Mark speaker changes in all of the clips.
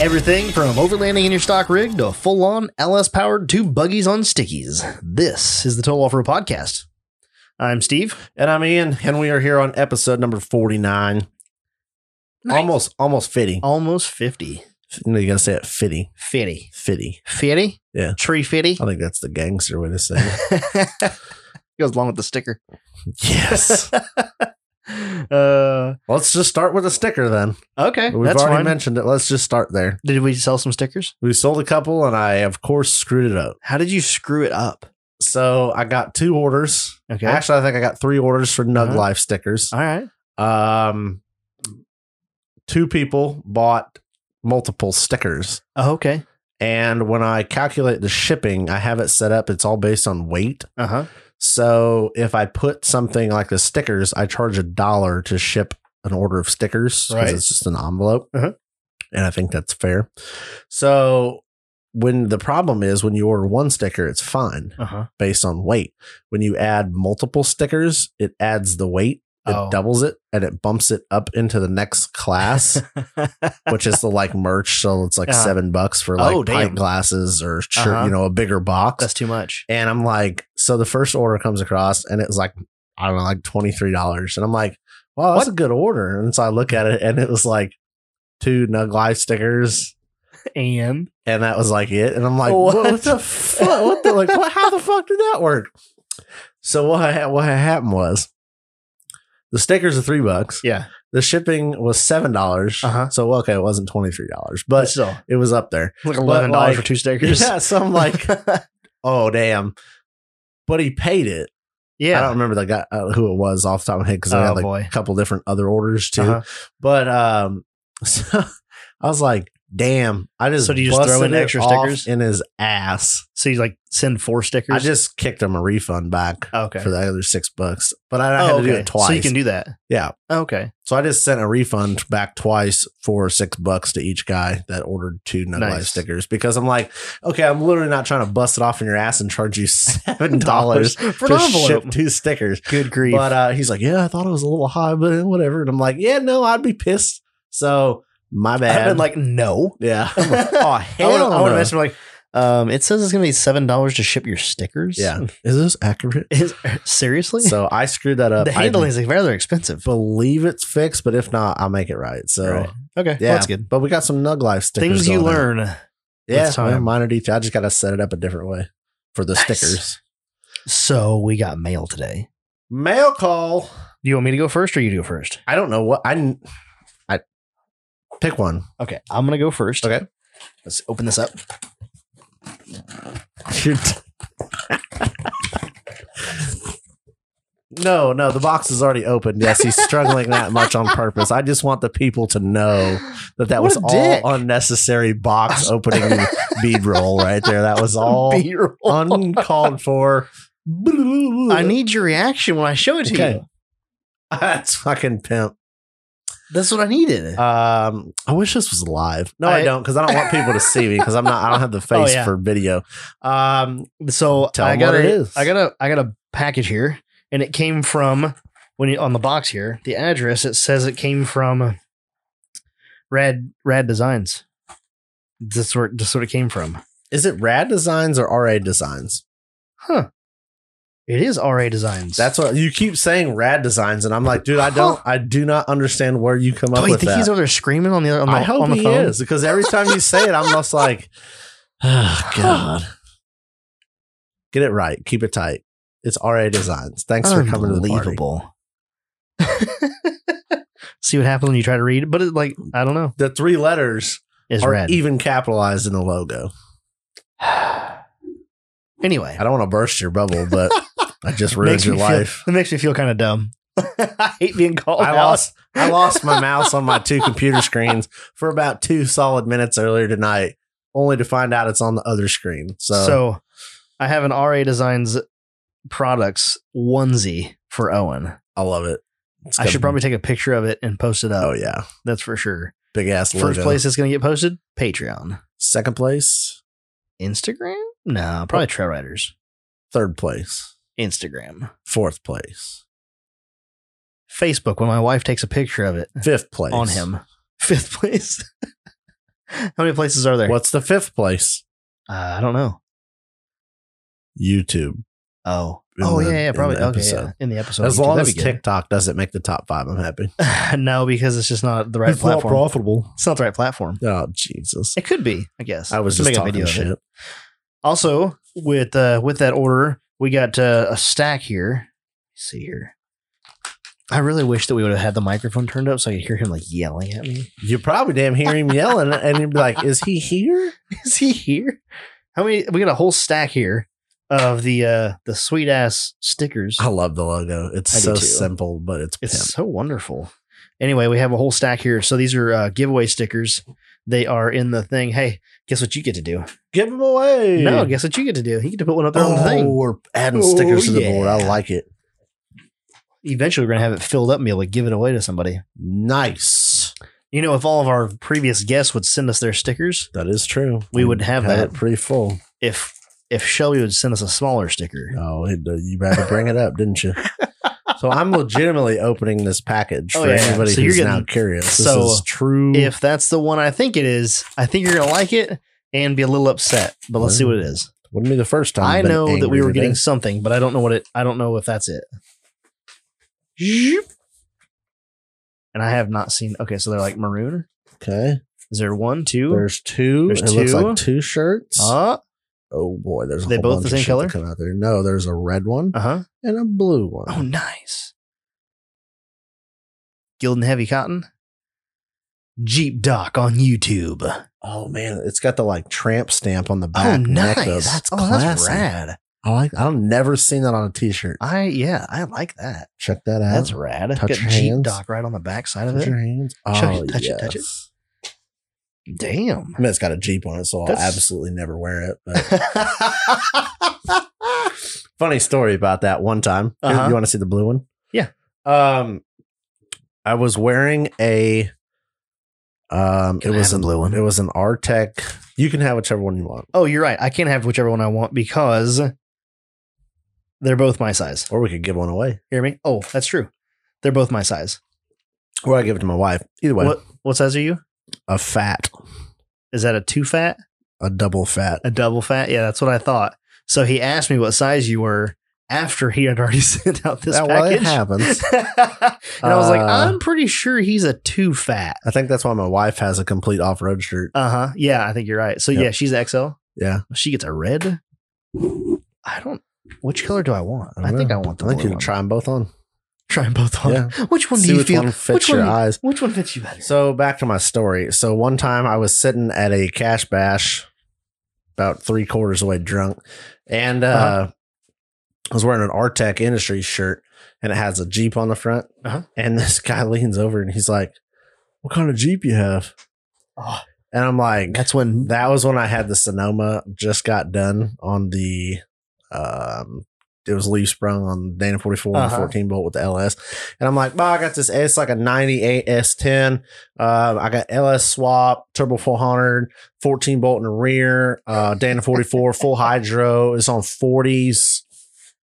Speaker 1: Everything from overlanding in your stock rig to full on LS powered two buggies on stickies. This is the Total Off Road Podcast. I'm Steve.
Speaker 2: And I'm Ian, and we are here on episode number 49.
Speaker 1: Nice. Oh.
Speaker 2: Almost almost fitty.
Speaker 1: Almost 50.
Speaker 2: No, you gotta say it fitty.
Speaker 1: 50.
Speaker 2: Fitty.
Speaker 1: 50?
Speaker 2: Yeah.
Speaker 1: Tree 50?
Speaker 2: I think that's the gangster way to say it.
Speaker 1: Goes along with the sticker.
Speaker 2: yes.
Speaker 1: uh,
Speaker 2: Let's just start with a sticker then.
Speaker 1: okay.
Speaker 2: We've
Speaker 1: that's
Speaker 2: already
Speaker 1: fine.
Speaker 2: mentioned it. Let's just start there.
Speaker 1: Did we sell some stickers?
Speaker 2: We sold a couple and I of course screwed it up.
Speaker 1: How did you screw it up?
Speaker 2: So I got two orders.
Speaker 1: Okay.
Speaker 2: Actually, I think I got three orders for Nug
Speaker 1: Uh-huh.
Speaker 2: Life stickers.
Speaker 1: All right.
Speaker 2: Um two people bought multiple stickers.
Speaker 1: Oh, okay.
Speaker 2: And when I calculate the shipping, I have it set up. It's all based on weight.
Speaker 1: Uh huh.
Speaker 2: So if I put something like the stickers, I charge a dollar to ship an order of stickers because
Speaker 1: Right.
Speaker 2: it's just an envelope.
Speaker 1: Uh-huh.
Speaker 2: And I think that's fair. So when the problem is when you order one sticker, it's fine
Speaker 1: Uh huh.
Speaker 2: based on weight. When you add multiple stickers, it adds the weight. It
Speaker 1: Oh.
Speaker 2: doubles it and it bumps it up into the next class which is the like merch. So it's like
Speaker 1: Uh-huh.
Speaker 2: seven bucks for like
Speaker 1: Oh, damn.
Speaker 2: pint glasses or shirt,
Speaker 1: Uh-huh.
Speaker 2: you know, a bigger box.
Speaker 1: That's too much.
Speaker 2: and I'm like, so the first order comes across and it's like, I don't know, like $23. And I'm like, wow, that's a good order. And so I look at it and it was like two Nug Life stickers.
Speaker 1: And
Speaker 2: And that was like it. And I'm like,
Speaker 1: What?
Speaker 2: what, the fuck? What the, like, what, how the fuck did that work? So what, ha- what happened was the stickers are three bucks.
Speaker 1: yeah.
Speaker 2: The shipping was seven dollars.
Speaker 1: Uh-huh.
Speaker 2: So okay, it wasn't twenty three dollars, but
Speaker 1: still,
Speaker 2: it was up there.
Speaker 1: like eleven dollars
Speaker 2: like-
Speaker 1: for two stickers.
Speaker 2: Yeah, so I'm like, oh damn. But he paid it. I don't
Speaker 1: yeah.
Speaker 2: remember the guy uh, who it was off the top of my head because I
Speaker 1: Oh
Speaker 2: had like
Speaker 1: boy.
Speaker 2: a couple different other orders too.
Speaker 1: Uh-huh.
Speaker 2: But um, so I was like, damn. I just
Speaker 1: So do you just throw
Speaker 2: busted
Speaker 1: in
Speaker 2: it
Speaker 1: extra
Speaker 2: off
Speaker 1: stickers?
Speaker 2: in his ass.
Speaker 1: So you like send four stickers.
Speaker 2: I just kicked him a refund back
Speaker 1: okay.
Speaker 2: for the other six bucks, but I, I had to do it twice.
Speaker 1: So you can do that.
Speaker 2: yeah.
Speaker 1: Okay.
Speaker 2: So I just sent a refund back twice for six bucks to each guy that ordered two Nug Life
Speaker 1: Nice.
Speaker 2: stickers because I'm like, okay, I'm literally not trying to bust it off in your ass and charge you seven dollars
Speaker 1: for an
Speaker 2: to ship
Speaker 1: envelope.
Speaker 2: two stickers.
Speaker 1: Good grief.
Speaker 2: But uh, he's like, yeah, I thought it was a little high, but whatever. And I'm like, yeah, no, I'd be pissed. So my
Speaker 1: I've
Speaker 2: bad.
Speaker 1: been like, no.
Speaker 2: yeah, I'm like, oh
Speaker 1: I
Speaker 2: hell,
Speaker 1: want to
Speaker 2: no.
Speaker 1: mention like, um, it says it's gonna be seven dollars to ship your stickers.
Speaker 2: yeah, is this accurate?
Speaker 1: Is, seriously?
Speaker 2: so uh, I screwed that up.
Speaker 1: the handling is rather expensive.
Speaker 2: I believe it's fixed, but if not, I'll make it right. So.
Speaker 1: Right. Okay.
Speaker 2: Yeah,
Speaker 1: well, that's good.
Speaker 2: But we got some Nug Life stickers.
Speaker 1: Things you
Speaker 2: going out.
Speaker 1: learn.
Speaker 2: Yeah,
Speaker 1: this time.
Speaker 2: yeah, minor detail. I just got to set it up a different way for the
Speaker 1: Nice.
Speaker 2: stickers.
Speaker 1: So we got mail today.
Speaker 2: Mail call.
Speaker 1: Do you want me to go first or you to go first?
Speaker 2: I don't know what I. I pick one.
Speaker 1: Okay, I'm gonna go first.
Speaker 2: Okay.
Speaker 1: Let's open this up.
Speaker 2: no, no, the box is already open. Yes, he's struggling that much on purpose. I just want the people to know that that
Speaker 1: What
Speaker 2: was
Speaker 1: a
Speaker 2: all
Speaker 1: dick.
Speaker 2: unnecessary box opening bead roll right there. That was all
Speaker 1: B-roll.
Speaker 2: uncalled for.
Speaker 1: I need your reaction when I show it to
Speaker 2: Okay.
Speaker 1: you.
Speaker 2: that's fucking pimp.
Speaker 1: That's what I needed.
Speaker 2: Um, I wish this was live. No, I,
Speaker 1: I-
Speaker 2: don't, because I don't want people to see me because I'm not. I don't have the
Speaker 1: Oh,
Speaker 2: face
Speaker 1: yeah.
Speaker 2: for video. Um,
Speaker 1: so
Speaker 2: tell
Speaker 1: I
Speaker 2: 'em
Speaker 1: got
Speaker 2: what
Speaker 1: a,
Speaker 2: it is.
Speaker 1: I got a I got a package here, and it came from when you on the box here the address. It says it came from Rad Rad Designs. That's where that's what it came from.
Speaker 2: is it Rad Designs or RA Designs?
Speaker 1: It is RA Designs.
Speaker 2: That's what you keep saying. Rad Designs, and I'm like, dude, I don't. I do not understand where you come
Speaker 1: do
Speaker 2: up
Speaker 1: Oh, you
Speaker 2: with
Speaker 1: think
Speaker 2: that.
Speaker 1: he's over there screaming on the on the,
Speaker 2: I hope
Speaker 1: on the
Speaker 2: he
Speaker 1: phone?
Speaker 2: is because every time you say it, I'm just like, oh, God. Get it right. Keep it tight. It's RA Designs. Thanks for coming to the party.
Speaker 1: Unbelievable. See what happens when you try to read, it? but it like I don't know.
Speaker 2: The three letters
Speaker 1: It's
Speaker 2: are e-
Speaker 1: red.
Speaker 2: even capitalized in the logo.
Speaker 1: anyway,
Speaker 2: I don't want to burst your bubble, but I just ruined
Speaker 1: makes
Speaker 2: your
Speaker 1: me feel-
Speaker 2: life.
Speaker 1: it makes me feel kind of dumb. I hate being called
Speaker 2: I
Speaker 1: out.
Speaker 2: lost I lost my mouse on my two computer screens for about two solid minutes earlier tonight, only to find out it's on the other screen. So,
Speaker 1: So, I have an RA Designs products onesie for Owen.
Speaker 2: I love it. It's
Speaker 1: I
Speaker 2: got
Speaker 1: should
Speaker 2: a-
Speaker 1: probably take a picture of it and post it up.
Speaker 2: Oh yeah.
Speaker 1: That's for sure.
Speaker 2: Big ass
Speaker 1: First
Speaker 2: logo.
Speaker 1: place it's going to get posted Patreon.
Speaker 2: Second place,
Speaker 1: Instagram? No,
Speaker 2: Oh.
Speaker 1: probably Trail Riders.
Speaker 2: third place,
Speaker 1: Instagram.
Speaker 2: fourth place, Eh,
Speaker 1: Facebook when my wife takes a picture of it
Speaker 2: fifth place.
Speaker 1: on him. Fifth place. How many places are there?
Speaker 2: What's the fifth place?
Speaker 1: Uh, I don't know.
Speaker 2: YouTube.
Speaker 1: Oh.
Speaker 2: In
Speaker 1: oh yeah,
Speaker 2: the-
Speaker 1: yeah,
Speaker 2: in
Speaker 1: probably.
Speaker 2: the
Speaker 1: okay,
Speaker 2: episode.
Speaker 1: yeah. in the episode.
Speaker 2: As
Speaker 1: on YouTube.
Speaker 2: long as
Speaker 1: That'd be good.
Speaker 2: TikTok doesn't make the top five, I'm happy.
Speaker 1: no, because it's just not the right
Speaker 2: it's
Speaker 1: platform.
Speaker 2: not profitable.
Speaker 1: it's not the right platform.
Speaker 2: Oh Jesus!
Speaker 1: It could be, I guess.
Speaker 2: I was
Speaker 1: To
Speaker 2: just
Speaker 1: make a
Speaker 2: talking
Speaker 1: video of it.
Speaker 2: shit.
Speaker 1: Also, with uh, with that order, we got uh, a stack here. Let's see here. I really wish that we would have had the microphone turned up so I could hear him like yelling at me.
Speaker 2: You probably damn hear him yelling, and you'd be like, "Is he here?"
Speaker 1: Is he here? How many? We got a whole stack here of the uh, the sweet ass stickers.
Speaker 2: I love the logo. It's
Speaker 1: I do
Speaker 2: so
Speaker 1: too.
Speaker 2: simple, but it's,
Speaker 1: It's
Speaker 2: pimp.
Speaker 1: so wonderful. Anyway, we have a whole stack here. So these are uh, giveaway stickers. They are in the thing. Hey, guess what you get to do?
Speaker 2: give him away.
Speaker 1: No, guess what you get to do? You get to put one up there on
Speaker 2: oh,
Speaker 1: the thing.
Speaker 2: we're adding
Speaker 1: Oh,
Speaker 2: stickers to the board. I
Speaker 1: yeah.
Speaker 2: like it.
Speaker 1: Eventually, we're gonna have it filled up and be able to give it away to somebody.
Speaker 2: Nice.
Speaker 1: You know, if all of our previous guests would send us their stickers,
Speaker 2: That is true.
Speaker 1: We would have that.
Speaker 2: it pretty full.
Speaker 1: if if Shelby would send us a smaller sticker,
Speaker 2: Oh, it, uh, you had to bring it up, didn't you? So I'm legitimately opening this package
Speaker 1: Oh,
Speaker 2: for
Speaker 1: yeah.
Speaker 2: anybody
Speaker 1: So you're
Speaker 2: who's now
Speaker 1: getting-
Speaker 2: curious. This
Speaker 1: so
Speaker 2: is true.
Speaker 1: if that's the one I think it is, I think you're gonna like it and be a little upset. But let's see what it is.
Speaker 2: wouldn't be the first time.
Speaker 1: I
Speaker 2: I've been
Speaker 1: know that
Speaker 2: angry
Speaker 1: we were
Speaker 2: today.
Speaker 1: getting something, but I don't know what it. I don't know if that's it. Zhup. And I have not seen. Okay, so they're like maroon.
Speaker 2: okay.
Speaker 1: Is there one, two?
Speaker 2: There's two.
Speaker 1: There's
Speaker 2: it looks
Speaker 1: two.
Speaker 2: like two shirts.
Speaker 1: uh
Speaker 2: oh boy, there's a
Speaker 1: They
Speaker 2: whole
Speaker 1: both
Speaker 2: bunch
Speaker 1: the same
Speaker 2: of shit
Speaker 1: color?
Speaker 2: that Come out there. No, there's a red one
Speaker 1: huh.
Speaker 2: and a blue one.
Speaker 1: Oh, nice. Gildan Heavy Cotton. Jeep Doc on YouTube.
Speaker 2: Oh, man, it's got the like tramp stamp on the
Speaker 1: Oh,
Speaker 2: back.
Speaker 1: nice.
Speaker 2: neck, though.
Speaker 1: That's oh, that's
Speaker 2: classy.
Speaker 1: rad.
Speaker 2: I like. I've never seen that on a t-shirt.
Speaker 1: I yeah, I like that.
Speaker 2: Check that out.
Speaker 1: That's rad.
Speaker 2: Touch
Speaker 1: Got
Speaker 2: your
Speaker 1: Jeep
Speaker 2: hands.
Speaker 1: Doc right on the back side of
Speaker 2: Touch your
Speaker 1: it.
Speaker 2: hands.
Speaker 1: Show you-
Speaker 2: Oh,
Speaker 1: touch it,
Speaker 2: yes.
Speaker 1: touch it. Damn.
Speaker 2: I mean, it's got a Jeep on it, so I'll
Speaker 1: That's-
Speaker 2: absolutely never wear it. But funny story about that one time. Here,
Speaker 1: Uh-huh.
Speaker 2: You want to see the blue one?
Speaker 1: Yeah.
Speaker 2: Um, I was wearing a. Um,
Speaker 1: Can
Speaker 2: it
Speaker 1: I have
Speaker 2: was
Speaker 1: the
Speaker 2: an-
Speaker 1: blue one?
Speaker 2: It was an Artec. You can have whichever one you want,
Speaker 1: Oh, you're right. I can't have whichever one I want because they're both my size.
Speaker 2: or we could give one away,
Speaker 1: Hear me? Oh, that's true. They're both my size.
Speaker 2: or I give it to my wife. Either way,
Speaker 1: What what size are you?
Speaker 2: a fat,
Speaker 1: Is that a two fat?
Speaker 2: a double fat.
Speaker 1: A double fat? Yeah, that's what I thought. So he asked me what size you were after he had already sent out this
Speaker 2: That well, it
Speaker 1: package.
Speaker 2: happens.
Speaker 1: and I was like,
Speaker 2: Uh,
Speaker 1: I'm pretty sure he's a two fat.
Speaker 2: I think that's why my wife has a complete off-road shirt.
Speaker 1: Uh huh. Yeah, I think you're right. So
Speaker 2: Yep.
Speaker 1: yeah, she's XL.
Speaker 2: Yeah,
Speaker 1: She gets a red. I don't. Which color do I want?
Speaker 2: I
Speaker 1: I,
Speaker 2: don't
Speaker 1: think
Speaker 2: know.
Speaker 1: I want the
Speaker 2: I think
Speaker 1: blue
Speaker 2: you can
Speaker 1: one.
Speaker 2: try them both on.
Speaker 1: Try 'em both on.
Speaker 2: Yeah,
Speaker 1: Which one
Speaker 2: see
Speaker 1: do you
Speaker 2: which
Speaker 1: feel?
Speaker 2: one
Speaker 1: which
Speaker 2: fits your
Speaker 1: one?
Speaker 2: eyes.
Speaker 1: Which one fits you better?
Speaker 2: So back to my story. So one time I was sitting at a cash bash, about three quarters away drunk, and uh,
Speaker 1: Uh-huh.
Speaker 2: I was wearing an Artec Industries shirt, and it has a Jeep on the front.
Speaker 1: Uh-huh.
Speaker 2: And this guy leans over and he's like, "What kind of Jeep you have?"
Speaker 1: Oh,
Speaker 2: And I'm like,
Speaker 1: that's when.
Speaker 2: "That was when I had the Sonoma. Just got done on the." Um, it was leaf sprung on Dana 44
Speaker 1: Uh-huh.
Speaker 2: and 14 bolt with the LS. And I'm like, wow, I got this S like a 98 S10. Um, I got LS swap, turbo 400, 14 bolt in the rear, uh, Dana 44, full hydro. It's on 40s,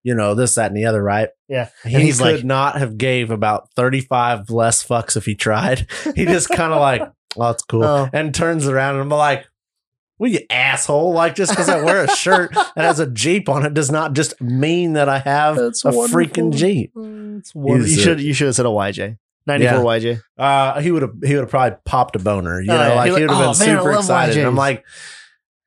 Speaker 2: you know, this, that, and the other, right?
Speaker 1: Yeah.
Speaker 2: He
Speaker 1: And he's
Speaker 2: could
Speaker 1: like-
Speaker 2: not have gave about 35 less fucks if he tried. He just kind of like, oh, that's cool.
Speaker 1: Oh.
Speaker 2: And turns around and I'm like, well, you asshole. Like, just because I wear a shirt that has a Jeep on it does not just mean that I have
Speaker 1: That's
Speaker 2: a
Speaker 1: wonderful.
Speaker 2: freaking Jeep.
Speaker 1: It's one. You
Speaker 2: He's a-
Speaker 1: should. You should have said a YJ. Ninety
Speaker 2: Yeah.
Speaker 1: four YJ.
Speaker 2: Uh, he would have he would have probably popped a boner, you
Speaker 1: Oh,
Speaker 2: know,
Speaker 1: yeah.
Speaker 2: like
Speaker 1: He
Speaker 2: he would
Speaker 1: would-
Speaker 2: have
Speaker 1: oh,
Speaker 2: been
Speaker 1: man, I
Speaker 2: super
Speaker 1: love
Speaker 2: excited. And I'm
Speaker 1: YJs.
Speaker 2: like,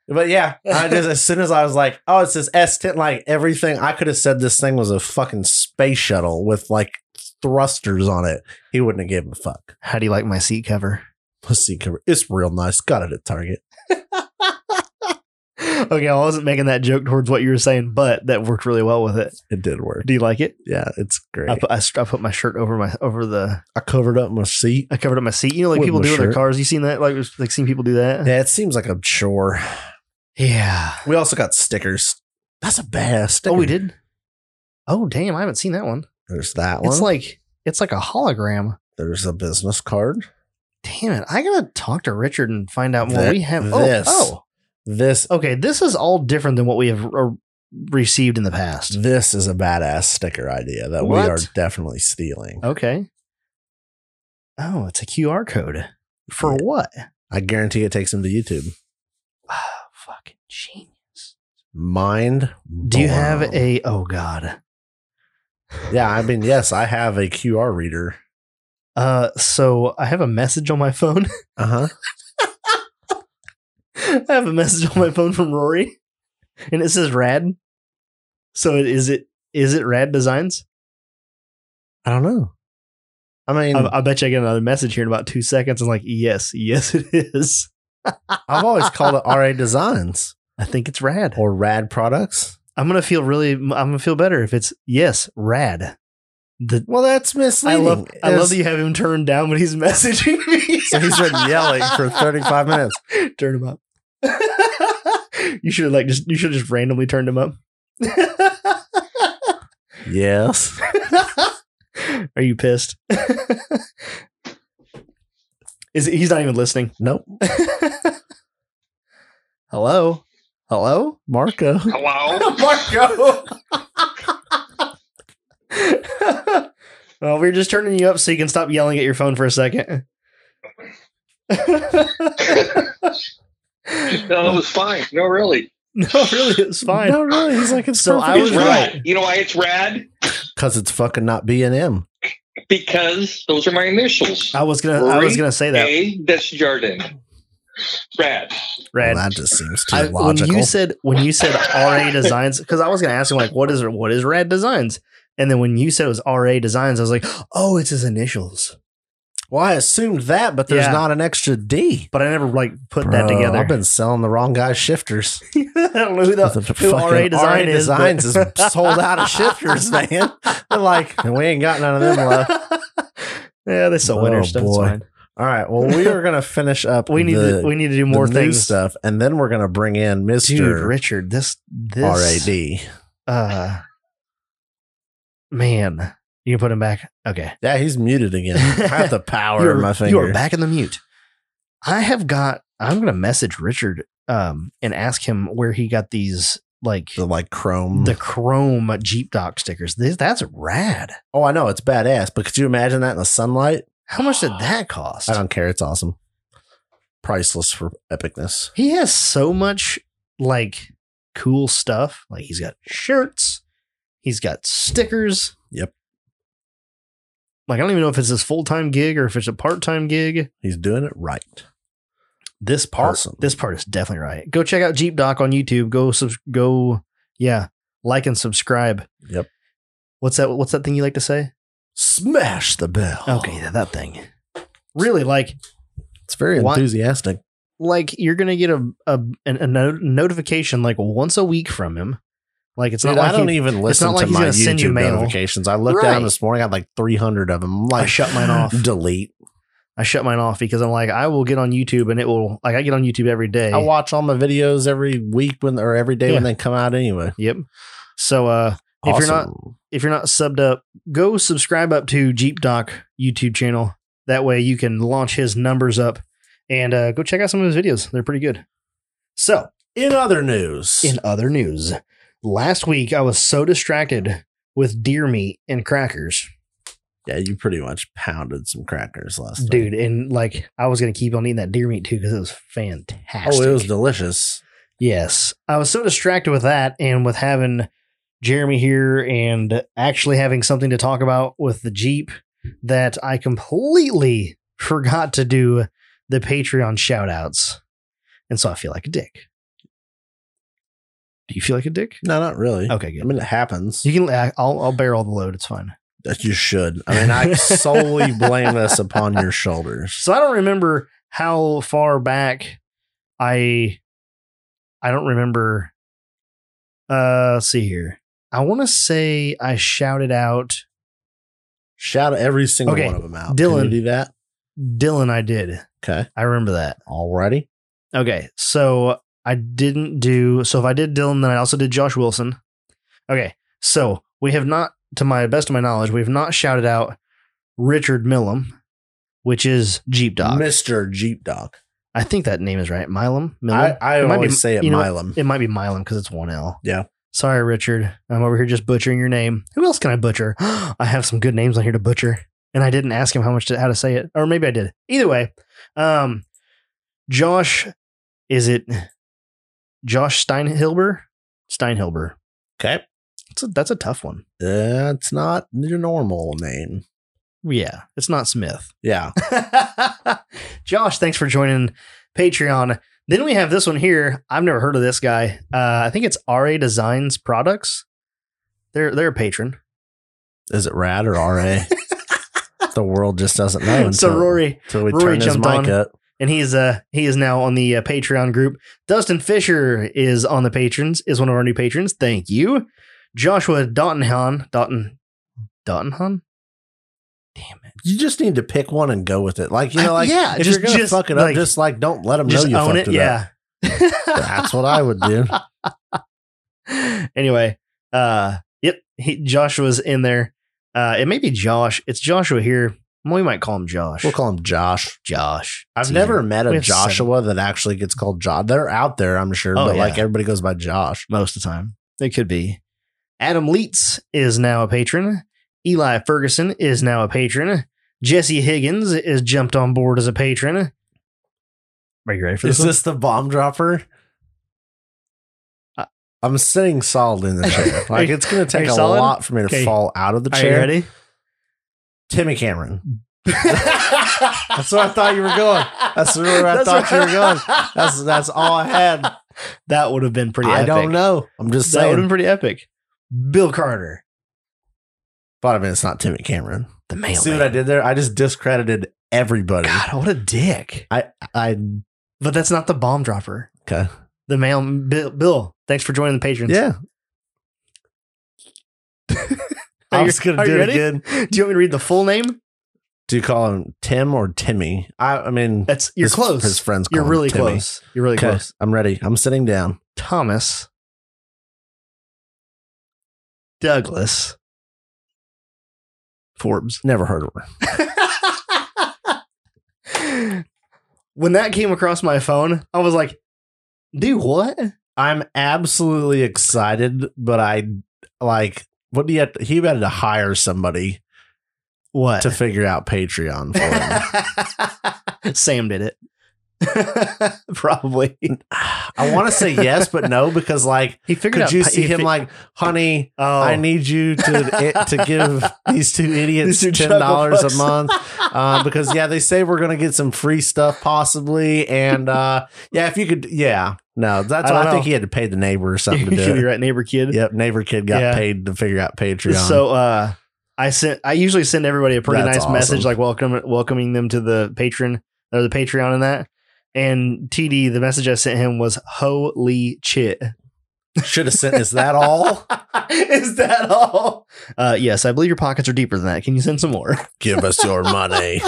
Speaker 2: but yeah, I just as soon as I was like, oh, it's this S10, like everything, I could have said this thing was a fucking space shuttle with like thrusters on it. He wouldn't have given a fuck.
Speaker 1: How do you like my seat cover?
Speaker 2: Let's see, cover- it's real nice. Got it at Target.
Speaker 1: okay, I wasn't making that joke towards what you were saying, but that worked really well with it.
Speaker 2: It did work.
Speaker 1: Do you like it?
Speaker 2: Yeah, it's great.
Speaker 1: I
Speaker 2: I,
Speaker 1: put, I, st- I put my shirt over my over the.
Speaker 2: covered up my seat.
Speaker 1: I covered up my seat. You know, like
Speaker 2: With
Speaker 1: people
Speaker 2: my
Speaker 1: do in their
Speaker 2: shirt.
Speaker 1: cars. You seen that? Like like seen people do that?
Speaker 2: Yeah, it seems like a chore.
Speaker 1: Yeah.
Speaker 2: We also got stickers. That's a badass sticker.
Speaker 1: Oh, we did. Oh, damn! I haven't seen that one.
Speaker 2: There's that
Speaker 1: It's
Speaker 2: one.
Speaker 1: like it's like a hologram.
Speaker 2: There's a business card.
Speaker 1: Damn it! I gotta talk to Richard and find out more.
Speaker 2: That-
Speaker 1: we have oh,
Speaker 2: this.
Speaker 1: oh,
Speaker 2: This
Speaker 1: okay. This is all different than what we have uh, received in the past.
Speaker 2: This is a badass sticker idea that
Speaker 1: What?
Speaker 2: we are definitely stealing.
Speaker 1: Okay. Oh, it's a QR code for
Speaker 2: Yeah.
Speaker 1: what?
Speaker 2: I guarantee it takes him to YouTube.
Speaker 1: Ah, fucking genius.
Speaker 2: Mind.
Speaker 1: Do you have
Speaker 2: blown.
Speaker 1: a? Oh God.
Speaker 2: Yeah, I mean, yes, I have a QR reader.
Speaker 1: Uh, so I have a message on my phone.
Speaker 2: Uh
Speaker 1: Uh-huh.
Speaker 2: huh.
Speaker 1: I have a message on my phone from Rory, and it says Rad. So it is it is it Rad Designs?
Speaker 2: I don't know. I mean,
Speaker 1: I, I bet you I get another message here in about two seconds. I'm like, yes, yes, it is.
Speaker 2: I've always called it RA Designs
Speaker 1: I think it's Rad.
Speaker 2: or Rad Products.
Speaker 1: I'm gonna feel really. I'm gonna feel better if it's yes, Rad. The
Speaker 2: Well, that's
Speaker 1: I
Speaker 2: misleading.
Speaker 1: love. I love
Speaker 2: It's-
Speaker 1: that you have him turned down, but he's messaging me.
Speaker 2: So he's been yelling for 35 minutes.
Speaker 1: Turn him up. you should have like just. You should have just randomly turned him up.
Speaker 2: Yes.
Speaker 1: Are you pissed? Is he's not even listening?
Speaker 2: Nope.
Speaker 1: Hello, hello,
Speaker 2: Marco.
Speaker 3: Hello.
Speaker 1: Marco. well, we are just turning you up so you can stop yelling at your phone for a second.
Speaker 3: No, it was fine. No, really.
Speaker 1: No, really, it's fine.
Speaker 2: No, really. He's like, it's
Speaker 1: So I
Speaker 2: perfect.
Speaker 1: was
Speaker 3: It's
Speaker 1: right.
Speaker 3: rad. You know why it's rad?
Speaker 2: Because it's fucking not B and M.
Speaker 3: Because those are my initials.
Speaker 1: I was gonna, I was gonna say that.
Speaker 3: A. That's Jardin. Rad.
Speaker 1: Rad.
Speaker 2: that just seems too
Speaker 1: I, when
Speaker 2: logical.
Speaker 1: you said when you said RA designs, because I was gonna ask him like, what is what is Rad Designs? And then when you said it was RA Designs, I was like, oh, it's his initials.
Speaker 2: well, I assumed that, but there's
Speaker 1: Yeah.
Speaker 2: not an extra D.
Speaker 1: But I never like put that
Speaker 2: Bro,
Speaker 1: together.
Speaker 2: I've been selling the wrong guy shifters.
Speaker 1: I don't know who the,
Speaker 2: The
Speaker 1: who
Speaker 2: fucking
Speaker 1: RA Design is,
Speaker 2: Designs is
Speaker 1: but-
Speaker 2: sold out of shifters, man. They're like, we ain't got none of them left.
Speaker 1: yeah, they sell
Speaker 2: Oh,
Speaker 1: winter stuff. It's
Speaker 2: boy.
Speaker 1: fine.
Speaker 2: All right. Well, we are going to finish up
Speaker 1: We need
Speaker 2: the,
Speaker 1: to we need to do
Speaker 2: the
Speaker 1: more
Speaker 2: new
Speaker 1: things.
Speaker 2: stuff, and then we're going to bring in
Speaker 1: Dude,
Speaker 2: Mr.
Speaker 1: Richard, this this
Speaker 2: RAD.
Speaker 1: uh man. You can put him back. Okay.
Speaker 2: Yeah, he's muted again. I have the power
Speaker 1: You're-
Speaker 2: in my
Speaker 1: You
Speaker 2: finger.
Speaker 1: are back in the mute. I have got. I'm gonna message Richard um, and ask him where he got these like
Speaker 2: The like chrome.
Speaker 1: the Chrome Jeep Doc stickers. This, that's rad.
Speaker 2: oh, I know it's badass, but could you imagine that in the sunlight?
Speaker 1: How much did that cost?
Speaker 2: I don't care. It's awesome. Priceless for epicness.
Speaker 1: He has so much like cool stuff. Like he's got shirts. He's got stickers.
Speaker 2: Yep.
Speaker 1: Like I don't even know if it's his full time gig or if it's a part time gig.
Speaker 2: He's doing it right.
Speaker 1: this part
Speaker 2: Awesome.
Speaker 1: this part is definitely right go check out jeep doc on youtube go sub- go yeah like and subscribe
Speaker 2: Yep.
Speaker 1: what's that what's that thing you like to say
Speaker 2: Smash the bell.
Speaker 1: okay yeah, that thing really like
Speaker 2: It's very
Speaker 1: What?
Speaker 2: enthusiastic.
Speaker 1: like you're gonna get a a, an- a no- notification like once a week from him like it's
Speaker 2: Dude,
Speaker 1: not like
Speaker 2: I don't e-
Speaker 1: he-
Speaker 2: even listen
Speaker 1: not like
Speaker 2: to
Speaker 1: he's
Speaker 2: my
Speaker 1: gonna
Speaker 2: YouTube
Speaker 1: send you mail.
Speaker 2: notifications. I looked at
Speaker 1: Right.
Speaker 2: them this morning. I had like 300 of them. I'm like,
Speaker 1: I shut mine off.
Speaker 2: Delete.
Speaker 1: i shut mine off because i'm like i will get on youtube and it will like i get on youtube every day
Speaker 2: I watch all my videos every week when or every day when they come out anyway.
Speaker 1: yep so uh If you're not- if you're not subbed up, go subscribe up to Jeep Doc YouTube channel. That way you can launch his numbers up and uh, go check out some of his videos. They're pretty good. So,
Speaker 2: in other news,
Speaker 1: in other news, last week I was so distracted with deer meat and crackers,
Speaker 2: yeah, you pretty much pounded some crackers last night.
Speaker 1: dude. And like, I was going to keep on eating that deer meat too because it was fantastic.
Speaker 2: Oh, it was delicious.
Speaker 1: Yes. I was so distracted with that and with having Jeremy here and actually having something to talk about with the Jeep that I completely forgot to do the Patreon shout outs. And so I feel like a dick. Do you feel like a dick?
Speaker 2: No, not really.
Speaker 1: Okay,
Speaker 2: I
Speaker 1: good.
Speaker 2: mean, it happens.
Speaker 1: Oh, You can I- I'll I'll bear all the load. It's fine.
Speaker 2: That you should. I mean, I solely blame this upon your shoulders.
Speaker 1: So I don't remember how far back I I don't remember uh let's see here. I want to say I shouted out
Speaker 2: Shout every single
Speaker 1: Okay,
Speaker 2: one of them out.
Speaker 1: Dylan.
Speaker 2: Can you do that.
Speaker 1: Dylan I did.
Speaker 2: Okay.
Speaker 1: I remember that.
Speaker 2: Alrighty.
Speaker 1: Okay. So I didn't do so if I did Dylan then I also did Josh Wilson. Okay. So we have not to my best of my knowledge, we have not shouted out Richard Millum, which is Jeep Dog.
Speaker 2: Mr. Jeep Dog.
Speaker 1: I think that name is right. Milam?
Speaker 2: I,
Speaker 1: Millum?
Speaker 2: I
Speaker 1: It might be-
Speaker 2: always say it
Speaker 1: you know-
Speaker 2: Milam.
Speaker 1: It might be Milam because it's one L.
Speaker 2: Yeah.
Speaker 1: Sorry, Richard. I'm over here just butchering your name. Who else can I butcher? I have some good names on here to butcher, and I didn't ask him how much to, how to say it, or maybe I did. Either way, um, Josh, is it Josh Steinhilber? Steinhilber.
Speaker 2: Okay.
Speaker 1: It's a, that's a tough one.
Speaker 2: That's not your normal name.
Speaker 1: Yeah, it's not Smith.
Speaker 2: Yeah.
Speaker 1: Josh, thanks for joining Patreon. Then we have this one here. I've never heard of this guy. Uh, I think it's RA Designs Products. They're they're a patron.
Speaker 2: Is it rad or RA? the world just doesn't know until,
Speaker 1: so Rory,
Speaker 2: until we
Speaker 1: Rory
Speaker 2: turn his
Speaker 1: jumped
Speaker 2: mic
Speaker 1: on.
Speaker 2: up.
Speaker 1: and he's uh he is now on the uh, Patreon group. Dustin Fisher is on the patrons, is one of our new patrons. Thank you, Joshua Dottenhan, Dotton, Dottenhan. Damn it!
Speaker 2: You just need to pick one and go with it. Like, you know, like,
Speaker 1: Yeah,
Speaker 2: if
Speaker 1: just-
Speaker 2: you're going to
Speaker 1: just,
Speaker 2: fuck it up,
Speaker 1: like-
Speaker 2: just like don't let them know
Speaker 1: Just
Speaker 2: you
Speaker 1: own
Speaker 2: fucked
Speaker 1: it,
Speaker 2: it up.
Speaker 1: yeah.
Speaker 2: That's what I would do.
Speaker 1: anyway, uh, yep, he, Joshua's in there. Uh, it may be Josh. It's Joshua here. We might call him Josh.
Speaker 2: We'll call him Josh.
Speaker 1: Josh.
Speaker 2: I've
Speaker 1: It's
Speaker 2: never
Speaker 1: easier.
Speaker 2: met a
Speaker 1: We have seven.
Speaker 2: Joshua that actually gets called Josh. They're out there, I'm sure,
Speaker 1: Oh,
Speaker 2: but like
Speaker 1: yeah.
Speaker 2: everybody goes by Josh.
Speaker 1: most of the time. It could be. Adam Leitz is now a patron. Eli Ferguson is now a patron. Jesse Higgins is jumped on board as a patron. Are you ready for
Speaker 2: Is
Speaker 1: this? one?
Speaker 2: this the bomb dropper?
Speaker 1: Uh,
Speaker 2: I'm sitting solid in the chair. Like it's going to
Speaker 1: Are
Speaker 2: take
Speaker 1: you
Speaker 2: a
Speaker 1: solid?
Speaker 2: lot for me to
Speaker 1: Okay.
Speaker 2: fall out of the
Speaker 1: Are you
Speaker 2: chair.
Speaker 1: ready?
Speaker 2: Timmy Cameron.
Speaker 1: that's
Speaker 2: where I thought you were going. That's really where I thought you were going. That's that's all I had.
Speaker 1: That would have been pretty.
Speaker 2: I
Speaker 1: epic.
Speaker 2: don't know. I'm just
Speaker 1: That would have
Speaker 2: saying.
Speaker 1: been pretty epic. Bill Carter,
Speaker 2: But I mean, it's not Timmy Cameron.
Speaker 1: the mailman.
Speaker 2: See what I did there? I just discredited everybody.
Speaker 1: God, what a dick!
Speaker 2: I
Speaker 1: But that's not the bomb dropper.
Speaker 2: okay.
Speaker 1: The mail, Bill. Bill thanks for joining the patrons.
Speaker 2: Yeah. I
Speaker 1: Are you-
Speaker 2: was gonna
Speaker 1: are
Speaker 2: do
Speaker 1: you
Speaker 2: it
Speaker 1: ready?
Speaker 2: again.
Speaker 1: Do you want me to read the full name?
Speaker 2: Do you call him Tim or Timmy? I, I mean,
Speaker 1: That's you're
Speaker 2: his-
Speaker 1: close.
Speaker 2: His friends. Call
Speaker 1: You're
Speaker 2: him
Speaker 1: really
Speaker 2: Timmy.
Speaker 1: close. You're really
Speaker 2: Okay,
Speaker 1: close.
Speaker 2: I'm ready. I'm sitting down.
Speaker 1: Thomas Douglas Forbes.
Speaker 2: Never heard of her.
Speaker 1: when that came across my phone, I was like, "Do what?"
Speaker 2: I'm absolutely excited, but I like. What do you have? To, he had to hire somebody
Speaker 1: What?
Speaker 2: to figure out Patreon for him.
Speaker 1: Sam did it. Probably.
Speaker 2: I want to say yes, but no, because like,
Speaker 1: He figured
Speaker 2: could
Speaker 1: out.
Speaker 2: you
Speaker 1: pi-
Speaker 2: see
Speaker 1: he
Speaker 2: him
Speaker 1: fi-
Speaker 2: like, honey?
Speaker 1: Oh,
Speaker 2: I need you to it, to give these two
Speaker 1: These
Speaker 2: idiots
Speaker 1: two
Speaker 2: ten dollars a
Speaker 1: chucklefucks.
Speaker 2: month uh, because yeah, they say we're gonna get some free stuff possibly, and uh, yeah, if you could, yeah, no, that's
Speaker 1: I
Speaker 2: why I
Speaker 1: don't
Speaker 2: think
Speaker 1: know.
Speaker 2: he had to pay the neighbor or something to
Speaker 1: you
Speaker 2: do
Speaker 1: could be
Speaker 2: it.
Speaker 1: right, neighbor kid.
Speaker 2: Yep, neighbor kid got
Speaker 1: Yeah.
Speaker 2: paid to figure out Patreon.
Speaker 1: So uh I sent I usually send everybody a pretty
Speaker 2: That's
Speaker 1: nice
Speaker 2: awesome.
Speaker 1: message like welcome welcoming them to the patron or the Patreon and that. And TD, the message I sent him was holy chit.
Speaker 2: should have sent. Is that all?
Speaker 1: Is that all? Uh yes, I believe your pockets are deeper than that. Can you send some more?
Speaker 2: Give us your money.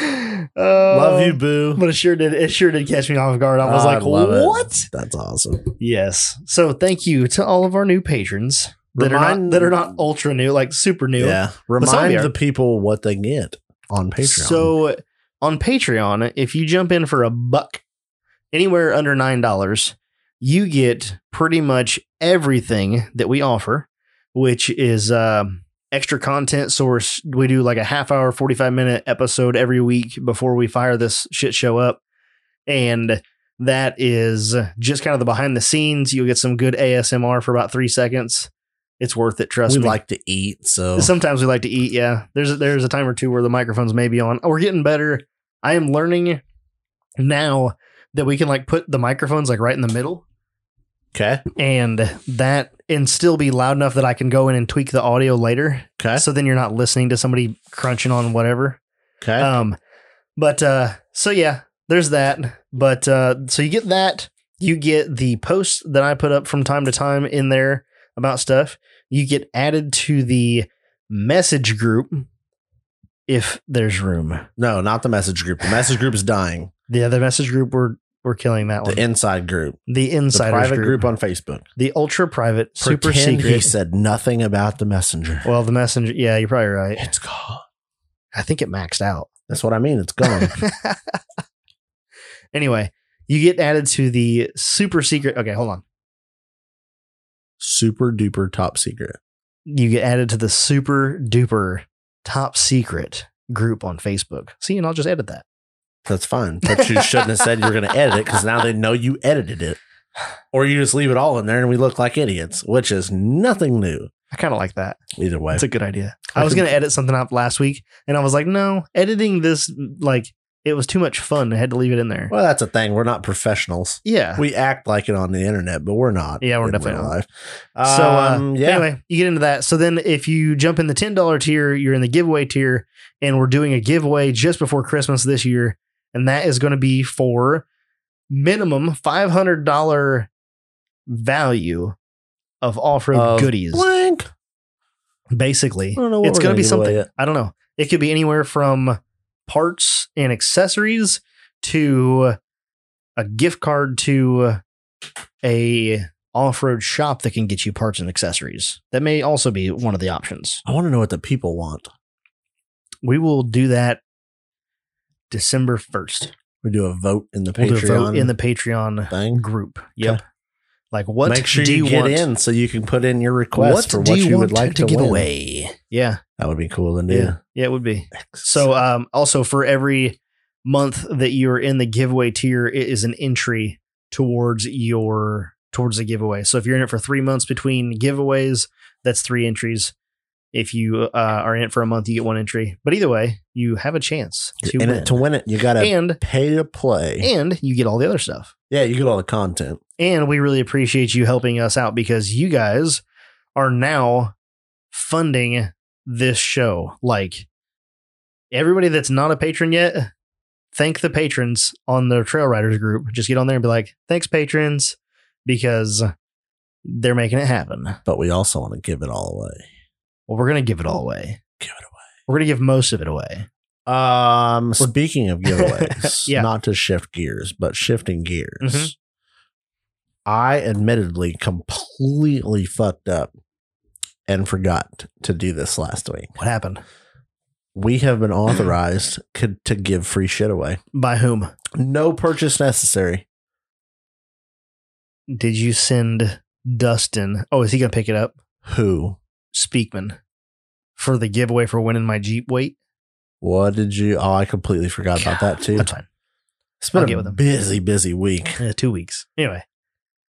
Speaker 1: Um,
Speaker 2: Love you, boo.
Speaker 1: Oh. But it sure did it sure did catch me off guard. I was
Speaker 2: I
Speaker 1: like,
Speaker 2: love it.
Speaker 1: what?
Speaker 2: That's awesome.
Speaker 1: Yes. So thank you to all of our new patrons that are not
Speaker 2: Remind-
Speaker 1: that are not ultra new, like super new.
Speaker 2: Yeah,
Speaker 1: some
Speaker 2: remind
Speaker 1: are.
Speaker 2: the people what they get on Patreon.
Speaker 1: So on Patreon, if you jump in for a buck, anywhere under nine dollars, you get pretty much everything that we offer, which is um, extra content source. We do like a half hour, forty five minute episode every week before we fire this shit show up, and that is just kind of the behind the scenes. You'll get some good ASMR for about three seconds. It's worth it. Trust
Speaker 2: we
Speaker 1: me.
Speaker 2: like to eat, so
Speaker 1: Sometimes we like to eat. Yeah, there's there's a time or two where the microphones may be on. We're getting better. I am learning now that we can like put the microphones like right in the middle,
Speaker 2: okay,
Speaker 1: and that and still be loud enough that I can go in and tweak the audio later.
Speaker 2: okay,
Speaker 1: So then you're not listening to somebody crunching on whatever.
Speaker 2: okay.
Speaker 1: Um, but uh, so yeah, there's that. But uh, so you get that. You get the posts that I put up from time to time in there about stuff. You get added to the message group if there's room.
Speaker 2: no, not the message group. The message group is dying.
Speaker 1: The other message group we're we're killing that one.
Speaker 2: the inside group,
Speaker 1: The
Speaker 2: the
Speaker 1: insiders
Speaker 2: private
Speaker 1: group,
Speaker 2: group on Facebook.
Speaker 1: the ultra private, super
Speaker 2: Pretend He
Speaker 1: secret.
Speaker 2: said nothing about the messenger.
Speaker 1: Well, the messenger. Yeah, you're probably right.
Speaker 2: It's gone.
Speaker 1: I think it maxed out.
Speaker 2: That's what I mean. It's gone.
Speaker 1: anyway, you get added to the super secret. Okay, hold on.
Speaker 2: Super duper top secret.
Speaker 1: you get added to the super duper top secret group on Facebook. See, and I'll just edit that.
Speaker 2: That's fine. But you shouldn't have said you were going to edit it because now they know you edited it. Or you just leave it all in there and we look like idiots, which is nothing new.
Speaker 1: I kind of like that.
Speaker 2: Either way.
Speaker 1: It's a good idea.
Speaker 2: I
Speaker 1: I was
Speaker 2: can-
Speaker 1: going to edit something up last week, and I was like, no, editing this like it was too much fun. I had to leave it in there.
Speaker 2: well, that's a thing. We're not professionals.
Speaker 1: Yeah.
Speaker 2: We act like it on the internet, but we're not.
Speaker 1: Yeah, we're
Speaker 2: in
Speaker 1: definitely
Speaker 2: real
Speaker 1: not.
Speaker 2: life.
Speaker 1: so uh,
Speaker 2: Um, yeah,
Speaker 1: anyway, you get into that. So then, if you jump in the ten dollar tier, you're in the giveaway tier, and we're doing a giveaway just before Christmas this year, and that is going to be for minimum five hundred dollar value of off road
Speaker 2: Of
Speaker 1: goodies.
Speaker 2: blank. I
Speaker 1: Basically,
Speaker 2: don't know. What
Speaker 1: it's
Speaker 2: we're
Speaker 1: going to be
Speaker 2: give away
Speaker 1: something.
Speaker 2: yet.
Speaker 1: I don't know. It could be anywhere from parts and accessories to a gift card to a off-road shop that can get you parts and accessories. That may also be one of the options.
Speaker 2: I want to know what the people want.
Speaker 1: We will do that December 1st.
Speaker 2: We do a vote in the
Speaker 1: We'll do a
Speaker 2: Patreon
Speaker 1: vote in the Patreon
Speaker 2: thing.
Speaker 1: group. Yep. Like what
Speaker 2: Make sure
Speaker 1: do
Speaker 2: you,
Speaker 1: you,
Speaker 2: get
Speaker 1: want?
Speaker 2: in so you can put in your request
Speaker 1: What
Speaker 2: for
Speaker 1: do
Speaker 2: what
Speaker 1: you,
Speaker 2: you,
Speaker 1: want
Speaker 2: would like
Speaker 1: to,
Speaker 2: to,
Speaker 1: give
Speaker 2: win.
Speaker 1: away? Yeah.
Speaker 2: That would be cool and do.
Speaker 1: Yeah. Yeah, it would be. So, um, also for every month that you're in the giveaway tier, it is an entry towards your towards the giveaway. So if you're in it for three months between giveaways, that's three entries. If you uh, are in it for a month, you get one entry. But either way, you have a chance
Speaker 2: You're
Speaker 1: to
Speaker 2: in
Speaker 1: win.
Speaker 2: it to win it, you got to
Speaker 1: and
Speaker 2: pay to play.
Speaker 1: and you get all the other stuff.
Speaker 2: yeah, you get all the content.
Speaker 1: And we really appreciate you helping us out because you guys are now funding this show. Like everybody that's not a patron yet, thank the patrons on the Trail Riders group. Just get on there and be like, thanks, patrons, because they're making it happen.
Speaker 2: But we also want to give it all away.
Speaker 1: Well, we're going to give it all away.
Speaker 2: Give it
Speaker 1: We're going to give most of it away.
Speaker 2: away. Um, speaking of giveaways,
Speaker 1: Yeah.
Speaker 2: not to shift gears, but shifting gears.
Speaker 1: Mhm.
Speaker 2: I admittedly completely fucked up and forgot to do this last week.
Speaker 1: What happened?
Speaker 2: We have been authorized co- to give free shit away.
Speaker 1: By whom?
Speaker 2: No purchase necessary.
Speaker 1: Did you send Dustin? Oh, is he going to pick it up?
Speaker 2: Who?
Speaker 1: Speakman for the giveaway for winning my Jeep weight.
Speaker 2: What did you? Oh, I completely forgot about that too.
Speaker 1: That's fine.
Speaker 2: It's
Speaker 1: I'll
Speaker 2: been
Speaker 1: get
Speaker 2: a
Speaker 1: with him.
Speaker 2: busy, busy week.
Speaker 1: Yeah, eh, two weeks. Anyway,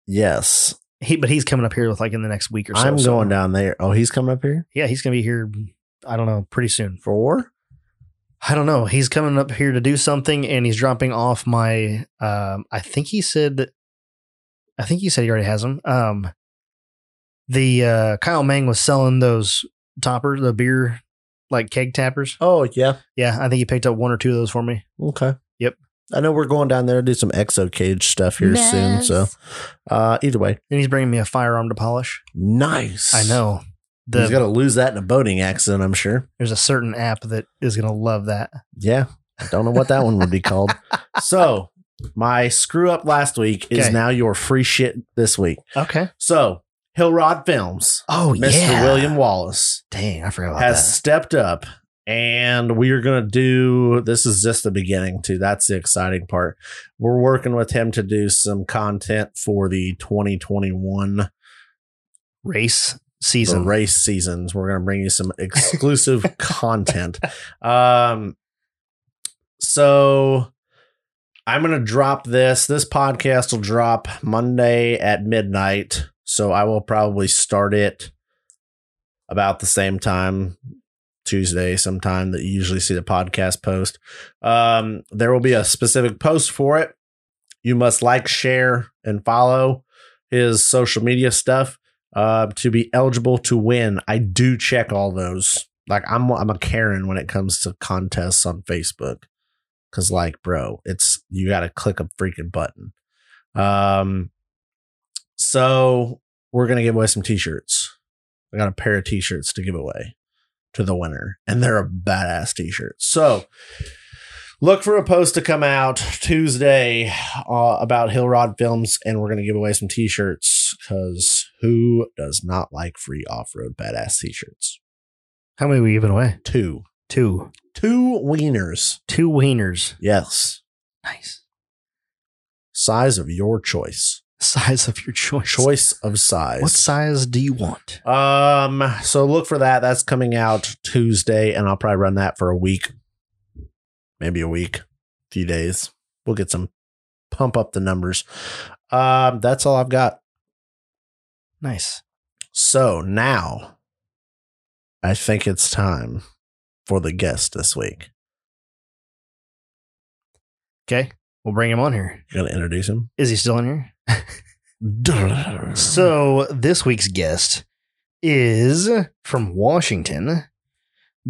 Speaker 2: Yes,
Speaker 1: he but he's coming up here with like in the next week or so.
Speaker 2: I'm
Speaker 1: so-
Speaker 2: going down there. Oh, he's coming up here
Speaker 1: Yeah, he's gonna be here. I don't know, pretty soon.
Speaker 2: for war.
Speaker 1: I don't know. He's coming up here to do something, and he's dropping off my. Um, I think he said. I think he said he already has them. Um, the uh, Kyle Mang was selling those toppers, the beer like keg tappers.
Speaker 2: Oh yeah,
Speaker 1: Yeah, I think he picked up one or two of those for me.
Speaker 2: okay.
Speaker 1: Yep.
Speaker 2: I know we're going down there to do some exo cage stuff here soon. So, uh, either way,
Speaker 1: And he's bringing me a firearm to polish.
Speaker 2: nice.
Speaker 1: I know.
Speaker 2: he's
Speaker 1: The,
Speaker 2: gonna lose that in a boating accident. I'm sure.
Speaker 1: there's a certain app that is going to love that.
Speaker 2: Yeah, I don't know what that one would be called. So, my screw up last week is
Speaker 1: Okay.
Speaker 2: now your free shit this week.
Speaker 1: Okay.
Speaker 2: So, Hillrod Films,
Speaker 1: Oh,
Speaker 2: Mr. William Wallace.
Speaker 1: Dang, I forgot about
Speaker 2: has stepped up and we are going to do this is just the beginning too that's the exciting part we're working with him to do some content for the 2021
Speaker 1: that. Race
Speaker 2: the
Speaker 1: season.
Speaker 2: race seasons we're going to bring you some exclusive content um so i'm going to drop this this podcast will drop monday at midnight so i will probably start it about the same time tuesday sometime that you usually see the podcast post um there will be a specific post for it you must like share and follow his social media stuff uh, to be eligible to win. I do check all those. Like I'm I'm a Karen when it comes to contests on Facebook. Cause like, bro, it's you gotta click a freaking button. Um so we're gonna give away some t-shirts. I got a pair of t-shirts to give away to the winner. And they're a badass t-shirt. So look for a post to come out Tuesday uh, about Hillrod Films, and we're going to give away some t-shirts because who does not like free off-road badass t-shirts?
Speaker 1: How many we giving away?
Speaker 2: Two,
Speaker 1: Two.
Speaker 2: two wieners.
Speaker 1: Two wieners.
Speaker 2: Yes,
Speaker 1: Nice.
Speaker 2: size of your choice.
Speaker 1: Size of your choice.
Speaker 2: Choice of size.
Speaker 1: What size do you want?
Speaker 2: Um, so look for that. That's coming out Tuesday, and I'll probably run that for a week, maybe a week. few days. We'll get some pump up the numbers. Um, that's all I've got.
Speaker 1: Nice.
Speaker 2: So now I think it's time for the guest this week.
Speaker 1: Okay. We'll bring him on here.
Speaker 2: You gonna introduce him?
Speaker 1: Is he still in here? Mm-hmm. So this week's guest is from Washington.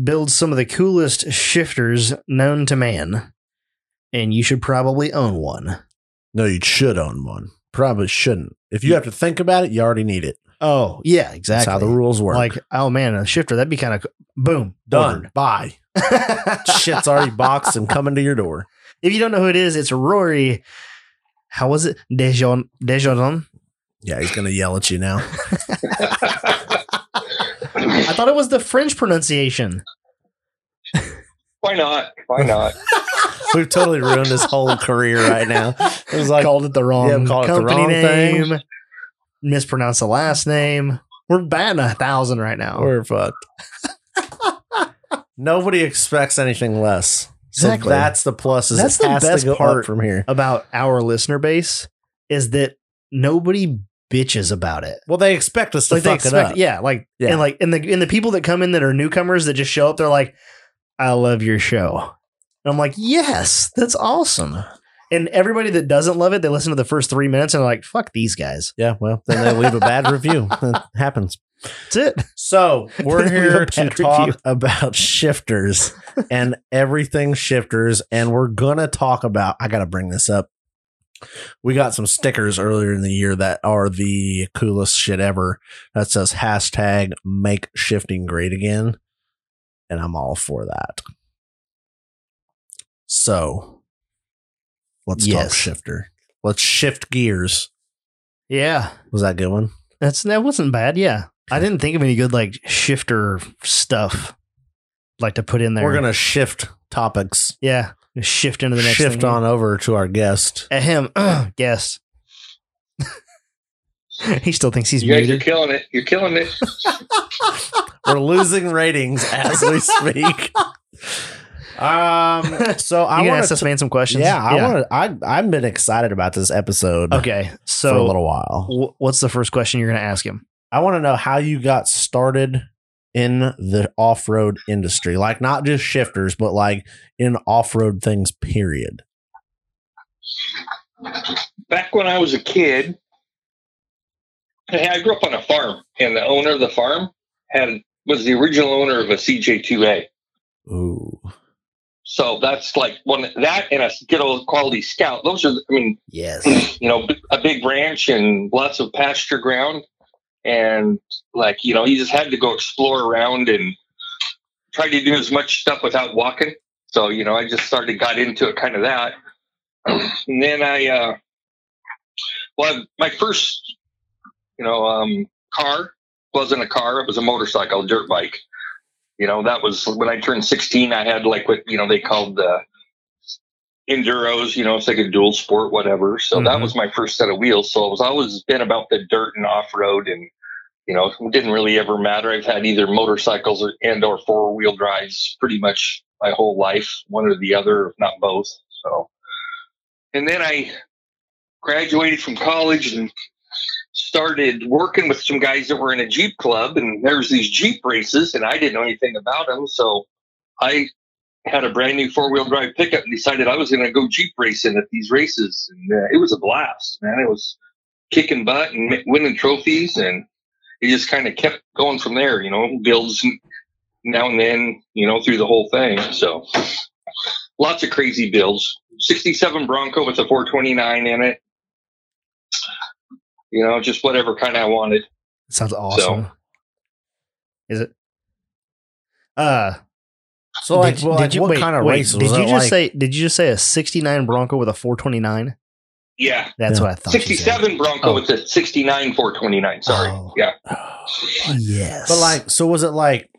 Speaker 1: Builds some of the coolest shifters known to man, and you should probably own one.
Speaker 2: No, you should own one. Probably shouldn't. If you have to think about it, you already need it.
Speaker 1: Oh yeah,
Speaker 2: That's
Speaker 1: exactly.
Speaker 2: how the rules work.
Speaker 1: Like oh man, a shifter that'd be kind of boom
Speaker 2: done.
Speaker 1: ordered.
Speaker 2: Bye. Shit's already boxed and coming to your door.
Speaker 1: If you don't know who it is, it's Rory. How was it? Dejon Desjardins.
Speaker 2: Yeah, he's gonna yell at you now.
Speaker 1: I thought it was the French pronunciation.
Speaker 3: Why not? Why not?
Speaker 2: We've totally ruined his whole career right now. It was like
Speaker 1: called it the wrong
Speaker 2: Yeah, called it the
Speaker 1: company
Speaker 2: wrong
Speaker 1: name.
Speaker 2: thing.
Speaker 1: Mispronounced the last name. We're batting a thousand right now.
Speaker 2: we're fucked. Nobody expects anything less. So
Speaker 1: Exactly.
Speaker 2: that's the plus. Is
Speaker 1: That's
Speaker 2: it
Speaker 1: the
Speaker 2: has
Speaker 1: best
Speaker 2: to go up
Speaker 1: part.
Speaker 2: from here.
Speaker 1: about our listener base is that nobody bitches about it.
Speaker 2: Well, they expect us to
Speaker 1: Like they
Speaker 2: fuck it
Speaker 1: expect,
Speaker 2: up.
Speaker 1: yeah, like
Speaker 2: Yeah.
Speaker 1: and like and the and the people that come in that are newcomers that just show up, they're like, "I love your show," and I'm like, "Yes, that's awesome." And everybody that doesn't love it, they listen to the first three minutes and they're like, "Fuck these guys."
Speaker 2: Yeah, well, then they leave a bad review. That happens.
Speaker 1: That's it.
Speaker 2: So we're
Speaker 1: Leave a
Speaker 2: here
Speaker 1: bad
Speaker 2: to
Speaker 1: review.
Speaker 2: talk about shifters and everything shifters, and we're gonna talk about. I gotta bring this up. We got some stickers earlier in the year that are the coolest shit ever. That says hashtag make shifting great again, and I'm all for that. So let's
Speaker 1: Yes.
Speaker 2: talk shifter. Let's shift gears.
Speaker 1: Yeah,
Speaker 2: Was that a good one?
Speaker 1: that's that wasn't bad. Yeah, I didn't think of any good like shifter stuff like to put in there.
Speaker 2: We're gonna shift topics.
Speaker 1: yeah shift into the next
Speaker 2: shift
Speaker 1: thing.
Speaker 2: on over to our guest.
Speaker 1: Ahem. yes. he still thinks he's
Speaker 3: You guys are
Speaker 1: muted.
Speaker 3: killing it. You're killing it.
Speaker 2: We're losing ratings as we speak. Um. So
Speaker 1: You
Speaker 2: I
Speaker 1: gonna
Speaker 2: want
Speaker 1: ask
Speaker 2: to.
Speaker 1: this man some questions?
Speaker 2: Yeah, I want to. I I've been excited about this episode
Speaker 1: Okay,
Speaker 2: for a
Speaker 1: so
Speaker 2: little while.
Speaker 1: wh- what's the first question you're going to ask him?
Speaker 2: I want to know how you got started in the off-road industry, like not just shifters, but like in off-road things. Period.
Speaker 3: Back when I was a kid, I I grew up on a farm, and the owner of the farm had was the original owner of a CJ2A.
Speaker 2: Ooh.
Speaker 3: So that's like one that and a good old quality scout. Those are, I mean,
Speaker 1: Yes.
Speaker 3: you know, b- a big ranch and lots of pasture ground. And like, you know, he just had to go explore around and try to do as much stuff without walking. So, you know, I just started, got into it kind of that. And then I, uh, well, my first, you know, um, car wasn't a car, it was a motorcycle, a dirt bike. You know, that was when I turned 16, I had like what, you know, they called the, enduros, you know, it's like a dual sport, whatever. So that
Speaker 2: Mhm.
Speaker 3: was my first set of wheels. So it was always been about the dirt and off road and, you know, it didn't really ever matter. I've had either motorcycles or, and or four wheel drives pretty much my whole life, one or the other, if not both. So, and then I graduated from college and started working with some guys that were in a Jeep club and there was these Jeep races and I didn't know anything about them. So I had a brand new four wheel drive pickup and decided I was going to go Jeep racing at these races. And uh, it was a blast, man. It was kicking butt and mi- winning trophies. And it just kind of kept going from there, you know, builds n- now and then, you know, through the whole thing. So lots of crazy builds. 67 Bronco with a 429 in it. You know, just whatever kind I wanted.
Speaker 1: Sounds awesome. Is it? Uh,
Speaker 2: So like,
Speaker 1: did-
Speaker 2: well,
Speaker 1: did
Speaker 2: like
Speaker 1: you-
Speaker 2: what
Speaker 1: wait,
Speaker 2: kind of
Speaker 1: wait,
Speaker 2: race
Speaker 1: Did
Speaker 2: was
Speaker 1: you
Speaker 2: it
Speaker 1: just
Speaker 2: like?
Speaker 1: say? Did you just say a '69 Bronco with a 429?
Speaker 3: Yeah.
Speaker 1: That's
Speaker 2: Yeah.
Speaker 1: what I thought. you said.
Speaker 3: 67 Bronco
Speaker 1: Oh.
Speaker 3: with a 69 429. Sorry.
Speaker 1: Oh.
Speaker 3: Yeah.
Speaker 1: Yes,
Speaker 2: But like, so was it like?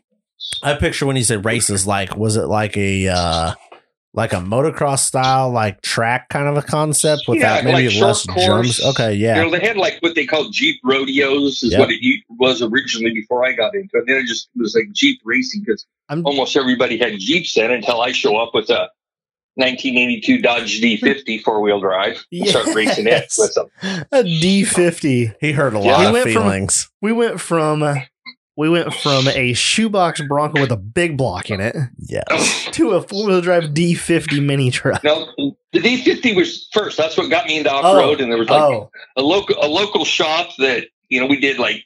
Speaker 2: I picture when you said races, like, was it like a uh like a motocross style, like track kind of a concept without
Speaker 3: Yeah,
Speaker 2: maybe
Speaker 3: like short
Speaker 2: less
Speaker 3: course.
Speaker 2: jumps? Okay,
Speaker 3: You
Speaker 2: yeah,
Speaker 3: know, they had like what they called Jeep rodeos, is
Speaker 2: Yeah.
Speaker 3: what it u- was originally before I got into it. Then it just was like Jeep racing because
Speaker 1: I'm-
Speaker 3: almost everybody had Jeeps then until I show up with a 1982 Dodge D50 four wheel drive and start racing it
Speaker 1: Yes.
Speaker 3: with them.
Speaker 1: A D fifty.
Speaker 2: He hurt a
Speaker 3: Yeah.
Speaker 1: He
Speaker 2: lot of
Speaker 1: went from-
Speaker 2: feelings.
Speaker 1: We went from we went from a shoebox Bronco with a big block in it
Speaker 2: yes.
Speaker 1: to a four wheel drive D fifty mini truck.
Speaker 3: No, the D50 was first. That's what got me into off road, and there was like
Speaker 1: Oh,
Speaker 3: a local a local shop that you know we did like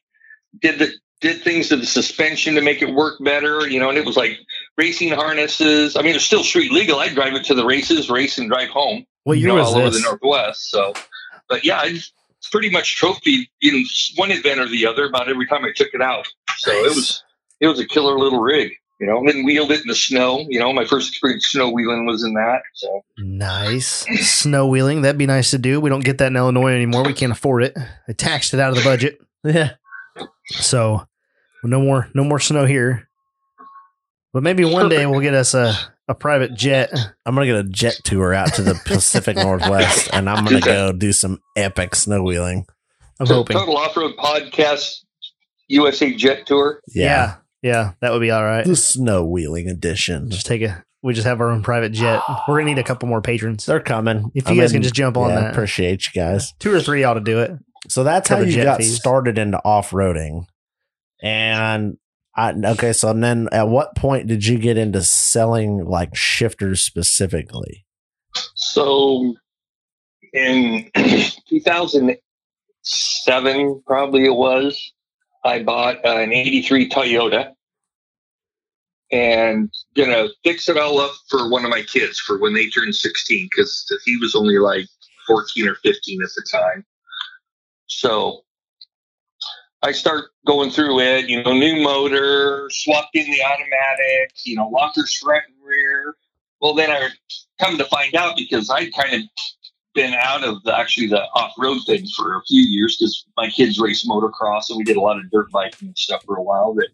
Speaker 3: did the did things to the suspension to make it work better, you know, and it was like racing harnesses. I mean, it's still street legal. I drive it to the races, race and drive home.
Speaker 1: what
Speaker 3: you
Speaker 1: year
Speaker 3: know,
Speaker 1: was
Speaker 3: all over the
Speaker 1: this?
Speaker 3: Northwest. So, but yeah, I pretty much trophy in one event or the other about every time I took it out. So it was it was a killer little rig, you know. And then wheeled it in the snow. You know, my first experience snow wheeling was in that. So
Speaker 1: Nice snow wheeling. That'd be nice to do. We don't get that in Illinois anymore. We can't afford it. They taxed it out of the budget.
Speaker 2: Yeah.
Speaker 1: So no more no more snow here. But maybe one day we'll get us a, a private jet.
Speaker 2: I'm gonna get a jet tour out to the Pacific Northwest, and I'm gonna go do some epic snow wheeling.
Speaker 1: I'm
Speaker 3: To-
Speaker 1: hoping.
Speaker 3: total off road podcast USA Jet Tour.
Speaker 2: Yeah,
Speaker 1: yeah. Yeah, that would be all right.
Speaker 2: the snow wheeling edition.
Speaker 1: Just take a we just have our own private jet. We're gonna need a couple more patrons.
Speaker 2: They're coming.
Speaker 1: If
Speaker 2: I'm
Speaker 1: you guys
Speaker 2: in-
Speaker 1: can just jump on
Speaker 2: yeah,
Speaker 1: that.
Speaker 2: appreciate you guys.
Speaker 1: Two or three ought to do it.
Speaker 2: So that's how
Speaker 1: Cover
Speaker 2: you
Speaker 1: jet
Speaker 2: got
Speaker 1: fees.
Speaker 2: started into off roading, and I okay. So then, at what point did you get into selling like shifters specifically?
Speaker 3: So in 2007, probably it was, I bought an 83 Toyota and gonna fix it all up for one of my kids for when they turn 16 because he was only like 14 or 15 at the time. So I start going through it, you know, new motor, swapped in the automatic, you know, lockers front and rear. Well, then I come to find out because I'd kind of been out of the, actually the off road thing for a few years because my kids raced motocross and we did a lot of dirt biking and stuff for a while. That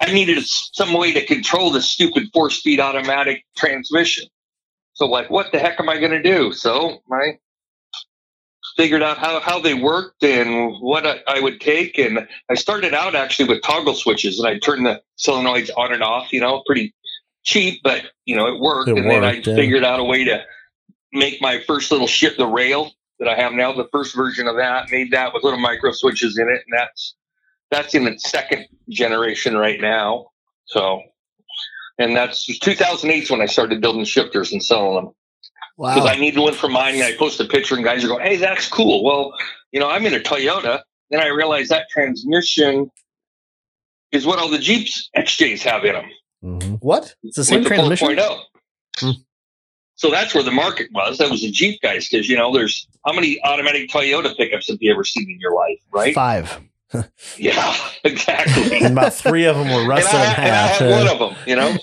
Speaker 3: I needed s- some way to control the stupid four speed automatic transmission. So, like, what the heck am I going to do? So, I figured out how, how they worked and what I, I would take. And I started out actually with toggle switches and I turned the solenoids on and off, you know, pretty cheap, but, you know, it worked.
Speaker 2: It
Speaker 3: and then I
Speaker 2: worked, yeah.
Speaker 3: figured out a way to make my first little ship, the rail that I have now, the first version of that, made that with little micro switches in it. And that's, that's in its second generation right now. So, and that's 2008 's when I started building shifters and selling them because I needed one for mine. And I post a picture, and guys are going, "Hey, that's cool." Well, you know, I'm in a Toyota. Then I realized that transmission is what all the Jeeps XJs have in them.
Speaker 2: Mhm.
Speaker 1: What? It's the same
Speaker 3: with the
Speaker 1: transmission.
Speaker 3: 4.0.
Speaker 2: Hmm.
Speaker 3: So that's where the market was. That was the Jeep guys, because you know, there's how many automatic Toyota pickups have you ever seen in your life, right?
Speaker 1: Five.
Speaker 3: Yeah, exactly.
Speaker 2: And about three of them were
Speaker 3: and,
Speaker 2: rusted
Speaker 3: I,
Speaker 2: in
Speaker 3: and I
Speaker 2: half.
Speaker 1: uh,
Speaker 3: had one of them, you know.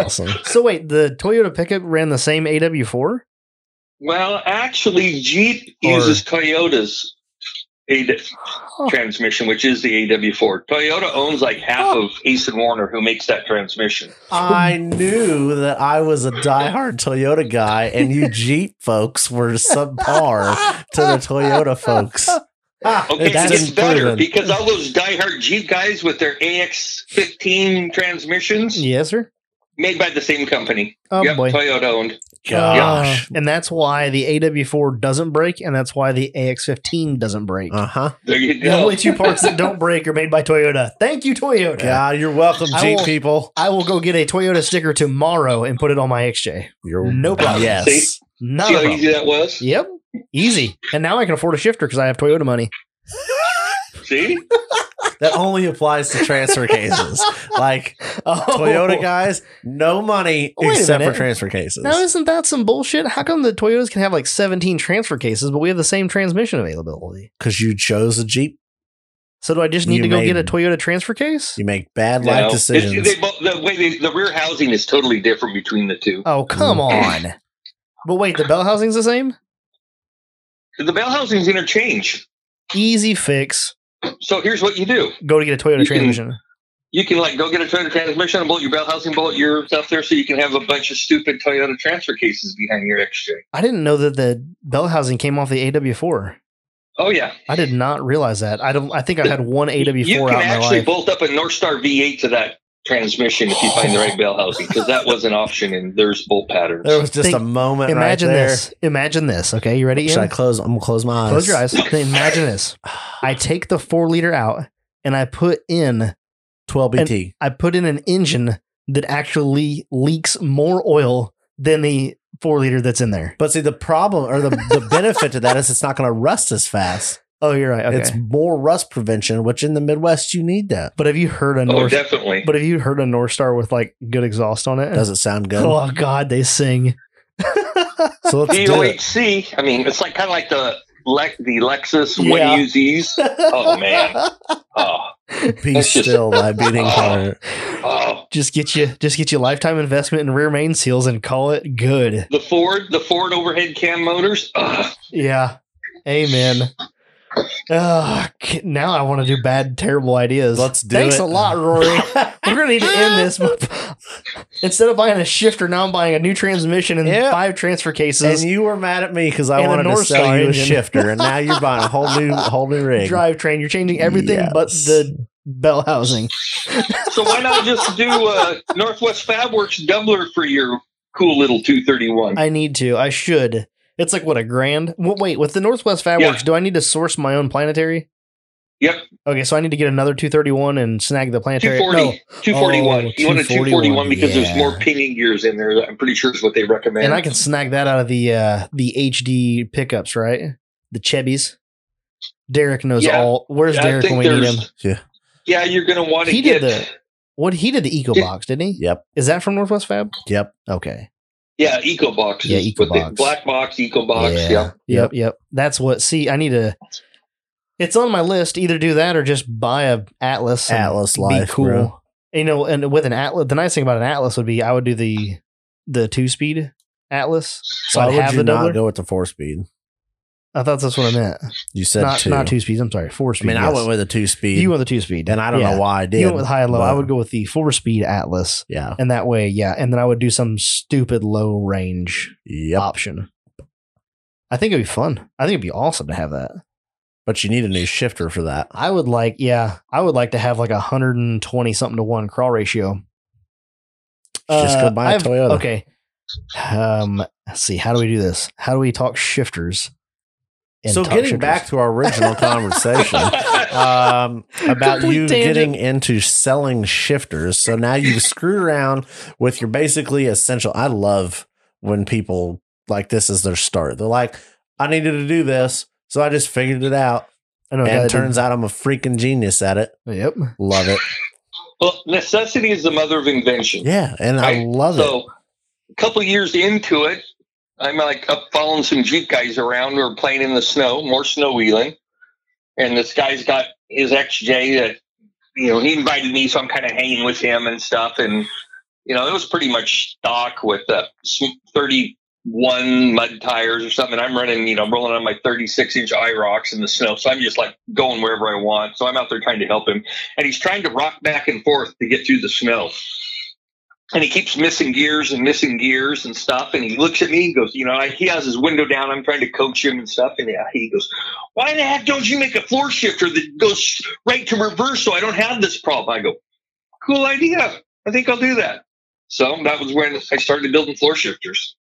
Speaker 2: awesome.
Speaker 1: so wait, the Toyota pickup ran the same AW4?
Speaker 3: Well, actually, Jeep
Speaker 1: Or-
Speaker 3: uses Toyota's AD-
Speaker 1: Huh.
Speaker 3: transmission, which is the AW4. Toyota owns like half of Ace and Warner, who makes that transmission.
Speaker 2: I knew that I was a diehard Toyota guy, and you Jeep folks were subpar to the Toyota folks.
Speaker 3: Okay, it
Speaker 2: That's
Speaker 3: gets better
Speaker 2: proven.
Speaker 3: because all those diehard Jeep guys with their AX15 transmissions
Speaker 1: Yes, sir.
Speaker 3: made by the same company.
Speaker 1: Oh
Speaker 3: yep,
Speaker 1: boy.
Speaker 3: Toyota owned.
Speaker 2: Gosh.
Speaker 1: Uh, and that's why the AW4 doesn't break, and that's why the AX15 doesn't break.
Speaker 2: Uh huh.
Speaker 3: There you
Speaker 1: the
Speaker 3: go.
Speaker 1: only two parts that don't break are made by Toyota. Thank you, Toyota.
Speaker 2: God, you're welcome,
Speaker 1: I
Speaker 2: Jeep
Speaker 1: will-
Speaker 2: people.
Speaker 1: I will go get a Toyota sticker tomorrow and put it on my XJ.
Speaker 2: You're
Speaker 1: No problem.
Speaker 2: Yes.
Speaker 3: See?
Speaker 1: Not
Speaker 3: See
Speaker 1: a
Speaker 3: how
Speaker 1: problem.
Speaker 3: easy that was?
Speaker 1: Yep. Easy. And now I can afford a shifter because I have Toyota money.
Speaker 3: See?
Speaker 2: That only applies to transfer cases. Like
Speaker 1: Oh.
Speaker 2: Toyota guys, no money
Speaker 1: Wait a
Speaker 2: except for
Speaker 1: minute.
Speaker 2: transfer cases.
Speaker 1: Now isn't that some bullshit? How come the Toyotas can have like 17 transfer cases, but we have the same transmission availability?
Speaker 2: Because you chose a Jeep,
Speaker 1: So do I just need
Speaker 2: You
Speaker 1: to go
Speaker 2: made-
Speaker 1: get a Toyota transfer case?
Speaker 2: you make bad
Speaker 3: No.
Speaker 2: life
Speaker 3: It's-
Speaker 2: decisions.
Speaker 3: they both- the, way they, the rear housing is totally different between the two.
Speaker 1: Oh come on! But wait, the bell housing's the same.
Speaker 3: The bell housings interchange.
Speaker 1: Easy fix.
Speaker 3: So here's what you do.
Speaker 1: Go to get a Toyota
Speaker 3: You can-
Speaker 1: transmission.
Speaker 3: you can like go get a Toyota transmission and bolt your bell housing, bolt your stuff there, so you can have a bunch of stupid Toyota transfer cases behind your XJ.
Speaker 1: I didn't know that the bell housing came off the AW4.
Speaker 3: Oh yeah,
Speaker 1: I did not realize that. I don't. I think I've had one AW4
Speaker 3: you
Speaker 1: out
Speaker 3: can
Speaker 1: in my
Speaker 3: actually
Speaker 1: life.
Speaker 3: bolt up a North Star V8 to that transmission if you find the right bell housing because that was an option and there's bolt patterns.
Speaker 2: There was just
Speaker 1: Think-
Speaker 2: a moment.
Speaker 1: Imagine
Speaker 2: right there.
Speaker 1: this. Imagine this. Okay, you ready?
Speaker 2: Should I
Speaker 1: Ian?
Speaker 2: close? I'm gonna close my eyes.
Speaker 1: Close your eyes. Imagine this. I take the four liter out and I put in
Speaker 2: Twelve
Speaker 1: And-
Speaker 2: BT.
Speaker 1: I put in an engine that actually leaks more oil than the four liter that's in there.
Speaker 2: but see, the problem or the, the benefit to that is it's not going to rust as fast.
Speaker 1: Oh, you're right. Okay.
Speaker 2: It's more rust prevention, which in the Midwest you need that.
Speaker 1: but have you heard a
Speaker 3: oh,
Speaker 1: North?
Speaker 3: definitely.
Speaker 1: but have you heard a North Star with like good exhaust on it?
Speaker 2: Does it sound good?
Speaker 1: Oh God, they sing.
Speaker 2: So let's do it.
Speaker 3: DOHC. I mean, it's like kind of like the Le- the Lexus
Speaker 1: Yeah.
Speaker 3: when you use these. Oh man. Oh,
Speaker 2: Be
Speaker 3: That's just-
Speaker 2: still, thy beating heart.
Speaker 3: oh.
Speaker 1: just get you, just get you lifetime investment in rear main seals and call it good.
Speaker 3: The Ford, the Ford overhead cam motors. Ugh.
Speaker 1: Yeah, amen. Ugh, k- now I want to do bad, terrible ideas.
Speaker 2: Let's do
Speaker 1: Thanks
Speaker 2: it.
Speaker 1: a lot, Rory. We're gonna need to end this. Instead of buying a shifter, now I'm buying a new transmission and
Speaker 2: Yeah.
Speaker 1: five transfer
Speaker 2: And
Speaker 1: cases.
Speaker 2: you were mad at me because I
Speaker 1: And a
Speaker 2: wanted to
Speaker 1: North
Speaker 2: sell
Speaker 1: Star
Speaker 2: you a
Speaker 1: engine.
Speaker 2: shifter, and now you're buying a whole new whole new rig.
Speaker 1: drivetrain. You're changing everything but
Speaker 2: Yes.
Speaker 1: the bell housing.
Speaker 3: So why not just do uh, Northwest FabWorks doubler for your cool little 231?
Speaker 1: I need to. I should. It's like what a grand. Wha- Wait, with the Northwest Fabworks,
Speaker 3: Yeah.
Speaker 1: do I need to source my own planetary?
Speaker 3: Yep.
Speaker 1: Okay, so I need to get another 231 and snag the planetary.
Speaker 3: 240,
Speaker 1: No,
Speaker 3: 241.
Speaker 1: Oh,
Speaker 3: you want a
Speaker 2: 241,
Speaker 3: 241 because
Speaker 2: yeah.
Speaker 3: there's more pinging gears in there. I'm pretty sure is what they recommend.
Speaker 1: and I can snag that out of the uh the HD pickups, right? The Chebbies. Derek knows
Speaker 3: Yeah.
Speaker 1: all. Where's
Speaker 3: Yeah, I
Speaker 1: Derek
Speaker 3: think
Speaker 1: when we need him?
Speaker 3: there's- Yeah, you're going to want to
Speaker 1: He
Speaker 3: get.
Speaker 1: did the- What he did the Eco
Speaker 3: Yeah.
Speaker 1: Box, didn't he?
Speaker 2: Yep.
Speaker 1: Is that from Northwest Fab?
Speaker 2: Yep.
Speaker 1: Okay.
Speaker 3: Yeah, EcoBox.
Speaker 1: Yeah,
Speaker 3: is what they-
Speaker 1: EcoBox.
Speaker 3: Black box, EcoBox.
Speaker 2: Yeah.
Speaker 3: Yeah.
Speaker 1: Yep, yep. That's what. See, I need to. It's on my list. Either do that or just buy a Atlas. and
Speaker 2: Atlas life, bro.
Speaker 1: You know, and with an Atlas, the nice thing about an Atlas would be I would do the the two speed Atlas. So
Speaker 2: Why
Speaker 1: I'd
Speaker 2: would
Speaker 1: have
Speaker 2: you
Speaker 1: the
Speaker 2: not
Speaker 1: doubler.
Speaker 2: go with the four speed?
Speaker 1: I thought that's what I meant.
Speaker 2: You said
Speaker 1: Not
Speaker 2: two.
Speaker 1: not two speeds. I'm sorry, four
Speaker 2: I
Speaker 1: speed.
Speaker 2: mean, I
Speaker 1: yes.
Speaker 2: went with a two speed,
Speaker 1: you went with the two speed,
Speaker 2: and I don't
Speaker 1: yeah.
Speaker 2: know why I did.
Speaker 1: You went with high and low. I
Speaker 2: but-
Speaker 1: would go with the four speed Atlas,
Speaker 2: Yeah.
Speaker 1: and that way, yeah, and then I would do some stupid low range
Speaker 2: Yep.
Speaker 1: option. I think it'd be fun. I think it'd be awesome to have that.
Speaker 2: But you need a new shifter for that.
Speaker 1: I would like, yeah, I would like to have like a hundred and twenty something to one crawl ratio.
Speaker 2: Just go
Speaker 1: Uh,
Speaker 2: buy a
Speaker 1: I've-
Speaker 2: Toyota.
Speaker 1: Okay. Um. Let's see. How do we do this? How do we talk shifters? and
Speaker 2: So
Speaker 1: talk
Speaker 2: getting
Speaker 1: shifters?
Speaker 2: back to our original conversation um, about
Speaker 1: Complete tangent.
Speaker 2: you getting into selling shifters. So now you've screwed around with your basically essential. I love when people like this is their start. They're like, I needed to do this, so I just figured it out,
Speaker 1: I know,
Speaker 2: and
Speaker 1: that
Speaker 2: it turns out I'm a freaking genius at it.
Speaker 1: Yep.
Speaker 2: Love it.
Speaker 3: Well, necessity is the mother of invention.
Speaker 2: Yeah, and I
Speaker 3: Right.
Speaker 2: love it.
Speaker 3: So, a couple years into it, I'm like up following some Jeep guys around. We were playing in the snow, more snow wheeling. And this guy's got his XJ that, you know, he invited me, so I'm kind of hanging with him and stuff. And, you know, it was pretty much stock with the sm- 31 mud tires or something. I'm running, you know, rolling on my 36 inch IROX in the snow. So I'm just like going wherever I want. So I'm out there trying to help him. And he's trying to rock back and forth to get through the snow and he keeps missing gears and missing gears and stuff. And he looks at me and goes, you know, I, he has his window down. I'm trying to coach him and stuff. And yeah, he goes, why the heck don't you make a floor shifter that goes right to reverse so I don't have this problem? I go, cool idea. I think I'll do that. So that was when I started building floor shifters.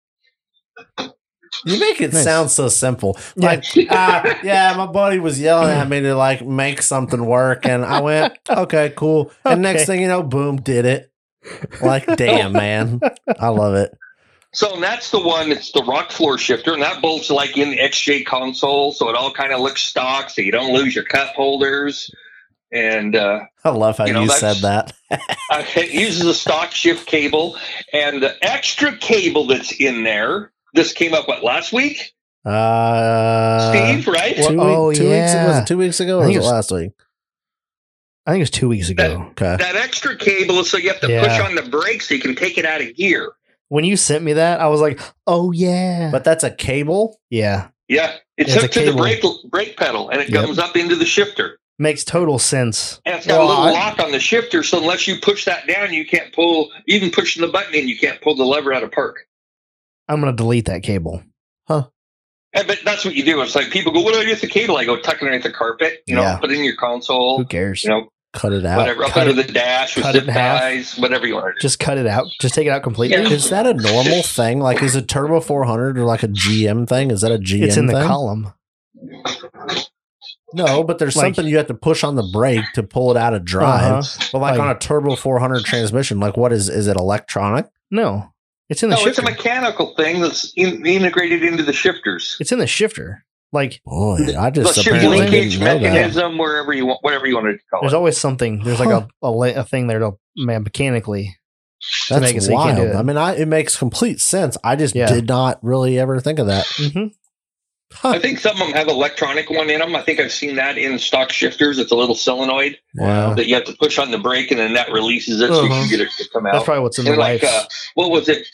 Speaker 2: You make it
Speaker 1: Nice.
Speaker 2: sound so simple. Like, uh, yeah, my buddy was yelling at me to like make something work, and I went, okay, cool. And next
Speaker 1: Okay.
Speaker 2: thing you know, boom, did it. Like, damn, man, I love it.
Speaker 3: So that's the one. It's the rock floor shifter, and that bolts like in the XJ console, so it all kind of looks stock, so you don't lose your cup holders. And uh,
Speaker 2: I love how you,
Speaker 3: You know,
Speaker 2: said that.
Speaker 3: Uh, it uses a stock shift cable and the extra cable that's in there. This came up what last week,
Speaker 2: Uh,
Speaker 3: Steve? Right?
Speaker 2: Two, week-
Speaker 1: Oh,
Speaker 2: two weeks
Speaker 1: yeah.
Speaker 2: was it two weeks ago
Speaker 1: I
Speaker 2: or was
Speaker 1: think
Speaker 2: it
Speaker 1: it was-
Speaker 2: last week?
Speaker 1: I think it was two weeks ago.
Speaker 2: Okay.
Speaker 3: that extra cable, so you have to push
Speaker 1: Yeah.
Speaker 3: on the brake so you can take it out of gear.
Speaker 1: When you sent me that, I was like, "Oh yeah,
Speaker 2: But that's a cable.
Speaker 1: yeah."
Speaker 3: Yeah, it's
Speaker 1: There's a
Speaker 3: hooked to the
Speaker 1: cable.
Speaker 3: brake brake pedal, and it
Speaker 1: Yep.
Speaker 3: comes up into the shifter.
Speaker 1: Makes total sense.
Speaker 3: And it's got
Speaker 2: Well,
Speaker 3: a little
Speaker 2: I-
Speaker 3: lock on the shifter, so unless you push that down, you can't pull. Even pushing the button in, you can't pull the lever out of park.
Speaker 1: I'm gonna delete that cable.
Speaker 3: And, but that's what you do. It's like people go, "What do I do with the cable?" I go, "Tuck it underneath the carpet." You know,
Speaker 1: Yeah.
Speaker 3: put it in your console.
Speaker 1: Who cares?
Speaker 3: you know,
Speaker 2: Cut it out.
Speaker 3: whatever, up
Speaker 1: cut
Speaker 3: under
Speaker 1: it-
Speaker 3: the dash with
Speaker 1: cut it
Speaker 3: zip
Speaker 1: in half.
Speaker 3: ties, whatever you want to do.
Speaker 1: Just cut it out. Just take it out completely.
Speaker 3: Yeah.
Speaker 2: Is that a normal thing? Like, is a Turbo 400 or like a GM thing? Is that a GM
Speaker 1: It's in the
Speaker 2: thing?
Speaker 1: column.
Speaker 2: No, but there's
Speaker 1: Like-
Speaker 2: something you have to push on the brake to pull it out of drive.
Speaker 1: Uh-huh.
Speaker 2: But like,
Speaker 1: Like-
Speaker 2: on a Turbo 400 transmission, like what is is it electronic?
Speaker 1: No, it's in the
Speaker 3: No, it's
Speaker 1: shifter.
Speaker 3: a mechanical thing that's in, integrated into the shifters.
Speaker 1: it's in the shifter. Like
Speaker 2: Boy, I
Speaker 3: The
Speaker 2: just
Speaker 3: shift
Speaker 2: apparently
Speaker 3: linkage
Speaker 2: didn't know that.
Speaker 3: mechanism, wherever you want, whatever you want to call
Speaker 1: there's
Speaker 3: it.
Speaker 1: always something. There's like a, a la- a thing there to man mechanically. to make it
Speaker 2: That's
Speaker 1: so you can't
Speaker 2: wild.
Speaker 1: do it.
Speaker 2: I mean, I, it makes complete sense. I just
Speaker 1: Yeah.
Speaker 2: did not really ever think of that.
Speaker 1: hmm
Speaker 3: I think some of them have electronic one in them. I think I've seen that in stock shifters. It's a little solenoid
Speaker 2: Wow.
Speaker 3: that you have to push on the brake, and then that releases it so you
Speaker 1: Uh-huh.
Speaker 3: can get it to come out.
Speaker 1: That's probably what's in the
Speaker 3: and like
Speaker 1: lights.
Speaker 3: uh, what was it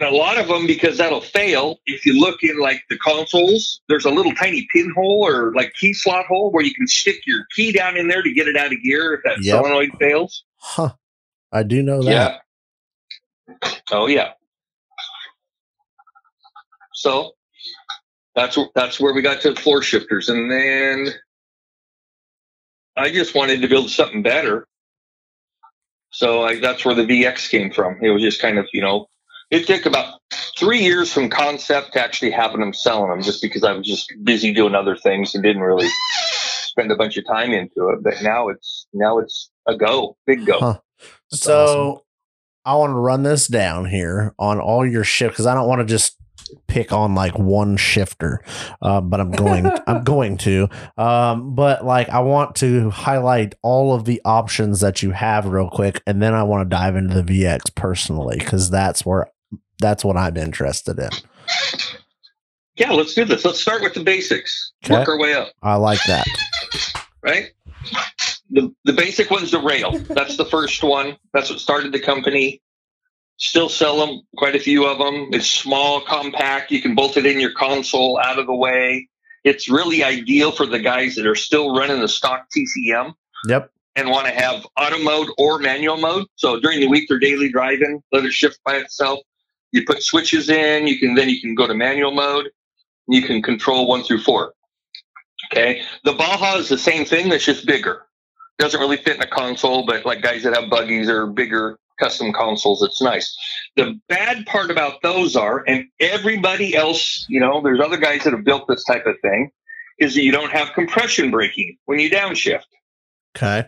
Speaker 3: a lot of them because that'll fail if you look in like the consoles there's a little tiny pinhole or like key slot hole where you can stick your key down in there to get it out of gear if that
Speaker 2: Yep.
Speaker 3: solenoid fails
Speaker 2: Huh. I do know that.
Speaker 3: yeah oh yeah so that's wh- that's where we got to floor shifters and then i just wanted to build something better so I, that's where the vx came from it was just kind of you know it took about three years from concept to actually having them selling them just because i was just busy doing other things and didn't really spend a bunch of time into it but now it's now it's a go big go
Speaker 2: Huh.
Speaker 1: That's
Speaker 2: so I want to run this down here on all your shift because I don't want to just pick on like one shifter, uh, but I'm going I'm going to. Um, but like I want to highlight all of the options that you have real quick, and then I want to dive into the VX personally because that's where that's what I'm interested in.
Speaker 3: Yeah, let's do this. Let's start with the basics.
Speaker 2: Okay.
Speaker 3: Work our way up,
Speaker 2: I like that.
Speaker 3: right? The the basic one's the rail. That's the first one. That's what started the company. Still sell them, quite a few of them. It's small, compact. You can bolt it in your console out of the way. It's really ideal for the guys that are still running the stock TCM
Speaker 2: Yep.
Speaker 3: and want to have auto mode or manual mode. So during the week, they're daily driving, let it shift by itself. You put switches in, you can then you can go to manual mode. You can control one through four. Okay. The Baja is the same thing, that's just bigger. Doesn't really fit in a console, but like guys that have buggies or bigger custom consoles, it's nice. The bad part about those are, and everybody else, you know, there's other guys that have built this type of thing, is that you don't have compression braking when you downshift.
Speaker 2: Okay.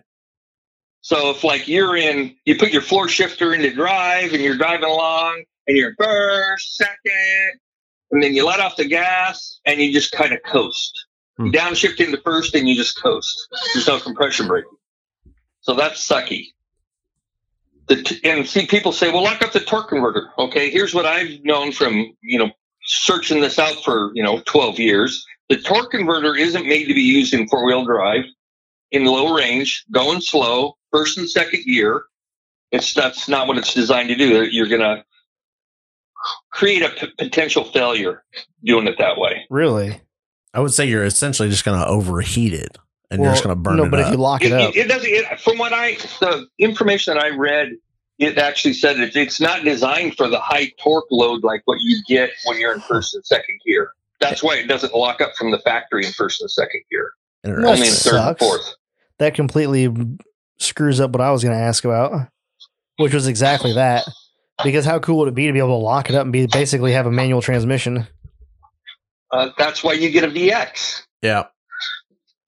Speaker 3: So if like you're in, you put your floor shifter into drive and you're driving along and you're first, second, and then you let off the gas and you just kind of coast. You
Speaker 2: Hmm.
Speaker 3: downshift into first and you just coast. There's no compression braking. So that's sucky. The t- and see, people say, well, lock up the torque converter. Okay, here's what I've known from, you know, searching this out for, you know, 12 years. The torque converter isn't made to be used in four wheel drive in low range, going slow, first and second year. It's that's not what it's designed to do. You're gonna create a p- potential failure doing it that way.
Speaker 1: really,
Speaker 2: I would say you're essentially just going to overheat it and you're
Speaker 1: Well,
Speaker 2: just going to burn
Speaker 1: No,
Speaker 2: it
Speaker 1: but
Speaker 2: up.
Speaker 1: if you lock it
Speaker 3: It,
Speaker 1: up,
Speaker 3: it, it doesn't. It, from what I the information that I read, it actually said it, it's not designed for the high torque load like what you get when you're in first and second gear. That's why it doesn't lock up from the factory in first and second gear.
Speaker 1: That
Speaker 3: Only in third and
Speaker 1: sucks.
Speaker 3: fourth.
Speaker 1: that completely screws up what I was going to ask about, which was exactly that. Because how cool would it be to be able to lock it up and be basically have a manual transmission?
Speaker 3: Uh, that's why you get a VX.
Speaker 2: yeah.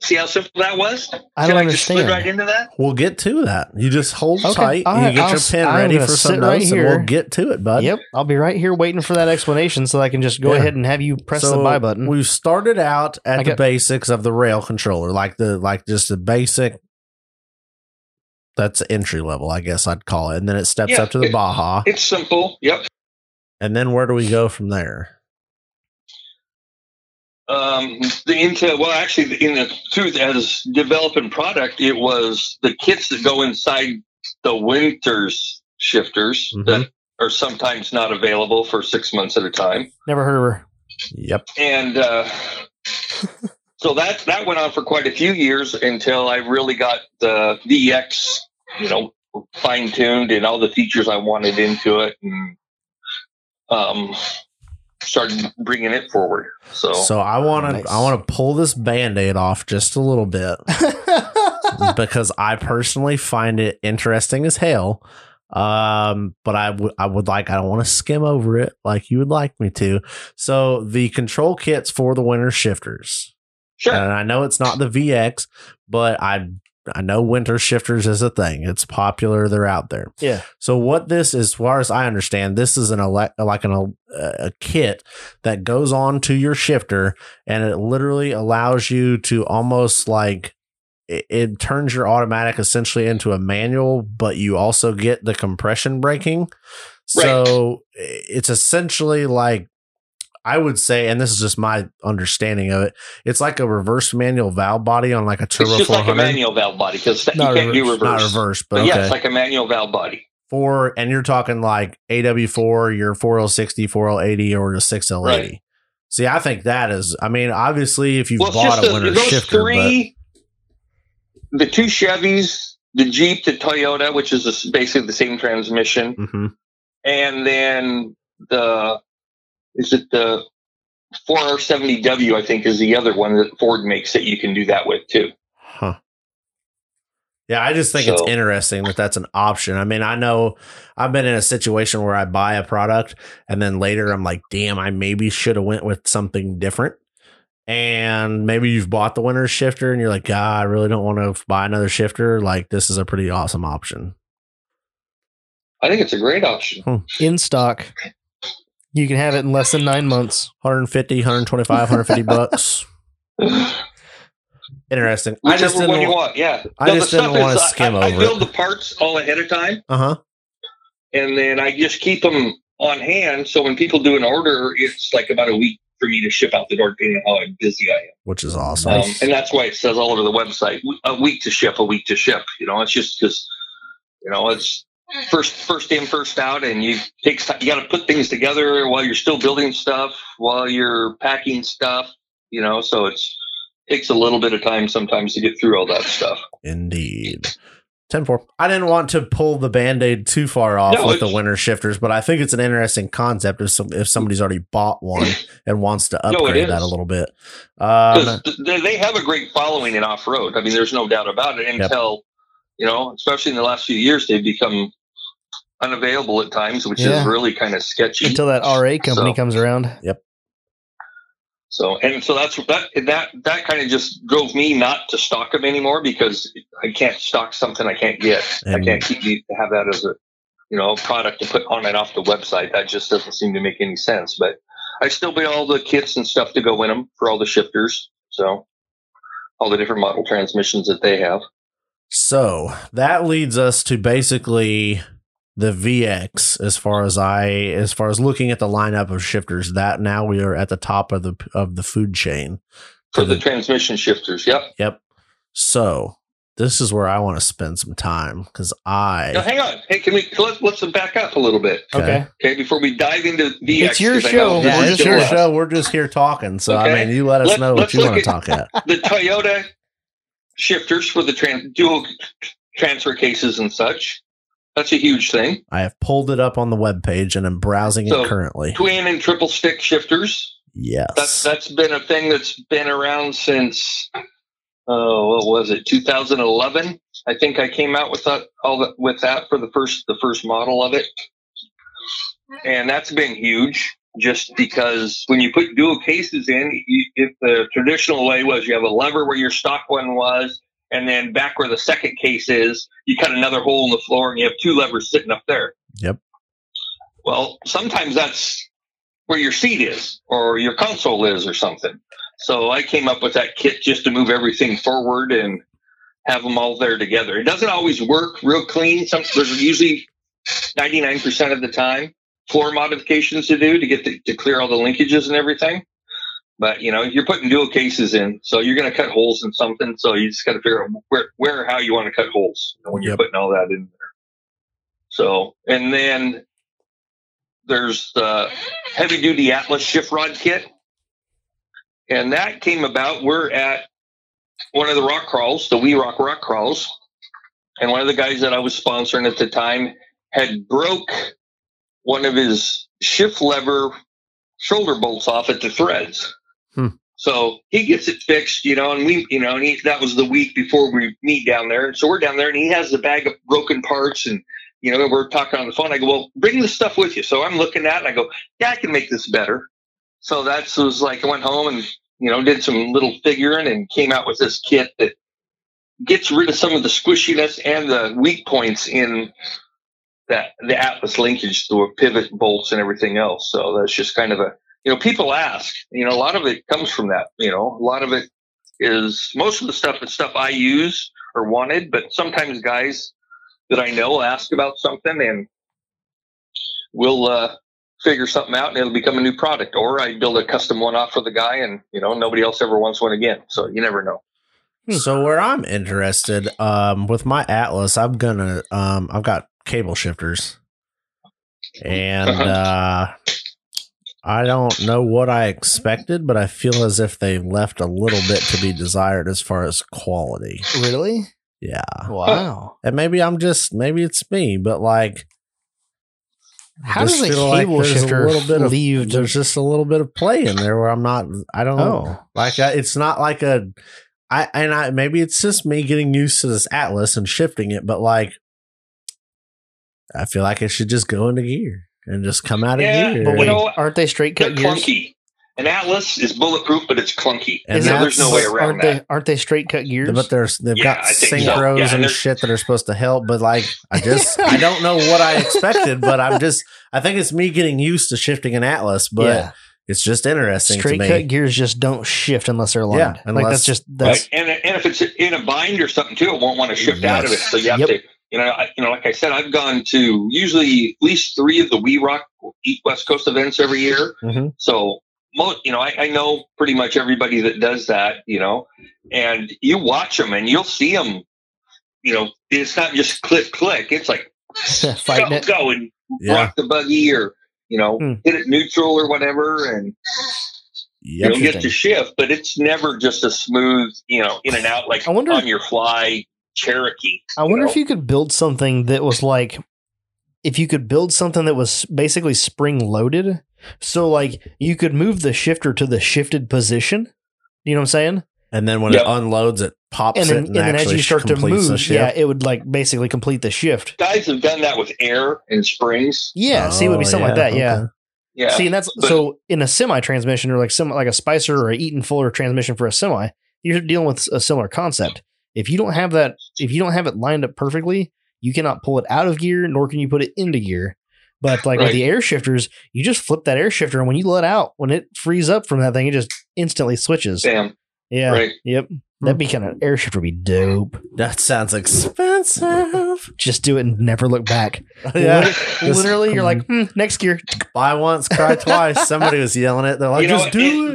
Speaker 3: See how simple that was?
Speaker 1: I
Speaker 3: Can
Speaker 1: don't
Speaker 3: just slid
Speaker 1: understand.
Speaker 3: right into that.
Speaker 2: We'll get to that. You just hold
Speaker 1: Okay.
Speaker 2: tight.
Speaker 1: All
Speaker 2: you
Speaker 1: right.
Speaker 2: get
Speaker 1: I'll
Speaker 2: your
Speaker 1: s-
Speaker 2: pen
Speaker 1: I'm
Speaker 2: ready
Speaker 1: gonna
Speaker 2: for
Speaker 1: sit
Speaker 2: some
Speaker 1: right
Speaker 2: notes, and
Speaker 1: here.
Speaker 2: we'll get to it, bud.
Speaker 1: Yep, I'll be right here waiting for that explanation so that I can just go
Speaker 2: Yeah.
Speaker 1: ahead and have you press the
Speaker 2: So,
Speaker 1: buy button.
Speaker 2: We've started out at
Speaker 1: I
Speaker 2: the
Speaker 1: got-
Speaker 2: basics of the rail controller, like the like just the basic. That's entry level, I guess I'd call it, and then it steps
Speaker 3: Yeah.
Speaker 2: up to the Baja,
Speaker 3: It's simple. Yep.
Speaker 2: and then where do we go from there?
Speaker 3: Um, the into well, actually, in the truth, as developing product, it was the kits that go inside the winters shifters
Speaker 2: Mhm.
Speaker 3: that are sometimes not available for six months at a time,
Speaker 1: Never heard of her.
Speaker 2: Yep.
Speaker 3: and uh, so that that went on for quite a few years until I really got the VX, you know, fine tuned and all the features I wanted into it, and um, started bringing it forward.
Speaker 2: So I want to
Speaker 1: Nice.
Speaker 2: I want to pull this band-aid off just a little bit because I personally find it interesting as hell. Um, but I would I would like I don't want to skim over it like you would like me to. So the control kits for the winter shifters.
Speaker 3: Sure.
Speaker 2: And I know it's not the VX, but I I know winter shifters is a thing. It's popular. They're out there.
Speaker 1: Yeah.
Speaker 2: So what this, as far as I understand, this is an ele- like an uh, a kit that goes on to your shifter, and it literally allows you to almost like it, it turns your automatic essentially into a manual, but you also get the compression braking. So i- it's essentially like I would say, and this is just my understanding of it. It's like a reverse manual valve body on like a turbo
Speaker 3: it's just like
Speaker 2: 400
Speaker 3: a manual valve body because you
Speaker 1: Not
Speaker 3: can't do
Speaker 1: reverse,
Speaker 3: reverse.
Speaker 2: not reverse, but,
Speaker 3: But
Speaker 2: okay.
Speaker 3: yeah, it's like a manual valve body.
Speaker 2: four, and you're talking like AW4, your 4060, 4080, or your 6L80.
Speaker 3: Right.
Speaker 2: See, I think that is, I mean, obviously, if you've
Speaker 3: Well, it's
Speaker 2: bought
Speaker 3: just
Speaker 2: a
Speaker 3: the,
Speaker 2: winter
Speaker 3: those
Speaker 2: shifter,
Speaker 3: three, the two Chevys, the Jeep, the Toyota, which is this- basically the same transmission,
Speaker 2: but Mhm.
Speaker 3: and then the is it the 470W? I think is the other one that Ford makes that you can do that with too.
Speaker 2: Huh. Yeah, I just think it's
Speaker 3: So-
Speaker 2: interesting that that's an option. I mean, I know I've been in a situation where I buy a product and then later I'm like, damn, I maybe should have went with something different. And maybe you've bought the winter shifter and you're like, God, I really don't want to buy another shifter. Like, this is a pretty awesome option.
Speaker 3: I think it's a great option.
Speaker 1: in stock. You can have it in less than nine months.
Speaker 2: 150, 125, 150 bucks. Interesting. I just
Speaker 3: Whichever one you
Speaker 2: didn't.
Speaker 3: want, yeah.
Speaker 2: I just
Speaker 3: the stuff
Speaker 2: didn't wanna
Speaker 3: is, I-
Speaker 2: skim over
Speaker 3: I, I
Speaker 2: it.
Speaker 3: build the parts all ahead of time.
Speaker 2: Uh huh.
Speaker 3: and then I just keep them on hand. So when people do an order, it's like about a week for me to ship out the door, depending on how busy I am.
Speaker 2: Which is awesome.
Speaker 3: Um, and that's why it says all over the website a week to ship, a week to ship. You know, it's just because you know it's first first in, first out, and you takes time, you got to put things together while you're still building stuff, while you're packing stuff. You know, so it's takes a little bit of time sometimes to get through all that stuff.
Speaker 2: Indeed. 10 4. I didn't want to pull the band aid too far off
Speaker 3: No,
Speaker 2: with the
Speaker 3: it's-
Speaker 2: winter shifters, but I think it's an interesting concept if, some, if somebody's already bought one and wants to
Speaker 3: No, it
Speaker 2: upgrade
Speaker 3: is.
Speaker 2: that a little bit. Um,
Speaker 3: Because th they have a great following in off road. I mean, there's no doubt about it. Until you know, especially in the last few years, they've become unavailable at times, which
Speaker 1: Yeah.
Speaker 3: is really kind of sketchy.
Speaker 1: Until that RA company
Speaker 3: So-
Speaker 1: comes around.
Speaker 3: so, and so that's that that that kind of just drove me not to stock them anymore because I can't stock something I can't get. I
Speaker 2: And-
Speaker 3: can't keep to have that as a you know product to put on and off the website. That just doesn't seem to make any sense. But I still buy all the kits and stuff to go in them for all the shifters. So all the different model transmissions that they have.
Speaker 2: So that leads us to basically the VX as far as I as far as looking at the lineup of shifters that now we are at the top of the of the food chain.
Speaker 3: For the transmission shifters, yep.
Speaker 2: Yep. So this is where I want to spend some time because
Speaker 3: Now,
Speaker 2: I
Speaker 3: hang on. Hey, can we let's let's back up a little bit,
Speaker 1: Okay.
Speaker 3: okay? Before we dive into the
Speaker 1: It's your show.
Speaker 2: Yeah,
Speaker 1: We're
Speaker 2: it's
Speaker 1: just
Speaker 2: your
Speaker 1: here.
Speaker 2: show. We're just here talking. So I
Speaker 3: Okay.
Speaker 2: mean, you let us
Speaker 3: Let-
Speaker 2: know what
Speaker 3: let's
Speaker 2: you
Speaker 3: look
Speaker 2: want to
Speaker 3: at-
Speaker 2: talk at.
Speaker 3: the Toyota shifters for the tran- dual transfer cases and such. That's a huge thing.
Speaker 2: I have pulled it up on the webpage and I'm browsing
Speaker 3: So-
Speaker 2: it currently.
Speaker 3: Twin and triple stick shifters.
Speaker 2: Yes.
Speaker 3: That's that's been a thing that's been around since oh what was it 2011? I think I came out with that all the, with that for the first the first model of it, and that's been huge. Just because when you put dual cases in, you, if the traditional way was you have a lever where your stock one was, and then back where the second case is, you cut another hole in the floor, and you have two levers sitting up there.
Speaker 2: Yep.
Speaker 3: Well, sometimes that's where your seat is or your console is or something. So I came up with that kit just to move everything forward and have them all there together. It doesn't always work real clean. Some there's usually 99% of the time floor modifications to do to get the, to clear all the linkages and everything. But you know, you're putting dual cases in, so you're going to cut holes in something. So you just got to figure out where, where, how you want to cut holes you know, when you're
Speaker 2: Yep.
Speaker 3: putting all that in there. So, and then there's the heavy duty Atlas shift rod kit. And that came about. We're at one of the rock crawls, the We Rock Rock Crawls. And one of the guys that I was sponsoring at the time had broke one of his shift lever shoulder bolts off at the threads.
Speaker 2: Hmm.
Speaker 3: So he gets it fixed, you know, and we, you know, and he, that was the week before we meet down there. And so we're down there and he has the bag of broken parts and, you know, we're talking on the phone. I go, well, bring the stuff with you. So I'm looking at it and I go, yeah, I can make this better. So that's was like, I went home and, you know, did some little figuring and came out with this kit that gets rid of some of the squishiness and the weak points in that the Atlas linkage through pivot bolts and everything else. So that's just kind of a you know people ask you know a lot of it comes from that you know a lot of it is most of the stuff is stuff I use or wanted, but sometimes guys that I know ask about something and we'll uh, figure something out and it'll become a new product or I build a custom one off for the guy and you know nobody else ever wants one again. So you never know.
Speaker 2: Hmm. So where I'm interested, um, with my Atlas, I'm gonna, um, I've got cable shifters, and
Speaker 3: Uh-huh.
Speaker 2: uh, I don't know what I expected, but I feel as if they left a little bit to be desired as far as quality.
Speaker 1: Really?
Speaker 2: Yeah,
Speaker 1: Wow.
Speaker 2: and maybe I'm just, maybe it's me, but like,
Speaker 1: How
Speaker 2: just
Speaker 1: does a
Speaker 2: feel
Speaker 1: cable
Speaker 2: there's
Speaker 1: shifter
Speaker 2: bit of
Speaker 1: leave?
Speaker 2: there's
Speaker 1: to-
Speaker 2: just a little bit of play in there where I'm not, I don't know.
Speaker 1: oh,
Speaker 2: Like uh, it's not like a I and I maybe it's just me getting used to this atlas and shifting it, but like I feel like it should just go into gear and just come out
Speaker 3: Yeah,
Speaker 2: of gear.
Speaker 1: but
Speaker 3: You
Speaker 1: wait,
Speaker 2: and
Speaker 3: know,
Speaker 1: aren't they straight
Speaker 3: They're
Speaker 1: cut gears?
Speaker 3: clunky. An Atlas is bulletproof, but it's clunky.
Speaker 2: And
Speaker 3: so there's no
Speaker 2: that's-
Speaker 3: way around
Speaker 1: aren't
Speaker 3: that.
Speaker 1: They, aren't they straight cut gears?
Speaker 2: but there's they've
Speaker 3: Yeah,
Speaker 2: got
Speaker 3: I think so.
Speaker 2: synchros
Speaker 3: Yeah, and
Speaker 2: and
Speaker 3: there's-
Speaker 2: shit that are supposed to help, but like I just I don't know what I expected, but I'm just I think it's me getting used to shifting an atlas, but
Speaker 1: yeah,
Speaker 2: it's just interesting
Speaker 1: straight
Speaker 2: to me.
Speaker 1: cut gears just don't shift unless they're lined.
Speaker 2: Yeah,
Speaker 1: like
Speaker 2: unless-
Speaker 1: that's just that's
Speaker 3: Right. and and if it's in a bind or something too, it won't want to shift out of it. So you have
Speaker 1: Yep.
Speaker 3: to, you know, I, you know, like I said, I've gone to usually at least three of the We Rock East West Coast events every year.
Speaker 2: Mhm.
Speaker 3: So most, you know, I, I know pretty much everybody that does that. You know, and you watch them and you'll see them. You know, it's not just click click. It's like
Speaker 1: fighting
Speaker 3: go
Speaker 1: it.
Speaker 3: go and
Speaker 2: Yeah.
Speaker 3: rock the buggy or you know
Speaker 1: Hmm.
Speaker 3: hit it neutral or whatever and
Speaker 2: Yep.
Speaker 3: you'll get to shift, but it's never just a smooth, you know, in and out like
Speaker 1: I wonder-
Speaker 3: on your fly Cherokee.
Speaker 1: I wonder
Speaker 3: know?
Speaker 1: if you could build something that was like, if you could build something that was basically spring loaded. So, like, you could move the shifter to the shifted position. You know what I'm saying?
Speaker 2: And then when
Speaker 3: Yep.
Speaker 2: it unloads it pops
Speaker 1: And
Speaker 2: it
Speaker 1: then,
Speaker 2: and,
Speaker 1: and then as
Speaker 2: actually
Speaker 1: you start to
Speaker 2: completes the
Speaker 1: move,
Speaker 2: shift.
Speaker 1: yeah, it would like basically complete the shift.
Speaker 3: Guys have done that with air and springs.
Speaker 1: Yeah, see, it would be
Speaker 2: Oh,
Speaker 1: something like that. Yeah.
Speaker 2: okay.
Speaker 3: Yeah.
Speaker 1: See, and that's
Speaker 3: but-
Speaker 1: so in a semi transmission or like some like a Spicer or a Eaton Fuller transmission for a semi, you're dealing with a similar concept. If you don't have that, if you don't have it lined up perfectly, you cannot pull it out of gear, nor can you put it into gear. But like with
Speaker 3: Right.
Speaker 1: the air shifters, you just flip that air shifter, and when you let out, when it frees up from that thing, it just instantly switches.
Speaker 3: Damn.
Speaker 1: Yeah.
Speaker 3: Right.
Speaker 1: Yep. That'd be kind of air shifter would be dope.
Speaker 2: That sounds expensive.
Speaker 1: Just do it and never look back.
Speaker 2: yeah. Just-
Speaker 1: Literally, you're like, hmm, next gear.
Speaker 2: Buy once, cry twice. Somebody was yelling it. They're like,
Speaker 3: You know,
Speaker 2: just do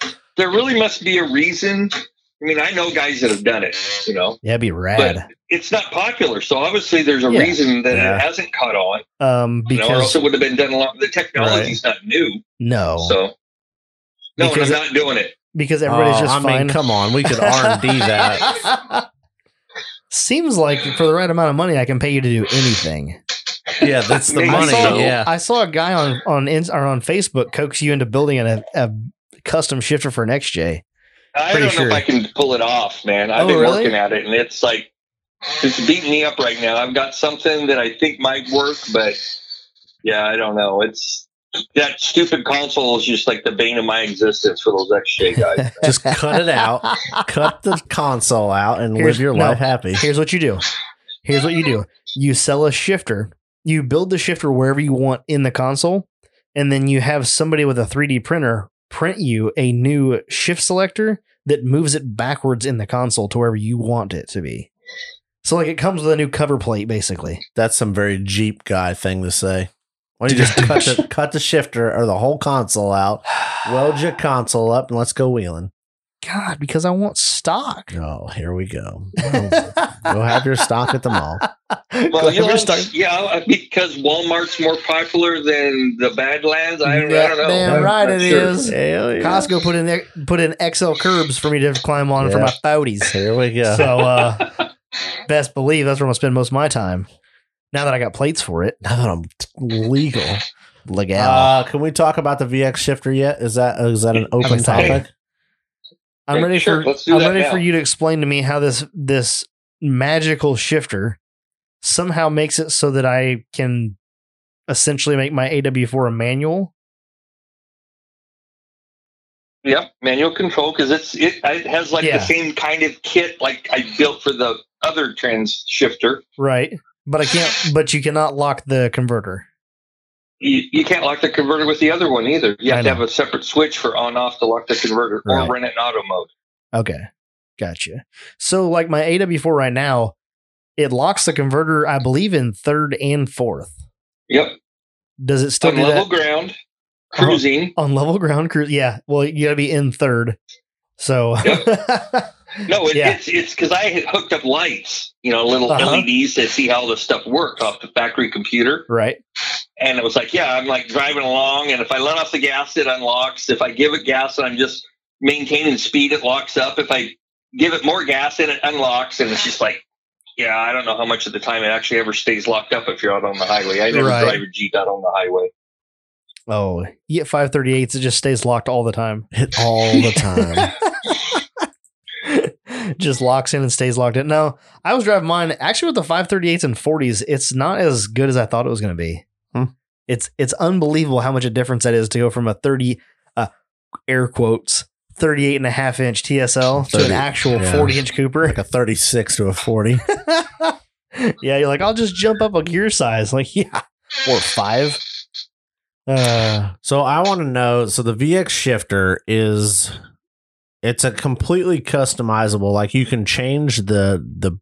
Speaker 2: it.
Speaker 3: There really must be a reason. I mean, I know guys that have done it, you know,
Speaker 1: That'd be rad.
Speaker 3: but it's not popular. So obviously there's a
Speaker 1: Yeah.
Speaker 3: reason that
Speaker 2: Yeah.
Speaker 3: it hasn't caught on,
Speaker 1: um,
Speaker 3: you know, or else
Speaker 1: because
Speaker 3: it would have been done a lot. The technology's not new.
Speaker 1: no,
Speaker 3: So, no, and
Speaker 1: Because-
Speaker 3: I'm not doing it.
Speaker 1: because everybody's
Speaker 2: Oh,
Speaker 1: just
Speaker 2: I
Speaker 1: fine.
Speaker 2: mean, come on. We could R&D that.
Speaker 1: Seems like for the right amount of money, I can pay you to do anything.
Speaker 2: Yeah, that's the
Speaker 3: Maybe
Speaker 2: money.
Speaker 3: so.
Speaker 2: Yeah.
Speaker 1: I saw a guy on on Ins- or on Facebook coax you into building a, a custom shifter for an XJ.
Speaker 3: I
Speaker 1: Pretty
Speaker 3: don't know
Speaker 1: sure.
Speaker 3: if I can pull it off, man. I've
Speaker 1: Oh,
Speaker 3: been
Speaker 1: really?
Speaker 3: working at it, and it's like it's beating me up right now. I've got something that I think might work, but yeah, I don't know. It's that stupid console is just like the bane of my existence for those XJ guys. man.
Speaker 2: Just cut it out. Cut the console out and
Speaker 1: Here's-
Speaker 2: live your
Speaker 1: no.
Speaker 2: life happy.
Speaker 1: Here's what you do. Here's what you do. You sell a shifter. You build the shifter wherever you want in the console, and then you have somebody with a 3D printer print you a new shift selector that moves it backwards in the console to wherever you want it to be. So like it comes with a new cover plate basically.
Speaker 2: That's some very Jeep guy thing to say. Why don't you just cut the, cut the shifter or the whole console out, weld your console up, and let's go wheeling.
Speaker 1: God, because I want stock.
Speaker 2: Oh, here we go.
Speaker 1: Go
Speaker 2: Go have your stock at the mall.
Speaker 3: Well,
Speaker 1: have
Speaker 3: you know,
Speaker 1: your stock.
Speaker 3: yeah, because Walmart's more popular than the Badlands. I, I
Speaker 1: Yeah,
Speaker 3: don't know.
Speaker 1: damn
Speaker 3: I'm
Speaker 1: right
Speaker 3: not
Speaker 1: it
Speaker 3: sure.
Speaker 1: is.
Speaker 2: Hell yeah.
Speaker 1: Costco put in put in XL curbs for me to climb on for
Speaker 2: Yeah.
Speaker 1: my photies.
Speaker 2: Here we go.
Speaker 1: So uh best believe that's where I'm gonna spend most of my time. Now that I got plates for it.
Speaker 2: now that I'm legal.
Speaker 1: Legal.
Speaker 2: Uh, can we talk about the VX shifter yet? Is that is that an open
Speaker 1: excited.
Speaker 2: topic?
Speaker 1: I'm
Speaker 3: Right,
Speaker 1: ready
Speaker 3: sure,
Speaker 1: for
Speaker 3: let's do
Speaker 1: I'm
Speaker 3: that
Speaker 1: ready for
Speaker 3: now.
Speaker 1: you to explain to me how this this magical shifter somehow makes it so that I can essentially make my AW4 a manual.
Speaker 3: Yep, manual control because it's it, it has like
Speaker 1: Yeah.
Speaker 3: the same kind of kit like I built for the other trans shifter.
Speaker 1: Right. But I can't but you cannot lock the converter.
Speaker 3: You, you can't lock the converter with the other one either. You
Speaker 1: I
Speaker 3: have to
Speaker 1: know.
Speaker 3: have a separate switch for on off to lock the converter
Speaker 1: Right.
Speaker 3: or run it in auto mode.
Speaker 1: Okay. Gotcha. So like my AW4 right now, it locks the converter, I believe, in third and fourth.
Speaker 3: Yep,
Speaker 1: Does it still
Speaker 3: on
Speaker 1: do
Speaker 3: level
Speaker 1: that
Speaker 3: ground,
Speaker 1: Uh-huh.
Speaker 3: cruising.
Speaker 1: on level ground cruise? Yeah. Well, you gotta be in third. So
Speaker 3: No, it,
Speaker 1: Yeah.
Speaker 3: it's it's because I had hooked up lights, you know, little
Speaker 1: Uh-huh.
Speaker 3: LEDs to see how the stuff worked off the factory computer.
Speaker 1: right.
Speaker 3: And it was like, yeah, I'm like driving along, and if I let off the gas, it unlocks. If I give it gas and I'm just maintaining speed, it locks up. If I give it more gas, then it unlocks, and it's just like, yeah, I don't know how much of the time it actually ever stays locked up if you're out on the highway. I never
Speaker 1: Right.
Speaker 3: drive a Jeep out on the highway.
Speaker 1: Oh, yeah, 538s, it just stays locked all the time.
Speaker 2: Hit all the time.
Speaker 1: just locks in and stays locked in. No, I was driving mine actually with the 538s and 40s. It's not as good as I thought it was going to be.
Speaker 2: Hmm.
Speaker 1: It's it's unbelievable how much a difference that is to go from a 30 uh, air quotes 38 and a half inch TSL to an
Speaker 2: 30,
Speaker 1: actual
Speaker 2: yeah.
Speaker 1: 40 inch Cooper.
Speaker 2: like a 36 to a 40
Speaker 1: yeah, you're like I'll just jump up a gear size like yeah, or 5. Uh
Speaker 2: so i want to know so the vx shifter is it's a completely customizable like you can change the the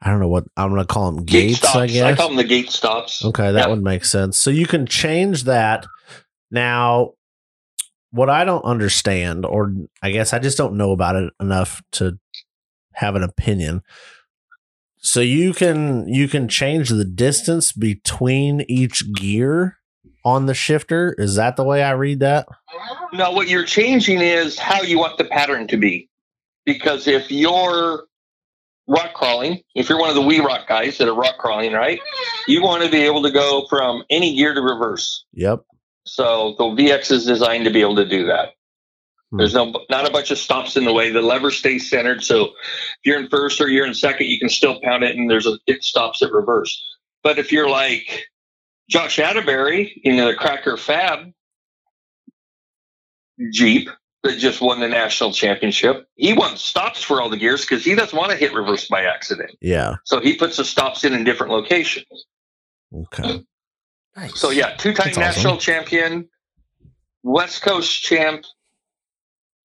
Speaker 2: i don't know what i'm gonna call them gates
Speaker 3: stops.
Speaker 2: i guess
Speaker 3: call them the gate stops.
Speaker 2: Okay, that
Speaker 3: Yeah.
Speaker 2: would make sense. So you can change that. Now, what I don't understand, or I guess I just don't know about it enough to have an opinion. So you can you can change the distance between each gear on the shifter. Is that the way I read that?
Speaker 3: No, what you're changing is how you want the pattern to be. Because if you're rock crawling, if you're one of the wee rock guys that are rock crawling, right, you want to be able to go from any gear to reverse.
Speaker 2: Yep.
Speaker 3: So the VX is designed to be able to do that.
Speaker 2: Hmm.
Speaker 3: There's no not a bunch of stops in the way. The lever stays centered, so if you're in first or you're in second, you can still pound it, and there's a it stops at reverse. But if you're like Josh Atterbury in the Cracker Fab Jeep that just won the national championship, he wants stops for all the gears because he doesn't want to hit reverse by accident.
Speaker 2: Yeah.
Speaker 3: So he puts the stops in in different locations.
Speaker 2: Okay.
Speaker 1: nice.
Speaker 3: So yeah, two-time
Speaker 2: That's awesome.
Speaker 3: national champion, West Coast champ,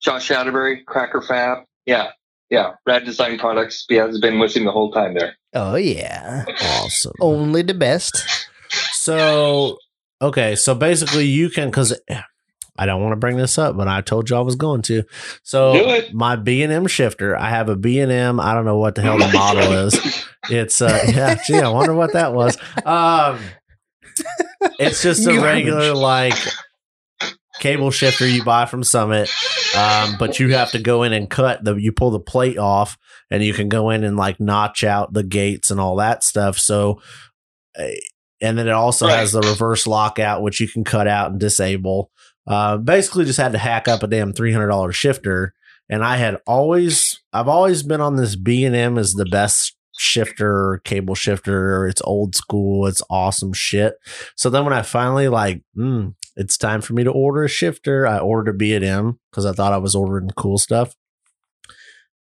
Speaker 3: Josh Atterbury, Cracker Fab. Yeah, yeah. Rad Design Products. Yeah, has been with him the whole time there.
Speaker 1: Oh yeah.
Speaker 2: Awesome.
Speaker 1: Only the best.
Speaker 2: So okay, so basically you can because I don't want to bring this up, but I told you I was going to.
Speaker 3: Do
Speaker 2: So
Speaker 3: it.
Speaker 2: my B and M shifter, I have a B and M. I don't know what the hell the model is. It's uh yeah, gee, I wonder what that was. Um, it's just a
Speaker 1: Garbage.
Speaker 2: regular like cable shifter you buy from Summit, um, but you have to go in and cut the. You pull the plate off, and you can go in and like notch out the gates and all that stuff. So, eh, and then it also
Speaker 3: Right.
Speaker 2: has the reverse lockout, which you can cut out and disable. Uh, basically, just had to hack up a damn three hundred dollar shifter, and I had always, I've always been on this B and M is the best shifter, cable shifter. It's old school. It's awesome shit. So then when I finally like, mm, it's time for me to order a shifter, I ordered a B and M because I thought I was ordering cool stuff.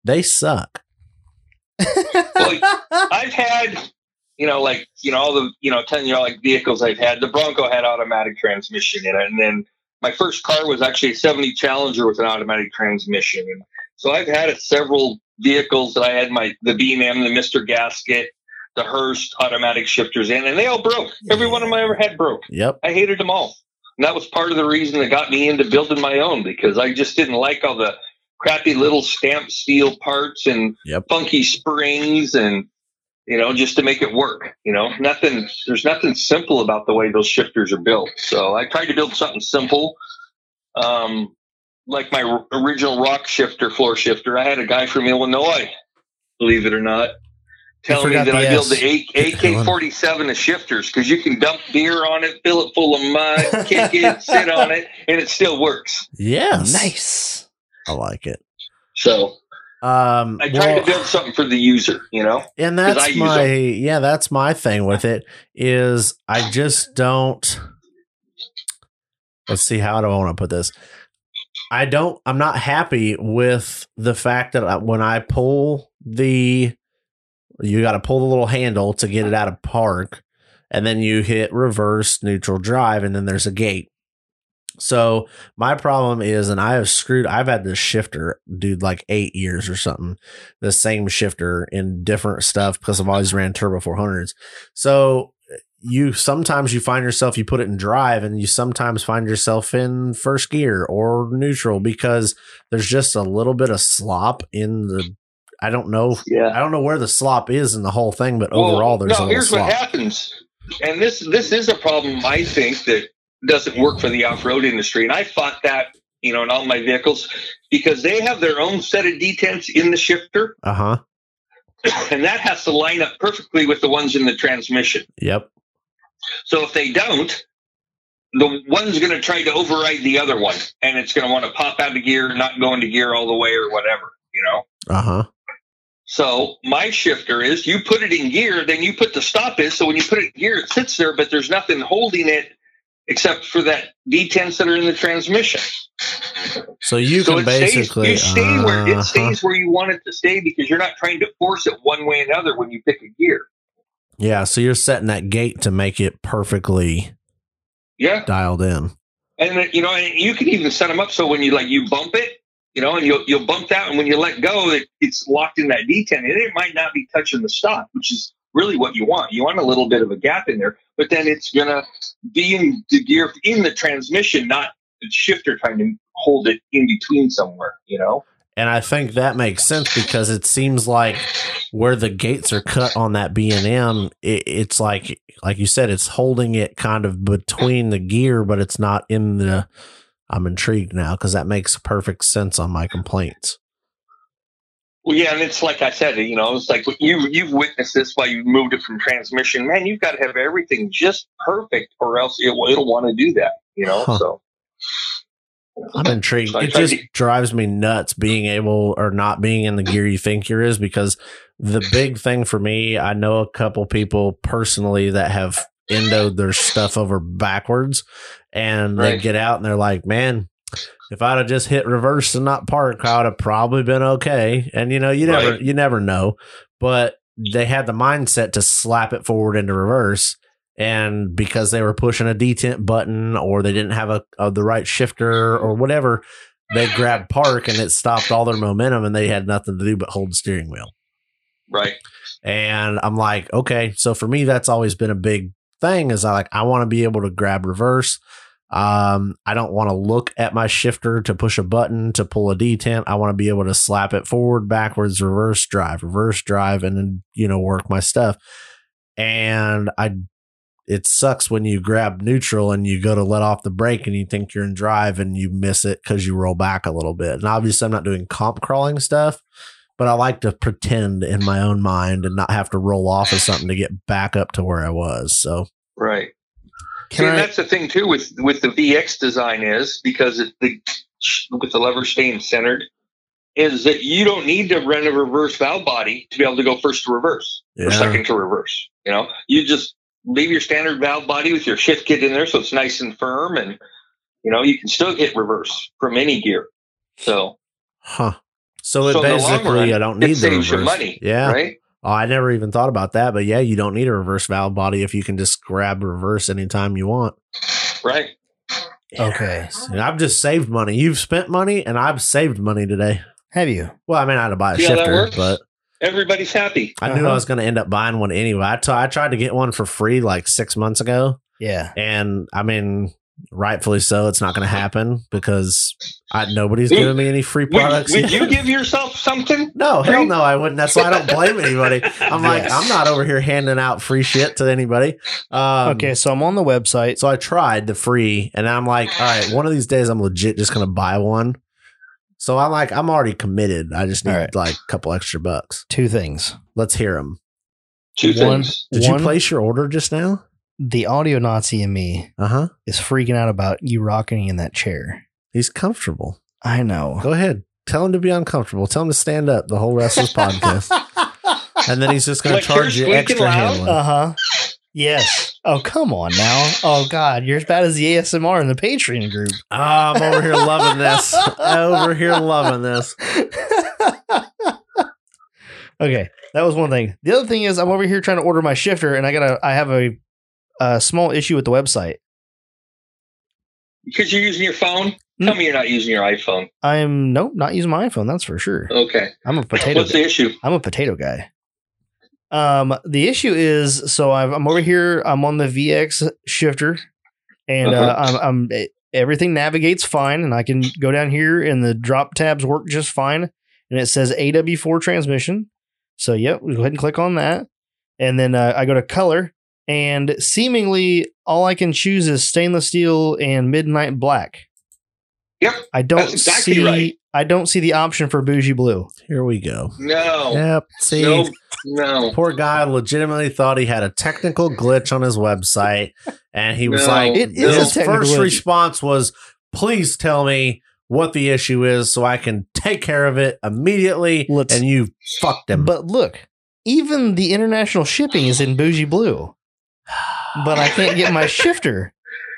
Speaker 2: They suck.
Speaker 3: I've had, you know, like you know all the you know ten year old like vehicles I've had. The Bronco had automatic transmission in it, and then my first car was actually a seventy Challenger with an automatic transmission. And so I've had it several vehicles that I had my the B and M, the Mister Gasket, the Hearst automatic shifters in, and they all broke. Every one of them I ever had broke.
Speaker 2: Yep.
Speaker 3: I hated them all. And that was part of the reason that got me into building my own because I just didn't like all the crappy little stamped steel parts and
Speaker 2: Yep.
Speaker 3: funky springs and you know just to make it work you know nothing there's nothing simple about the way those shifters are built so i tried to build something simple um, like my r- original rock shifter floor shifter i had a guy from illinois believe it or not tell me
Speaker 1: forgot
Speaker 3: that
Speaker 1: the
Speaker 3: i
Speaker 1: S.
Speaker 3: built the AK-47 of shifters because you can dump beer on it, fill it full of mud, kick it, sit on it, and it still works.
Speaker 2: Yes.
Speaker 1: Oh, nice.
Speaker 2: I like it.
Speaker 3: So
Speaker 2: Um,
Speaker 3: I try
Speaker 2: well-
Speaker 3: to build something for the user, you know?
Speaker 2: and
Speaker 3: 'Cause I
Speaker 2: that's
Speaker 3: use
Speaker 2: my yeah that's my thing with it is i just don't let's see how do i want to put this i don't i'm not happy with the fact that I, when i pull the you got to pull the little handle to get it out of park and then you hit reverse neutral drive and then there's a gate so my problem is and i have screwed i've had this shifter dude like eight years or something the same shifter in different stuff because I've always ran turbo 400s. So you sometimes you find yourself you put it in drive and you sometimes find yourself in first gear or neutral because there's just a little bit of slop in the I don't know
Speaker 3: Yeah.
Speaker 2: I don't know where the slop is in the whole thing but
Speaker 3: Well,
Speaker 2: overall there's a
Speaker 3: no,
Speaker 2: little
Speaker 3: here's
Speaker 2: slop.
Speaker 3: what happens, and this this is a problem I think that doesn't work for the off road industry, and I fought that you know in all my vehicles because they have their own set of detents in the shifter,
Speaker 2: Uh-huh.
Speaker 3: and that has to line up perfectly with the ones in the transmission.
Speaker 2: Yep.
Speaker 3: So if they don't, the one's going to try to override the other one, and it's going to want to pop out of gear, not go into gear all the way, or whatever, you know.
Speaker 2: Uh-huh.
Speaker 3: So my shifter is you put it in gear, then you put the stop is. So when you put it in gear, it sits there, but there's nothing holding it except for that detents that are in the transmission.
Speaker 2: So you
Speaker 3: so
Speaker 2: can basically
Speaker 3: stays, you stay where
Speaker 2: uh-huh.
Speaker 3: it stays where you want it to stay because you're not trying to force it one way or another when you pick a gear.
Speaker 2: Yeah, so you're setting that gate to make it perfectly
Speaker 3: Yeah,
Speaker 2: dialed in.
Speaker 3: and then, you know, and you can even set them up so when you like you bump it, you know, and you'll you'll bump that, and when you let go, it, it's locked in that detent, and it might not be touching the stop, which is really what you want. You want a little bit of a gap in there, but then it's gonna be in the gear in the transmission, not the shifter trying to hold it in between somewhere. You know,
Speaker 2: And I think that makes sense because it seems like where the gates are cut on that B and M, it, it's like like you said, it's holding it kind of between the gear, but it's not in the. I'm intrigued now because that makes perfect sense on my complaints.
Speaker 3: Well, yeah, and it's like I said, you know, it's like you you've witnessed this while you moved it from transmission. Man, you've got to have everything just perfect, or else it, will- it'll want to do that. You know,
Speaker 2: Huh.
Speaker 3: so
Speaker 2: I'm intrigued.
Speaker 3: Like,
Speaker 2: It just
Speaker 3: like-
Speaker 2: drives me nuts being able or not being in the gear you think you're is because the big thing for me, I know a couple people personally that have endoed their stuff over backwards and they
Speaker 3: Right.
Speaker 2: get out and they're like, man, if I'd have just hit reverse and not park, I would have probably been okay. And you know, you never
Speaker 3: Right.
Speaker 2: you never know. But they had the mindset to slap it forward into reverse and because they were pushing a detent button or they didn't have a, a the right shifter or whatever they grabbed park and it stopped all their momentum and they had nothing to do but hold the steering wheel
Speaker 3: right.
Speaker 2: and i'm like okay so for me that's always been a big thing is i like i want to be able to grab reverse um i don't want to look at my shifter to push a button to pull a detent i want to be able to slap it forward backwards reverse drive reverse drive and then you know work my stuff and i it sucks when you grab neutral and you go to let off the brake and you think you're in drive and you miss it because you roll back a little bit. And obviously, I'm not doing comp crawling stuff, but I like to pretend in my own mind and not have to roll off of something to get back up to where I was. So,
Speaker 3: Right. See,
Speaker 1: Can
Speaker 3: and
Speaker 1: I?
Speaker 3: that's the thing too with with the VX design is because it, the with the lever staying centered is that you don't need to run a reverse valve body to be able to go first to reverse or
Speaker 2: Yeah.
Speaker 3: second to reverse. You know, you just leave your standard valve body with your shift kit in there so it's nice and firm, and you know you can still hit reverse from any gear. So
Speaker 2: huh. So it
Speaker 3: So in the long
Speaker 2: basically,
Speaker 3: run,
Speaker 2: I don't
Speaker 3: it
Speaker 2: need the reverse.
Speaker 3: saves your money,
Speaker 2: Yeah.
Speaker 3: right?
Speaker 2: Oh, I never even thought about that, but yeah, you don't need a reverse valve body if you can just grab reverse anytime you want.
Speaker 3: Right.
Speaker 1: Okay.
Speaker 2: And I've just saved money. You've spent money, and I've saved money today.
Speaker 1: Have you?
Speaker 2: Well, I mean, I had to buy a
Speaker 3: See how that
Speaker 2: shifter,
Speaker 3: works?
Speaker 2: but
Speaker 3: Everybody's happy.
Speaker 2: I knew
Speaker 1: Uh-huh.
Speaker 2: I was going to end up buying one anyway. I t- I tried to get one for free like six months ago,
Speaker 1: Yeah.
Speaker 2: and I mean, rightfully so. It's not going to happen because I, nobody's giving me any free
Speaker 3: Would,
Speaker 2: products.
Speaker 3: would you give yourself something?
Speaker 2: no, hell no, I wouldn't. That's why I don't blame anybody. I'm like,
Speaker 1: Yes.
Speaker 2: I'm not over here handing out free shit to anybody. Um,
Speaker 1: okay. So I'm on the website.
Speaker 2: So I tried the free, and I'm like, all right, one of these days I'm legit just going to buy one. So I'm like, I'm already committed. I just need
Speaker 1: All right.
Speaker 2: like a couple extra bucks.
Speaker 1: Two things.
Speaker 2: Let's hear them.
Speaker 3: Two
Speaker 1: One-
Speaker 3: things.
Speaker 2: Did
Speaker 1: One-
Speaker 2: you place your order just now?
Speaker 1: The audio Nazi in me
Speaker 2: Uh huh.
Speaker 1: is freaking out about you rocking in that chair.
Speaker 2: He's comfortable.
Speaker 1: I know.
Speaker 2: Go ahead. Tell him to be uncomfortable. Tell him to stand up the whole rest of this podcast. And then he's just going
Speaker 3: Like,
Speaker 2: to charge
Speaker 3: you're
Speaker 2: you
Speaker 3: squeaking
Speaker 2: extra
Speaker 3: loud?
Speaker 2: handling.
Speaker 1: Uh huh. Yes. Oh, come on now. Oh, God. You're as bad as the ASMR in the Patreon group.
Speaker 2: Ah, I'm over here loving this. over here loving this.
Speaker 1: okay. That was one thing. The other thing is, I'm over here trying to order my shifter, and I got to I have a, a small issue with the website.
Speaker 3: Because you're using your phone?
Speaker 1: Hmm?
Speaker 3: Tell me you're not using your iPhone.
Speaker 1: I'm, nope, not using my iPhone. That's for sure.
Speaker 3: Okay.
Speaker 1: I'm a potato
Speaker 3: What's the issue?
Speaker 1: I'm a potato guy. Um, the issue is, so I've, I'm over here. I'm on the VX shifter, and uh
Speaker 3: Uh-huh.
Speaker 1: I'm, I'm everything navigates fine, and I can go down here, and the drop tabs work just fine. And it says AW4 transmission. So yep, we go ahead and click on that, and then uh, I go to color, and seemingly all I can choose is stainless steel and midnight black.
Speaker 3: Yep,
Speaker 1: I don't
Speaker 3: that's exactly
Speaker 1: see.
Speaker 3: right.
Speaker 1: I don't see the option for bougie blue.
Speaker 2: Here we go.
Speaker 3: No.
Speaker 2: Yep. See,
Speaker 3: Oh. No. No.
Speaker 2: poor guy legitimately thought he had a technical glitch on his website, and he was
Speaker 3: No.
Speaker 2: like,
Speaker 1: It
Speaker 3: is a
Speaker 2: his
Speaker 1: technical
Speaker 2: first
Speaker 1: glitch.
Speaker 2: response was, "Please tell me." What the issue is, so I can take care of it immediately.
Speaker 1: Let's-
Speaker 2: and you fucked him.
Speaker 1: But look, even the international shipping is in bougie blue. But I can't get my shifter.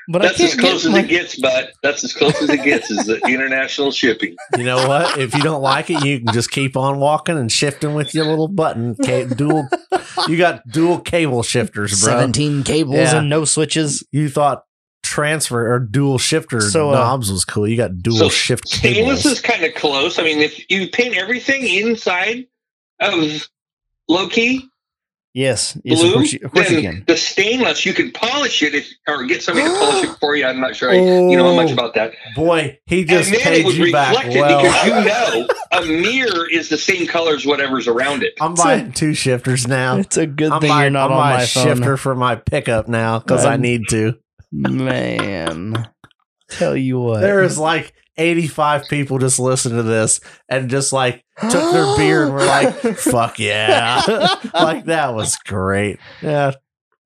Speaker 1: But
Speaker 3: That's
Speaker 1: I
Speaker 3: as
Speaker 1: can't
Speaker 3: close
Speaker 1: get
Speaker 3: as
Speaker 1: my.
Speaker 3: it gets, bud. That's as close as it gets is the international shipping.
Speaker 2: You know what? If you don't like it, you can just keep on walking and shifting with your little button. Ca- dual, you got dual cable shifters, bro.
Speaker 1: Seventeen cables
Speaker 2: Yeah.
Speaker 1: and no switches.
Speaker 2: You thought transfer or dual shifter
Speaker 1: So, uh,
Speaker 2: knobs was cool. You got dual
Speaker 3: So,
Speaker 2: shift
Speaker 3: Stainless
Speaker 2: cables.
Speaker 3: is kind of close. I mean, if you paint everything inside of Loki
Speaker 1: Yes, yes,
Speaker 3: blue,
Speaker 1: of course, you, of course you
Speaker 3: then
Speaker 1: can.
Speaker 3: the stainless you can polish it if, or get somebody to polish it for you. I'm not sure. I, you know how much
Speaker 2: Oh,
Speaker 3: about that.
Speaker 2: Boy, he
Speaker 3: And
Speaker 2: just
Speaker 3: then it
Speaker 2: paid
Speaker 3: would
Speaker 2: you back
Speaker 3: reflect it because you
Speaker 2: well.
Speaker 3: know a mirror is the same color as whatever's around it.
Speaker 2: I'm buying two shifters now.
Speaker 1: It's a good
Speaker 2: I'm
Speaker 1: thing you're
Speaker 2: buying,
Speaker 1: not
Speaker 2: I'm
Speaker 1: on
Speaker 2: buying
Speaker 1: my
Speaker 2: a
Speaker 1: phone,
Speaker 2: shifter for my pickup now because I
Speaker 1: I'm-
Speaker 2: need to.
Speaker 1: man. Tell you what,
Speaker 2: There is like 85 people just listening to this and just like took their beer and were like, "Fuck yeah!" like that was great. Yeah,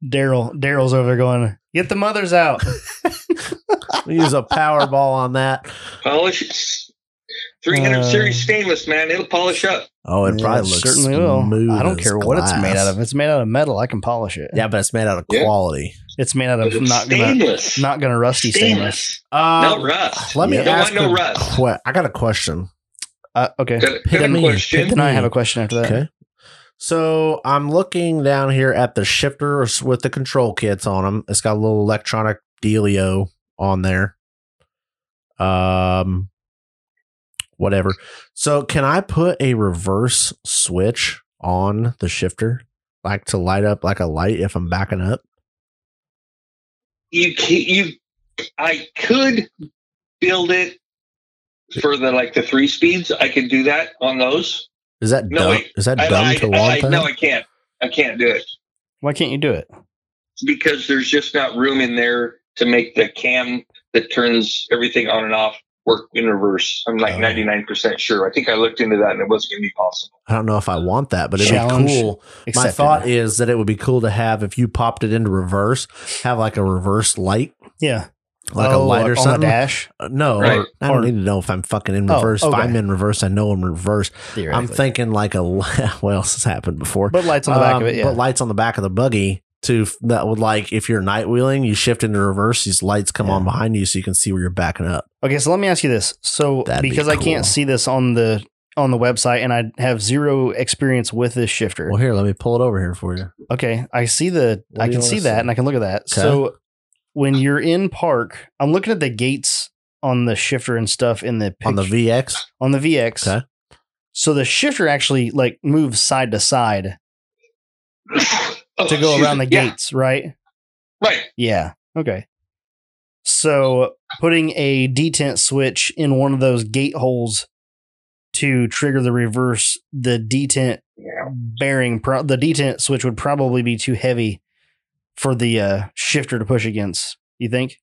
Speaker 1: Daryl, Daryl's over there going, get the mothers out.
Speaker 2: we use a Powerball on that.
Speaker 3: Polish it. 300
Speaker 1: Uh,
Speaker 3: series stainless, man. It'll polish up.
Speaker 2: Oh, it
Speaker 1: Yeah,
Speaker 2: probably looks
Speaker 1: certainly
Speaker 2: smooth
Speaker 1: will. I don't
Speaker 2: as
Speaker 1: care what it's made
Speaker 2: glass.
Speaker 1: out of. If it's made out of metal, I can polish it.
Speaker 2: Yeah, but it's made out of
Speaker 3: Yeah.
Speaker 2: quality.
Speaker 1: it's made out
Speaker 3: But
Speaker 1: of
Speaker 3: it's
Speaker 1: not gonna
Speaker 3: stainless.
Speaker 1: not gonna rusty stainless.
Speaker 3: stainless.
Speaker 2: Um,
Speaker 3: no rust.
Speaker 2: let me
Speaker 1: Yeah.
Speaker 3: Don't
Speaker 2: ask.
Speaker 3: want no
Speaker 2: a
Speaker 3: rust.
Speaker 2: que- I got a question.
Speaker 1: Uh, okay.
Speaker 3: Got, a-
Speaker 2: Hit
Speaker 3: got a
Speaker 2: me.
Speaker 3: question.
Speaker 1: Then I have a question after that.
Speaker 2: Okay. So I'm looking down here at the shifters with the control kits on them. It's got a little electronic dealio on there. Um, whatever. So can I put a reverse switch on the shifter, like to light up like a light if I'm backing up?
Speaker 3: You can you I could build it for the like the three speeds. I could do that on those.
Speaker 2: Is that
Speaker 3: No,
Speaker 2: dumb?
Speaker 3: wait.
Speaker 2: Is that
Speaker 3: I,
Speaker 2: dumb
Speaker 3: I,
Speaker 2: to
Speaker 3: I-
Speaker 2: want
Speaker 3: I-
Speaker 2: that?
Speaker 3: no, I can't. I can't do it.
Speaker 1: Why can't you do it?
Speaker 3: Because there's just not room in there to make the cam that turns everything on and off work in reverse. I'm like
Speaker 2: Oh.
Speaker 3: 99% sure. I think I looked into that and it wasn't going to be possible.
Speaker 2: I don't know if I want that, but it'd
Speaker 1: Challenge
Speaker 2: be cool. My
Speaker 1: Accepted.
Speaker 2: thought is that it would be cool to have if you popped it into reverse, have like a reverse light,
Speaker 1: yeah,
Speaker 2: like a
Speaker 1: Oh,
Speaker 2: light or
Speaker 1: on the
Speaker 2: something.
Speaker 1: dash.
Speaker 2: Uh, No,
Speaker 3: Right.
Speaker 2: I don't
Speaker 1: Or-
Speaker 2: need to know if I'm fucking in
Speaker 1: Oh,
Speaker 2: reverse.
Speaker 1: okay.
Speaker 2: If I'm in reverse, I know I'm reverse. I'm
Speaker 1: Theoretically.
Speaker 2: thinking like a what else has happened before?
Speaker 1: but lights on the back of
Speaker 2: Um,
Speaker 1: it. Yeah,
Speaker 2: But lights on the back of the buggy to that would like if you're night wheeling, you shift into reverse. These lights come
Speaker 1: Yeah.
Speaker 2: on behind you, so you can see where you're backing up.
Speaker 1: okay. So let me ask you this: so
Speaker 2: That'd be
Speaker 1: because I
Speaker 2: cool.
Speaker 1: can't see this on the on the website, and I have zero experience with this shifter.
Speaker 2: Well, here, let me pull it over here for you.
Speaker 1: Okay, I see the
Speaker 2: What
Speaker 1: I
Speaker 2: do you
Speaker 1: can
Speaker 2: wanna
Speaker 1: see
Speaker 2: see?
Speaker 1: that, and I can look at that.
Speaker 2: Okay.
Speaker 1: So when you're in park, I'm looking at the gates on the shifter and stuff in the picture,
Speaker 2: On the VX,
Speaker 1: on the VX.
Speaker 2: Okay.
Speaker 1: So the shifter actually like moves side to side
Speaker 3: Oh,
Speaker 1: to go
Speaker 3: excuse
Speaker 1: around
Speaker 3: me.
Speaker 1: the
Speaker 3: Yeah,
Speaker 1: gates, right?
Speaker 3: right.
Speaker 1: Yeah. Okay. So putting a detent switch in one of those gate holes to trigger the reverse, the detent
Speaker 3: Yeah.
Speaker 1: bearing, pro- the detent switch would probably be too heavy for the uh, shifter to push against. You think?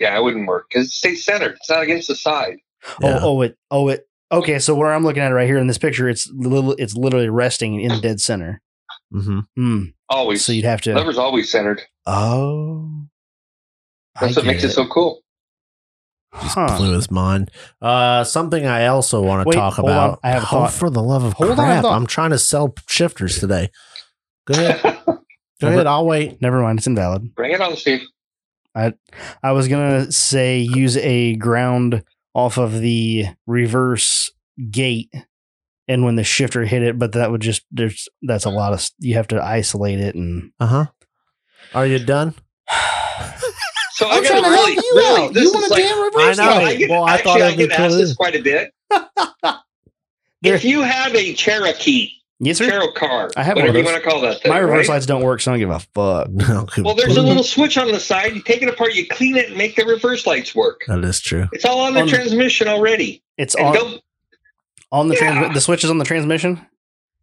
Speaker 3: Yeah, it wouldn't work because it stays centered. It's not against the side.
Speaker 2: Yeah.
Speaker 1: Oh, oh, it, oh, it. Okay, so where I'm looking at it right here in this picture, it's little, it's literally resting in dead center.
Speaker 2: hmm
Speaker 1: Hmm.
Speaker 3: Always.
Speaker 1: So you'd have to.
Speaker 3: Lever's always centered.
Speaker 1: Oh,
Speaker 3: That's what makes it so cool.
Speaker 2: Just
Speaker 1: Huh.
Speaker 2: blew his mind. Uh, something I also want
Speaker 1: Wait,
Speaker 2: to talk
Speaker 1: hold on.
Speaker 2: about.
Speaker 1: I have a
Speaker 2: Oh,
Speaker 1: thought.
Speaker 2: for the love of
Speaker 1: Hold on, I have
Speaker 2: crap!
Speaker 1: thought.
Speaker 2: I'm trying to sell shifters today. Go ahead. Go ahead. I'll wait.
Speaker 1: Never mind, it's invalid.
Speaker 3: Bring it on, Steve.
Speaker 1: I was gonna say use a ground off of the reverse gate, and when the shifter hit it, but that would just there's that's a lot of you have to isolate it and.
Speaker 2: Uh huh. Are you done?
Speaker 3: So I
Speaker 2: I'm
Speaker 3: got
Speaker 2: trying to help
Speaker 3: really,
Speaker 2: you
Speaker 3: really,
Speaker 2: out.
Speaker 3: this
Speaker 2: You
Speaker 3: is
Speaker 2: want a
Speaker 3: like-
Speaker 2: damn reverse
Speaker 3: No,
Speaker 2: I know.
Speaker 3: I get,
Speaker 2: Well, I
Speaker 3: actually,
Speaker 2: thought it
Speaker 3: I
Speaker 2: would
Speaker 3: get
Speaker 2: be
Speaker 3: asked
Speaker 2: cool.
Speaker 3: this quite a bit. if you have a Cherokee,
Speaker 1: Yes, sir.
Speaker 3: Cherokee car,
Speaker 1: I have one of
Speaker 3: whatever you
Speaker 1: those.
Speaker 3: want to call that thing,
Speaker 1: My reverse
Speaker 3: right?
Speaker 1: lights don't work, so I don't give a fuck.
Speaker 2: No,
Speaker 3: Well, there's a little switch on the side. You take it apart, you clean it, and make the reverse lights work.
Speaker 2: That is true.
Speaker 3: It's all on the
Speaker 1: On-
Speaker 3: transmission already.
Speaker 1: It's
Speaker 3: And
Speaker 1: on
Speaker 3: don't,
Speaker 1: on the
Speaker 3: Yeah.
Speaker 1: trans- the switch is on the transmission.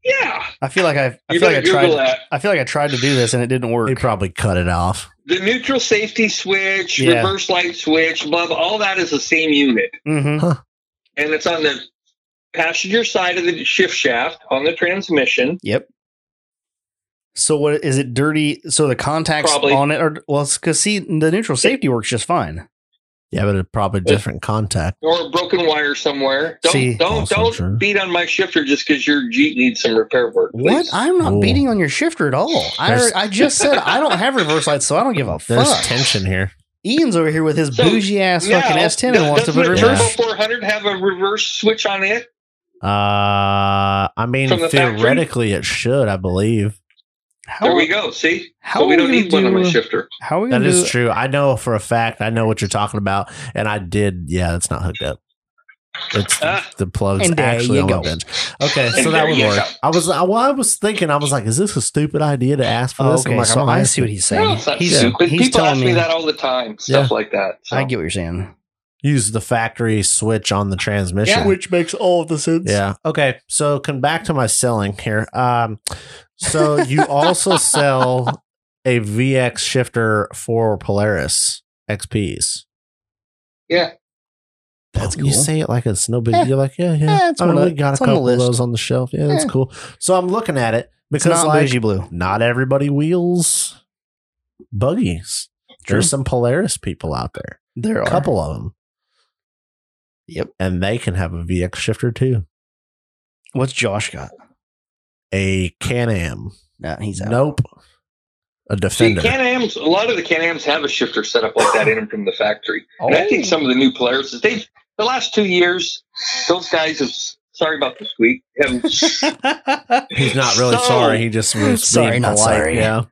Speaker 3: yeah,
Speaker 1: I feel like I I
Speaker 3: you
Speaker 1: feel
Speaker 3: better
Speaker 1: like I
Speaker 3: Google
Speaker 1: tried
Speaker 3: that.
Speaker 1: I feel like I tried to do this and it didn't
Speaker 2: He
Speaker 1: work.
Speaker 2: probably cut it off.
Speaker 3: The neutral safety switch,
Speaker 1: Yeah.
Speaker 3: reverse light switch, blah, blah, all that is the same unit.
Speaker 1: hmm
Speaker 3: And it's on the passenger side of the shift shaft on the transmission.
Speaker 1: Yep. So what is it dirty? So the contacts
Speaker 3: Probably.
Speaker 1: on it are well, because see the neutral safety works just fine.
Speaker 2: Yeah, but it's probably different contact.
Speaker 3: Or a broken wire somewhere. Don't
Speaker 1: See,
Speaker 3: don't
Speaker 2: also
Speaker 3: don't
Speaker 2: true.
Speaker 3: beat on my shifter just because your Jeep needs some repair work.
Speaker 1: What?
Speaker 3: please.
Speaker 1: I'm not
Speaker 2: Ooh.
Speaker 1: beating on your shifter at all. I
Speaker 2: There's-
Speaker 1: I just said I don't have reverse lights, so I don't give a
Speaker 2: There's
Speaker 1: fuck.
Speaker 2: tension here.
Speaker 1: Ian's over here with his
Speaker 3: So,
Speaker 1: bougie ass fucking
Speaker 3: Now,
Speaker 1: S10 and wants to
Speaker 3: doesn't
Speaker 1: put
Speaker 3: the
Speaker 1: reverse.
Speaker 3: Turbo 400 have a reverse switch on it?
Speaker 2: Uh, I mean,
Speaker 3: From the factory?
Speaker 2: theoretically, it should. I believe
Speaker 1: How,
Speaker 3: there we go. See,
Speaker 1: how
Speaker 3: so we
Speaker 1: are
Speaker 3: don't
Speaker 1: gonna
Speaker 3: need one on
Speaker 1: do-
Speaker 3: the shifter.
Speaker 1: How are we
Speaker 2: that
Speaker 1: gonna
Speaker 2: is
Speaker 1: do?
Speaker 2: true. I know for a fact. I know what you're talking about, and I did. Yeah, it's not hooked up. It's
Speaker 3: Ah.
Speaker 2: the plugs
Speaker 1: And there
Speaker 2: actually
Speaker 1: you
Speaker 2: on
Speaker 1: go.
Speaker 2: the bench. Okay, so
Speaker 3: And
Speaker 2: that
Speaker 3: there
Speaker 2: would
Speaker 3: you
Speaker 2: work.
Speaker 3: go.
Speaker 2: I was I, well, I was thinking. I was like, is this a stupid idea to ask for
Speaker 1: Oh,
Speaker 2: this?
Speaker 1: okay,
Speaker 2: I'm like,
Speaker 1: so
Speaker 2: I'm
Speaker 1: I
Speaker 2: asking.
Speaker 1: see what he's saying.
Speaker 3: No, it's not
Speaker 1: he's
Speaker 3: stupid.
Speaker 1: he's
Speaker 3: People
Speaker 1: telling
Speaker 3: ask me that all the time, stuff like that. So.
Speaker 1: I get what you're saying.
Speaker 2: Use the factory switch on the transmission.
Speaker 1: Which makes all of the sense.
Speaker 2: Yeah. Okay. So come back to my selling here. Um, so you also sell a VX shifter for Polaris XPs.
Speaker 3: Yeah.
Speaker 1: That's
Speaker 2: You
Speaker 1: cool.
Speaker 2: say it like it's no big
Speaker 1: Eh.
Speaker 2: deal. Like, yeah, yeah.
Speaker 1: Eh, it's
Speaker 2: I
Speaker 1: one
Speaker 2: mean,
Speaker 1: of
Speaker 2: we
Speaker 1: the-
Speaker 2: got a
Speaker 1: it's on the
Speaker 2: couple of
Speaker 1: list.
Speaker 2: those on the shelf. Yeah, that's
Speaker 1: Eh.
Speaker 2: cool. So I'm looking at it
Speaker 1: It's
Speaker 2: because
Speaker 1: not
Speaker 2: like
Speaker 1: bougie blue.
Speaker 2: not everybody wheels buggies.
Speaker 1: True.
Speaker 2: There's some Polaris people out there.
Speaker 1: There are
Speaker 2: A couple of them.
Speaker 1: Yep.
Speaker 2: And they can have a VX shifter too.
Speaker 1: What's Josh got?
Speaker 2: A Can Am.
Speaker 1: Nah, he's out.
Speaker 2: Nope. A
Speaker 3: See,
Speaker 2: Defender.
Speaker 3: Can Am's a lot of the Can Am's have a shifter set up like that in them from the factory, and I
Speaker 2: Oh.
Speaker 3: think some of the new players they the last two years, those guys have. Sorry about the squeak. Have,
Speaker 2: He's not really
Speaker 3: so-
Speaker 2: sorry. He just was
Speaker 1: Sorry,
Speaker 2: being
Speaker 1: not
Speaker 2: polite,
Speaker 1: sorry.
Speaker 2: Yeah.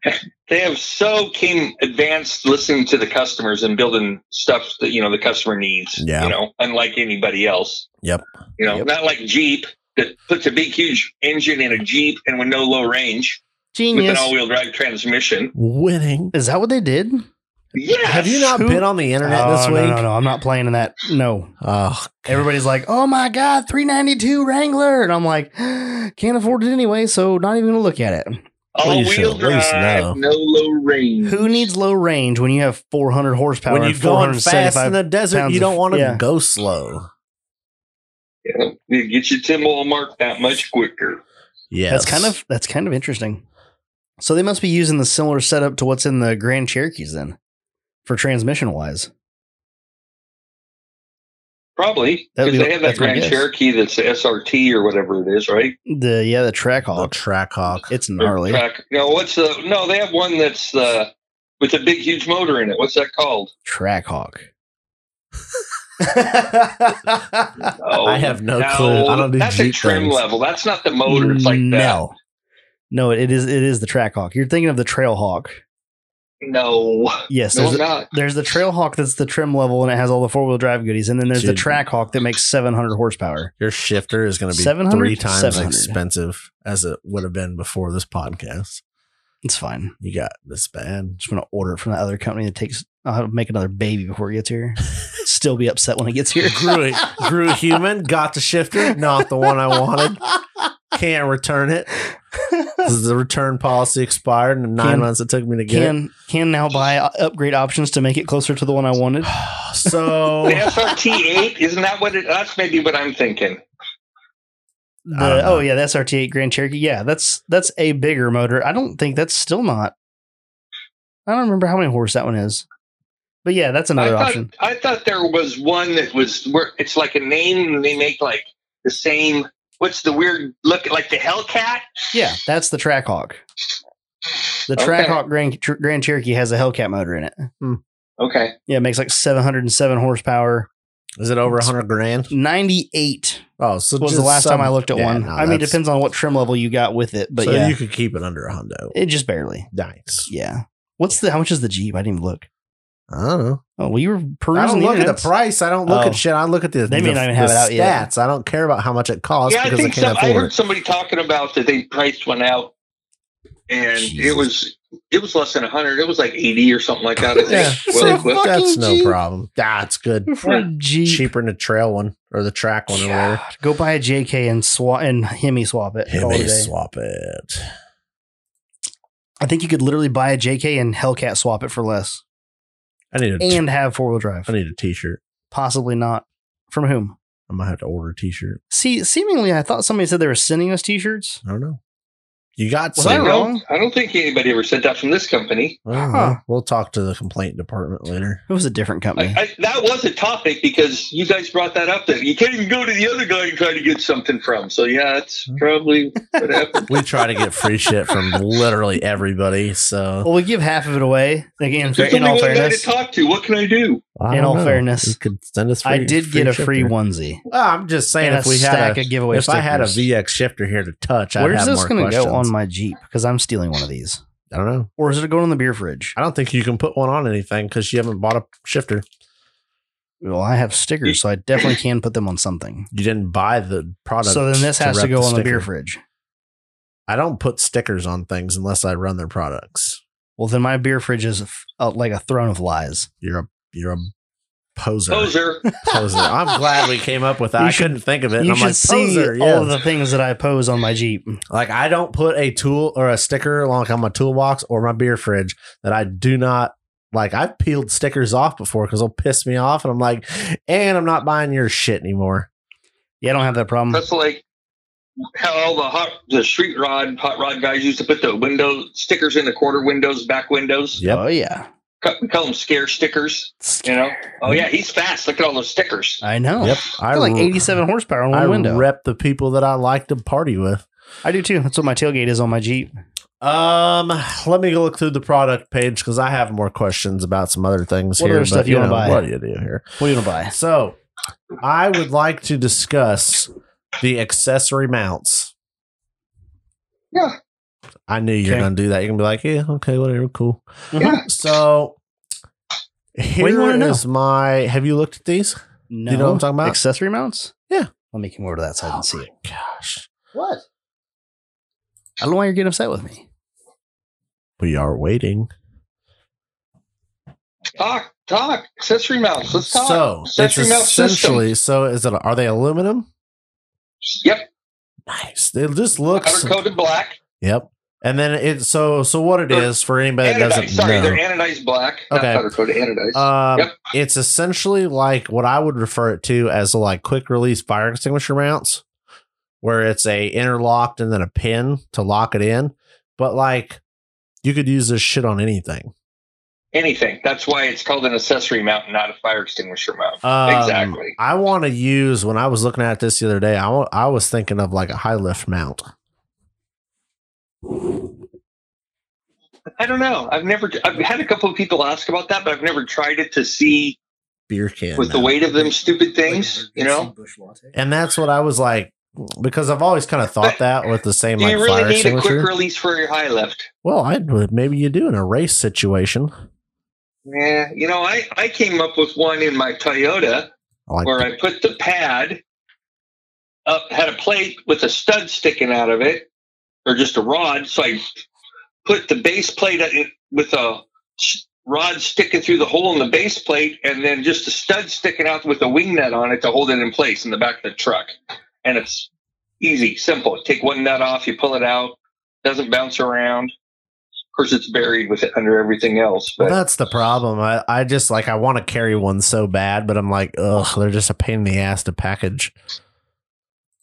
Speaker 3: They have so came advanced listening to the customers and building stuff that you know the customer needs.
Speaker 2: Yeah.
Speaker 3: You know, unlike anybody else.
Speaker 2: Yep.
Speaker 3: You know,
Speaker 1: Yep.
Speaker 3: not like Jeep that puts a big huge engine in a Jeep and with no low range with an
Speaker 1: Genius.
Speaker 3: all wheel drive transmission.
Speaker 2: Winning.
Speaker 1: Is that what they did?
Speaker 3: Yes.
Speaker 2: Have you not
Speaker 1: Who-
Speaker 2: been on the internet
Speaker 1: Oh,
Speaker 2: this week?
Speaker 1: no, no, no. I'm not playing in that. No.
Speaker 2: Oh,
Speaker 1: Everybody's like, oh my God, 392 Wrangler. And I'm like, can't afford it anyway, so not even going to look at it.
Speaker 2: Well,
Speaker 3: all
Speaker 2: you should
Speaker 3: wheel
Speaker 2: at least know.
Speaker 3: drive, no low range.
Speaker 1: Who needs low range when you have 400 horsepower
Speaker 2: when
Speaker 1: and
Speaker 2: you're going fast in
Speaker 1: 475?
Speaker 2: the desert,
Speaker 1: pounds
Speaker 2: you
Speaker 1: of-
Speaker 2: don't want to
Speaker 1: yeah.
Speaker 2: go slow.
Speaker 3: You know, you get your Tim Walmart that much quicker.
Speaker 2: Yes.
Speaker 1: That's kind of that's kind of interesting. So they must be using the similar setup to what's in the Grand Cherokees then, for transmission wise.
Speaker 3: Probably
Speaker 1: That'd
Speaker 3: because
Speaker 1: be-
Speaker 3: they have that
Speaker 1: that's my
Speaker 3: Grand
Speaker 1: guess.
Speaker 3: Cherokee that's the SRT or whatever it is, right?
Speaker 1: The yeah, the
Speaker 2: the
Speaker 1: Trackhawk.
Speaker 2: track hawk.
Speaker 1: It's gnarly.
Speaker 3: Track- No, what's the? No, they have one that's uh, with a big, huge motor in it. What's that called?
Speaker 1: Trackhawk.
Speaker 3: Oh,
Speaker 2: I have no clue. I don't do
Speaker 3: that's
Speaker 2: Jeep
Speaker 3: a trim
Speaker 2: things.
Speaker 3: level. That's not the motor. It's like that.
Speaker 1: no, no, it is it is the Trackhawk. You're thinking of the Trailhawk.
Speaker 3: No,
Speaker 1: Yes,
Speaker 3: no,
Speaker 1: there's
Speaker 3: I'm
Speaker 1: a,
Speaker 3: not.
Speaker 1: there's the Trailhawk that's the trim level and it has all the four wheel drive goodies, and then there's
Speaker 2: Dude.
Speaker 1: the Trackhawk that makes 700 horsepower.
Speaker 2: Your shifter is going to be
Speaker 1: 700?
Speaker 2: three times
Speaker 1: 700.
Speaker 2: expensive as it would have been before this podcast.
Speaker 1: It's fine.
Speaker 2: You got this bad.
Speaker 1: just going to order it from that other company that takes. I'll make another baby before it gets here. Still be upset when it gets here.
Speaker 2: grew it, grew human, got the shifter, not the one I wanted. Can't return it. This is the return policy expired in the nine
Speaker 1: Can-
Speaker 2: months it took me to get. it.
Speaker 1: Can can now buy uh, upgrade options to make it closer to the one I wanted.
Speaker 3: The
Speaker 2: So
Speaker 3: SRT eight isn't that what it? That's maybe what I'm thinking.
Speaker 2: I
Speaker 1: The,
Speaker 2: don't know.
Speaker 1: oh yeah, that's RT8 Grand Cherokee. Yeah, that's that's a bigger motor. I don't think that's still not. I don't remember how many horse that one is, But yeah, that's
Speaker 3: I
Speaker 1: another
Speaker 3: thought,
Speaker 1: option.
Speaker 3: I thought there was one that was where it's like a name and they make like the same. What's the weird look like the Hellcat?
Speaker 1: Yeah, that's the Trackhawk. The
Speaker 3: Okay.
Speaker 1: Trackhawk Grand, Tr- Grand Cherokee has a Hellcat motor in it.
Speaker 3: Okay.
Speaker 1: Yeah, it makes like 707 horsepower.
Speaker 2: Is it over a hundred grand?
Speaker 1: 98
Speaker 2: Oh, so
Speaker 1: was the
Speaker 2: just
Speaker 1: last
Speaker 2: some-
Speaker 1: time I looked at
Speaker 2: yeah,
Speaker 1: one.
Speaker 2: no,
Speaker 1: I mean,
Speaker 2: that's-
Speaker 1: depends on what trim level you got with it, but
Speaker 2: so
Speaker 1: yeah,
Speaker 2: you could keep it under a hundo.
Speaker 1: it just barely.
Speaker 2: Nice.
Speaker 1: Yeah. What's the how much is the Jeep? I didn't even look.
Speaker 2: I don't know.
Speaker 1: Oh, well, you were perusing.
Speaker 2: I don't
Speaker 1: the
Speaker 2: look at
Speaker 1: internets.
Speaker 2: the price. I don't look
Speaker 1: Oh.
Speaker 2: at shit. I look at the
Speaker 1: They may
Speaker 2: the-
Speaker 1: not even have
Speaker 2: the
Speaker 1: it out yet.
Speaker 2: Stats. I don't care about how much it costs
Speaker 3: yeah, I
Speaker 2: because I,
Speaker 3: think
Speaker 2: can't
Speaker 3: some, I
Speaker 2: afford
Speaker 3: heard
Speaker 2: it.
Speaker 3: somebody talking about that they priced one out, and
Speaker 2: Jesus.
Speaker 3: it was it was less than hundred. It was like eighty or something like that. I think.
Speaker 2: Yeah.
Speaker 3: well
Speaker 1: So
Speaker 3: equipped.
Speaker 1: fuck-
Speaker 2: That's
Speaker 1: fucking
Speaker 2: no
Speaker 1: Jeep.
Speaker 2: problem. That's good.
Speaker 1: For a Jeep.
Speaker 2: Cheaper than the trail one or the track one or whatever.
Speaker 1: God, Go buy a JK and swap and Hemi swap it.
Speaker 2: Him
Speaker 1: all
Speaker 2: may
Speaker 1: day.
Speaker 2: swap it.
Speaker 1: I think you could literally buy a JK and Hellcat swap it for less
Speaker 2: I need a t-
Speaker 1: and have four wheel drive.
Speaker 2: I need a t shirt.
Speaker 1: Possibly not. From whom?
Speaker 2: I might have to order a t shirt.
Speaker 1: See, seemingly, I thought somebody said they were sending us T-shirts.
Speaker 2: I don't know. You got
Speaker 1: Was
Speaker 3: I
Speaker 2: some.
Speaker 3: don't
Speaker 1: that
Speaker 3: know.
Speaker 1: wrong?
Speaker 3: I don't think anybody ever said that from this company.
Speaker 2: I don't
Speaker 1: Huh.
Speaker 2: know. We'll talk to the complaint department later.
Speaker 1: It was a different
Speaker 3: I,
Speaker 1: company.
Speaker 3: I, that was a topic because you guys brought that up. That you can't even go to the other guy and try to get something from. So yeah, that's probably what happened.
Speaker 2: We try to get free shit from literally everybody. So
Speaker 1: well, we give half of it away. Again,
Speaker 3: There's
Speaker 1: in all
Speaker 3: only one guy to
Speaker 1: fairness,
Speaker 3: talk to. What can I do?
Speaker 2: I
Speaker 1: In
Speaker 2: don't
Speaker 1: all
Speaker 2: know.
Speaker 1: fairness,
Speaker 2: You could send us. Free,
Speaker 1: I did get a free
Speaker 2: shifter.
Speaker 1: onesie
Speaker 2: Well, I'm just saying,
Speaker 1: and
Speaker 2: if
Speaker 1: a
Speaker 2: we
Speaker 1: stack
Speaker 2: had a,
Speaker 1: of giveaway.
Speaker 2: if I had a
Speaker 1: stickers.
Speaker 2: VX shifter here to touch, I'd
Speaker 1: where's
Speaker 2: have
Speaker 1: this
Speaker 2: more
Speaker 1: going to
Speaker 2: questions.
Speaker 1: go on my Jeep? Because I'm stealing one of these,
Speaker 2: I don't know.
Speaker 1: or is it going in the beer fridge?
Speaker 2: I don't think you can put one on anything because you haven't bought a shifter.
Speaker 1: Well, I have stickers, so I definitely can put them on something.
Speaker 2: You didn't buy the product.
Speaker 1: So then this has to
Speaker 2: rep
Speaker 1: go on the beer
Speaker 2: sticker.
Speaker 1: fridge.
Speaker 2: I don't put stickers on things unless I run their products.
Speaker 1: Well, then my beer fridge is a f- uh, like a throne of lies.
Speaker 2: You're a you're a poser.
Speaker 3: Poser.
Speaker 2: Poser. I'm glad we came up with that.
Speaker 1: You
Speaker 2: I
Speaker 1: should-
Speaker 2: couldn't think of it. and
Speaker 1: You
Speaker 2: I'm
Speaker 1: should
Speaker 2: like,
Speaker 1: see
Speaker 2: poser,
Speaker 1: all of
Speaker 2: yes.
Speaker 1: the things that I pose on my Jeep.
Speaker 2: Like I don't put a tool or a sticker like on my toolbox or my beer fridge that I do not like. I've peeled stickers off before because they'll piss me off, and I'm like, and I'm not buying your shit anymore.
Speaker 1: Yeah, I don't have that problem.
Speaker 3: That's like how all the hot the street rod hot rod guys used to put the window stickers in the quarter windows, back windows.
Speaker 2: Yep.
Speaker 1: Oh yeah.
Speaker 3: Ca- We call them scare stickers. You know. Oh yeah, he's fast. Look at all those stickers.
Speaker 1: I know.
Speaker 2: Yep, I
Speaker 1: Oh, I got like
Speaker 2: re-
Speaker 1: 87 horsepower on one
Speaker 2: I
Speaker 1: window.
Speaker 2: rep the people that I like to party with.
Speaker 1: I do too. That's what my tailgate is on my Jeep.
Speaker 2: Um, let me go look through the product page because I have more questions about some other things
Speaker 1: What
Speaker 2: here.
Speaker 1: other
Speaker 2: but,
Speaker 1: stuff you wanna
Speaker 2: know,
Speaker 1: buy?
Speaker 2: What do you do here?
Speaker 1: What are you gonna buy?
Speaker 2: So, I would like to discuss the accessory mounts.
Speaker 3: Yeah.
Speaker 2: I knew you
Speaker 1: Okay.
Speaker 2: were
Speaker 1: Mm-hmm.
Speaker 2: going to do that. You're going to be like, yeah, okay, whatever, cool.
Speaker 3: Yeah.
Speaker 2: So, here
Speaker 1: wanna know?
Speaker 2: is my. Have you looked at these?
Speaker 1: No.
Speaker 2: you know what I'm talking about?
Speaker 1: Accessory mounts?
Speaker 2: Yeah.
Speaker 1: Let me come over to that side and see it.
Speaker 2: Oh Gosh,
Speaker 1: What? I don't know why you're getting upset with me.
Speaker 2: we are waiting.
Speaker 3: Talk, talk. Accessory mounts. Let's talk.
Speaker 2: So, it's
Speaker 3: accessory mount
Speaker 2: essentially. So, is it? Are they aluminum?
Speaker 3: system. Yep.
Speaker 2: Nice. They just looks.
Speaker 3: Powder coated black.
Speaker 2: Yep. And then it so so what it
Speaker 3: Or-
Speaker 2: is for anybody that
Speaker 3: Anodized.
Speaker 2: doesn't
Speaker 3: Sorry,
Speaker 2: know.
Speaker 3: they're anodized black. Not
Speaker 2: Okay.
Speaker 3: powder coated. Anodized.
Speaker 2: Um,
Speaker 3: Yep.
Speaker 2: It's essentially like what I would refer it to as like quick release fire extinguisher mounts, where it's a interlocked and then a pin to lock it in. But like, you could use this shit on anything.
Speaker 3: Anything. That's why it's called an accessory mount, not a fire extinguisher mount.
Speaker 2: Um,
Speaker 3: Exactly.
Speaker 2: I want to use when I was looking at this the other day. I wa- I was thinking of like a high lift mount.
Speaker 3: I don't know. I've never. I've had a couple of people ask about that, but I've never tried it to see
Speaker 2: Beer can
Speaker 3: with the
Speaker 2: mount.
Speaker 3: weight of them stupid things, you know?
Speaker 2: and that's what I was like because I've always kind of thought
Speaker 3: But-
Speaker 2: that with the same
Speaker 3: Do
Speaker 2: like
Speaker 3: you really
Speaker 2: fire
Speaker 3: need a
Speaker 2: extinguisher.
Speaker 3: quick release for your high lift?
Speaker 2: Well, I maybe you do in a race situation.
Speaker 3: Yeah, you know, I, I came up with one in my Toyota
Speaker 2: I Like,
Speaker 3: where I put the pad up, had a plate with a stud sticking out of it, or just a rod. So I put the base plate in- with a s- rod sticking through the hole in the base plate, and then just a stud sticking out with a wing nut on it to hold it in place in the back of the truck. And it's easy, simple. Take one nut off, you pull it out, doesn't bounce around. Of course, it's buried with it under everything else,
Speaker 2: well,
Speaker 3: but
Speaker 2: that's the problem. I, I just like I want to carry one so bad, but I'm like, ugh, they're just a pain in the ass to package.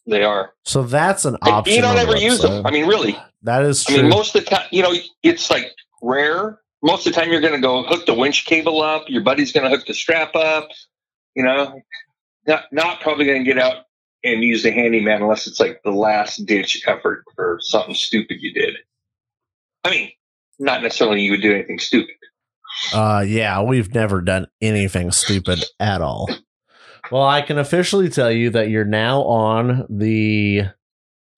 Speaker 3: they are.
Speaker 2: So that's an
Speaker 3: And
Speaker 2: option.
Speaker 3: you
Speaker 2: on
Speaker 3: don't
Speaker 2: the
Speaker 3: ever use
Speaker 2: website.
Speaker 3: them. I mean, really,
Speaker 2: that is
Speaker 3: I
Speaker 2: true.
Speaker 3: mean, most of the time, you know, it's like rare. most of the time you're going to go hook the winch cable up. Your buddy's going to hook the strap up. You know, not not probably going to get out and use the handyman unless it's like the last ditch effort for something stupid you did. I mean, not necessarily you would do anything stupid.
Speaker 2: Uh, yeah, we've never done anything stupid at all. Well, I can officially tell you that you're now on the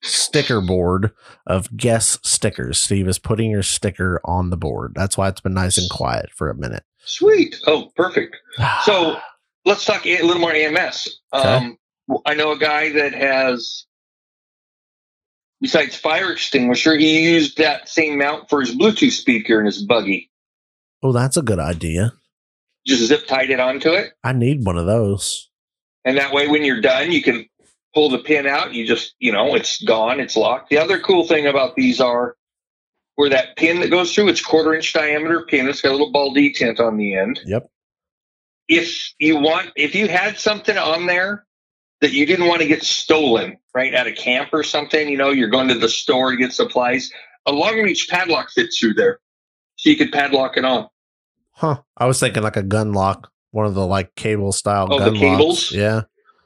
Speaker 2: sticker board of guess stickers. Steve is putting your sticker on the board. That's why it's been nice and quiet for a minute.
Speaker 3: Sweet. Oh, perfect. So let's talk a little more AMS. Um, I know a guy that has, besides fire extinguisher, he used that same mount for his Bluetooth speaker in his buggy.
Speaker 2: oh, that's a good idea.
Speaker 3: Just zip tied it onto it.
Speaker 2: I need one of those.
Speaker 3: And that way, when you're done, you can pull the pin out. You just, you know, it's gone, it's locked. The other cool thing about these are where that pin that goes through, it's quarter inch diameter pin. It's got a little ball detent on the end.
Speaker 2: Yep.
Speaker 3: If you want, if you had something on there that you didn't want to get stolen, right, at a camp or something, you know, you're going to the store to get supplies, a long reach padlock fits through there. So you could padlock it on.
Speaker 2: Huh. I was thinking like a gun lock, one of the like cable style
Speaker 3: Oh, the
Speaker 2: gun locks.
Speaker 3: cables?
Speaker 2: Yeah.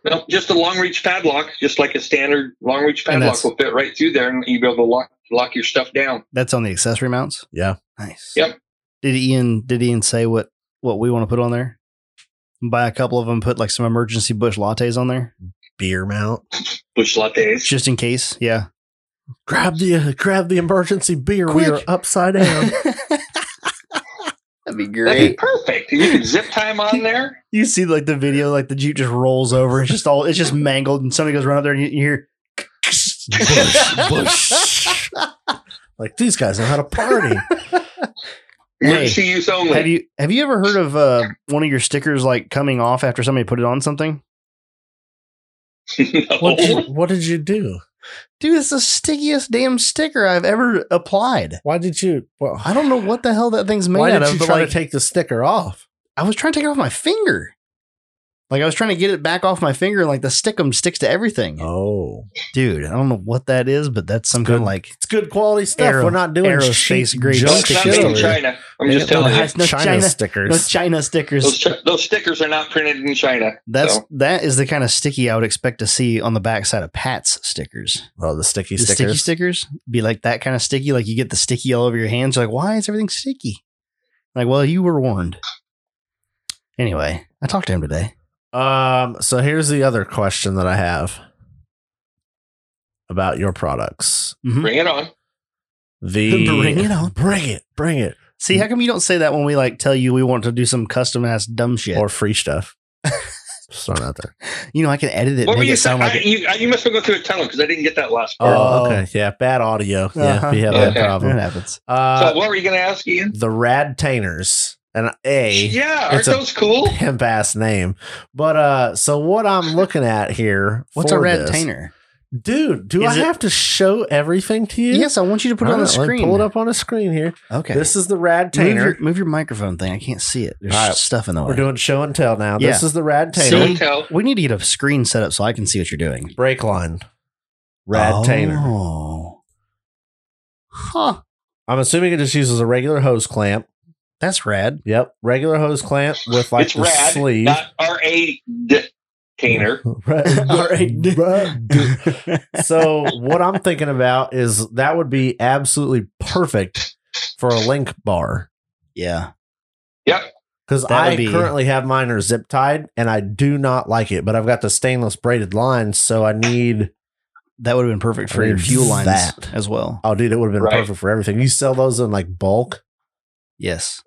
Speaker 3: No, just a long reach padlock, just like a standard long reach
Speaker 2: And
Speaker 3: padlock
Speaker 2: that's-
Speaker 3: will fit right through there and you'll be able to lock lock your stuff down.
Speaker 1: That's on the accessory mounts.
Speaker 2: Yeah.
Speaker 1: Nice.
Speaker 3: Yep.
Speaker 1: Did Ian did Ian say what what we want to put on there? Buy a couple of them, put like some emergency bush lattes on there,
Speaker 2: Beer mount.
Speaker 3: Bush lattes.
Speaker 1: just in case. Yeah.
Speaker 2: Grab the grab the emergency beer. We are
Speaker 1: Quick.
Speaker 2: upside down.
Speaker 1: That'd be
Speaker 3: That'd be perfect. You could zip tie 'em on there.
Speaker 1: You see like the video, like the Jeep just rolls over, it's just all it's just mangled, and somebody goes run up there and you, you hear
Speaker 2: Bush, bush. like these guys know how to party.
Speaker 1: Hey,
Speaker 3: Emergency use only.
Speaker 1: Have you have you ever heard of uh, one of your stickers like coming off after somebody put it on something?
Speaker 3: No.
Speaker 2: What did you, what did you do?
Speaker 1: Dude, it's the stickiest damn sticker I've ever applied.
Speaker 2: Why did you? Well,
Speaker 1: I don't know what the hell that thing's made
Speaker 2: why
Speaker 1: out
Speaker 2: did
Speaker 1: of,
Speaker 2: you
Speaker 1: but
Speaker 2: try
Speaker 1: like
Speaker 2: to take the sticker off?
Speaker 1: I was trying to take it off my finger. Like I was trying to get it back off my finger, and like the stickum sticks to everything.
Speaker 2: Oh,
Speaker 1: Dude, I don't know what that is, but that's some kind of
Speaker 2: Good.
Speaker 1: like
Speaker 2: it's good quality stuff.
Speaker 1: Aero-
Speaker 2: We're not doing
Speaker 1: aerospace
Speaker 2: cheap
Speaker 1: grade
Speaker 2: junk
Speaker 3: It's not
Speaker 1: stickers.
Speaker 2: shit over
Speaker 3: made in
Speaker 1: Sure.
Speaker 2: here.
Speaker 3: China. I'm
Speaker 2: They
Speaker 3: just
Speaker 2: don't
Speaker 3: telling you.
Speaker 2: have
Speaker 1: No China- those
Speaker 2: stickers.
Speaker 1: China
Speaker 3: Those,
Speaker 1: stickers.
Speaker 3: chi- those stickers are not printed in China.
Speaker 1: That's
Speaker 3: so.
Speaker 1: that is the kind of sticky I would expect to see on the backside of Pat's stickers.
Speaker 2: oh, the sticky
Speaker 1: the sticky
Speaker 2: stickers.
Speaker 1: stickers be like that kind of sticky, like you get the sticky all over your hands. You're like, why is everything sticky? Like, well, you were warned. Anyway, I talked to him today.
Speaker 2: Um. So here's the other question that I have about your products.
Speaker 1: Mhm.
Speaker 3: Bring it on.
Speaker 2: The
Speaker 1: Bring it on.
Speaker 2: Bring it. Bring it.
Speaker 1: See, how come you don't say that when we like tell you we want to do some custom ass dumb shit?
Speaker 2: Or free stuff. Just throwing it out there.
Speaker 1: you know, I can edit it,
Speaker 3: What
Speaker 1: and
Speaker 3: were
Speaker 1: make
Speaker 3: you
Speaker 1: it sound
Speaker 3: saying?
Speaker 1: like
Speaker 3: I,
Speaker 1: it.
Speaker 3: you, I, you must have gone through a tunnel because I didn't get that last part.
Speaker 2: Oh,
Speaker 1: Oh.
Speaker 2: okay. Yeah, bad audio. Yeah,
Speaker 1: Uh-huh.
Speaker 2: we have that
Speaker 3: Okay.
Speaker 1: That
Speaker 2: problem.
Speaker 1: happens.
Speaker 2: Uh,
Speaker 3: so what were you going to ask, Ian?
Speaker 2: the Rad Tainers and a
Speaker 3: yeah, aren't
Speaker 2: it's a-
Speaker 3: those cool?
Speaker 2: pimp ass name. But uh, so what I'm looking at here?
Speaker 1: What's
Speaker 2: for
Speaker 1: a red
Speaker 2: this-
Speaker 1: tainer?
Speaker 2: dude? Do
Speaker 1: Is
Speaker 2: I
Speaker 1: it-
Speaker 2: have to show everything to you?
Speaker 1: Yes, I want you to put it
Speaker 2: All
Speaker 1: on the
Speaker 2: right, let me
Speaker 1: screen.
Speaker 2: Pull it up on a screen here.
Speaker 1: Okay.
Speaker 2: This is the Rad
Speaker 1: move, your,
Speaker 2: Tainer.
Speaker 1: move your microphone thing. I can't see it. There's
Speaker 2: All right.
Speaker 1: stuff in the way.
Speaker 2: We're doing show and tell now. This
Speaker 1: Yeah.
Speaker 2: is the Rad
Speaker 1: See?
Speaker 2: Tainer.
Speaker 3: Don't tell.
Speaker 1: we need to get a screen set up so I can see what you're doing.
Speaker 2: Brake line. Rad
Speaker 1: oh.
Speaker 2: Tainer. Oh.
Speaker 1: Huh.
Speaker 2: I'm assuming it just uses a regular hose clamp.
Speaker 1: That's rad.
Speaker 2: Yep, regular hose clamp with like
Speaker 3: it's
Speaker 2: the
Speaker 3: rad,
Speaker 2: sleeve.
Speaker 3: not R.A. D- Tainer.
Speaker 2: Rad- Rad- so what I'm thinking about is that would be absolutely perfect for a link bar
Speaker 1: yeah.
Speaker 2: because
Speaker 1: That would
Speaker 2: I
Speaker 1: be-
Speaker 2: currently have mine are zip tied and I do not like it, but I've got the stainless braided lines, so I need.
Speaker 1: That would have been perfect for
Speaker 2: I
Speaker 1: your
Speaker 2: need
Speaker 1: fuel lines
Speaker 2: that.
Speaker 1: as well.
Speaker 2: Oh, dude, it would have been
Speaker 3: Right.
Speaker 2: perfect for everything. You sell those in like bulk.
Speaker 1: Yes.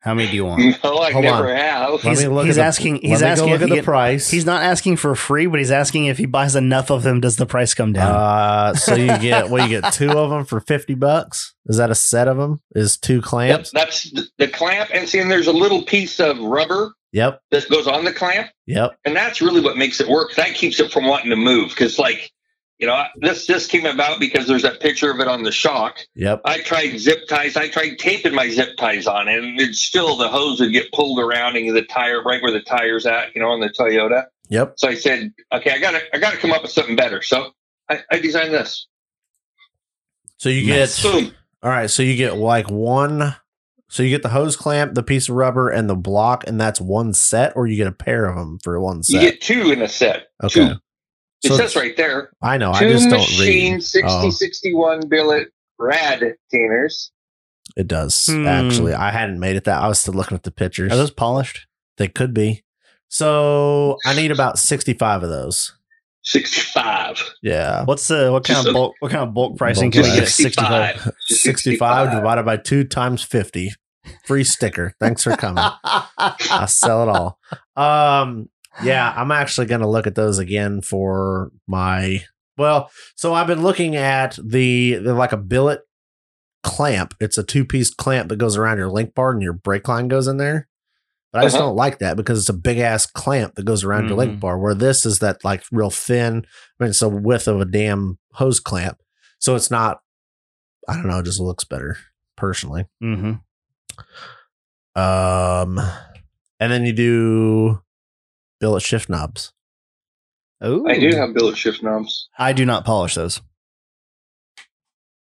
Speaker 1: How many do you want?
Speaker 3: No, I
Speaker 2: Hold
Speaker 3: never
Speaker 2: on.
Speaker 3: have.
Speaker 2: Let
Speaker 1: He's-
Speaker 2: me look
Speaker 1: he's
Speaker 2: at the-
Speaker 1: asking-
Speaker 2: let
Speaker 1: he's
Speaker 2: me go
Speaker 1: asking
Speaker 2: look
Speaker 1: if
Speaker 2: at
Speaker 1: he
Speaker 2: the
Speaker 1: get-
Speaker 2: price.
Speaker 1: He's not asking for free, but he's asking if he buys enough of them, does the price come down?
Speaker 2: Uh, so you get well, you get two of them for fifty bucks. Is that a set of them? Is two
Speaker 3: Yep,
Speaker 2: clamps?
Speaker 3: that's the, the clamp. And see, and there's a little piece of rubber
Speaker 2: Yep,
Speaker 3: that goes on the clamp.
Speaker 2: yep.
Speaker 3: and that's really what makes it work. That keeps it from wanting to move because, like, you know, I- this this came about because there's that picture of it on the shock.
Speaker 2: Yep.
Speaker 3: I tried zip ties. I tried taping my zip ties on, it, and it's still the hose would get pulled around and the tire right where the tire's at, you know, on the Toyota.
Speaker 2: Yep.
Speaker 3: So I said, okay, I gotta I gotta come up with something better. So I, I designed this.
Speaker 2: So you
Speaker 1: Nice.
Speaker 2: get
Speaker 3: Boom.
Speaker 2: all right. So you get like one So you get the hose clamp, the piece of rubber, and the block, and that's one set, or you get a pair of them for one
Speaker 3: You
Speaker 2: set.
Speaker 3: get two in a set.
Speaker 2: okay.
Speaker 3: Two. It
Speaker 2: So
Speaker 3: says right there.
Speaker 2: I know. I
Speaker 3: two
Speaker 2: just don't
Speaker 3: machine
Speaker 2: read. Oh,
Speaker 3: 6061 billet rad cleaners.
Speaker 2: it does
Speaker 1: Hmm.
Speaker 2: actually. I hadn't made it that. I was still looking at the
Speaker 1: Are
Speaker 2: pictures.
Speaker 1: those polished?
Speaker 2: they could be. So I need about sixty-five of those.
Speaker 3: 65.
Speaker 2: Yeah,
Speaker 1: What's the what kind
Speaker 3: Just
Speaker 1: of
Speaker 3: a-
Speaker 1: bulk? What kind of bulk pricing
Speaker 2: Uh, Bulk
Speaker 1: can we
Speaker 2: price.
Speaker 1: get? at Sixty-five.
Speaker 2: sixty-five divided by two times fifty. Free sticker. Thanks for coming. I sell it all. Um, yeah, I'm actually gonna look at those again for my well, so I've been looking at the they're like a billet clamp. It's a two piece clamp that goes around your link bar and your brake line goes in there. But I just
Speaker 3: Uh-huh.
Speaker 2: don't like that because it's a big ass clamp that goes around your link
Speaker 1: Mhm.
Speaker 2: bar. Where this is that like real thin, I mean, it's the width of a damn hose clamp. So it's not. I don't know. It just looks better personally.
Speaker 1: Mm-hmm.
Speaker 2: Um, and then you do billet shift knobs.
Speaker 1: Oh,
Speaker 3: I do have billet shift knobs.
Speaker 1: I do not polish those.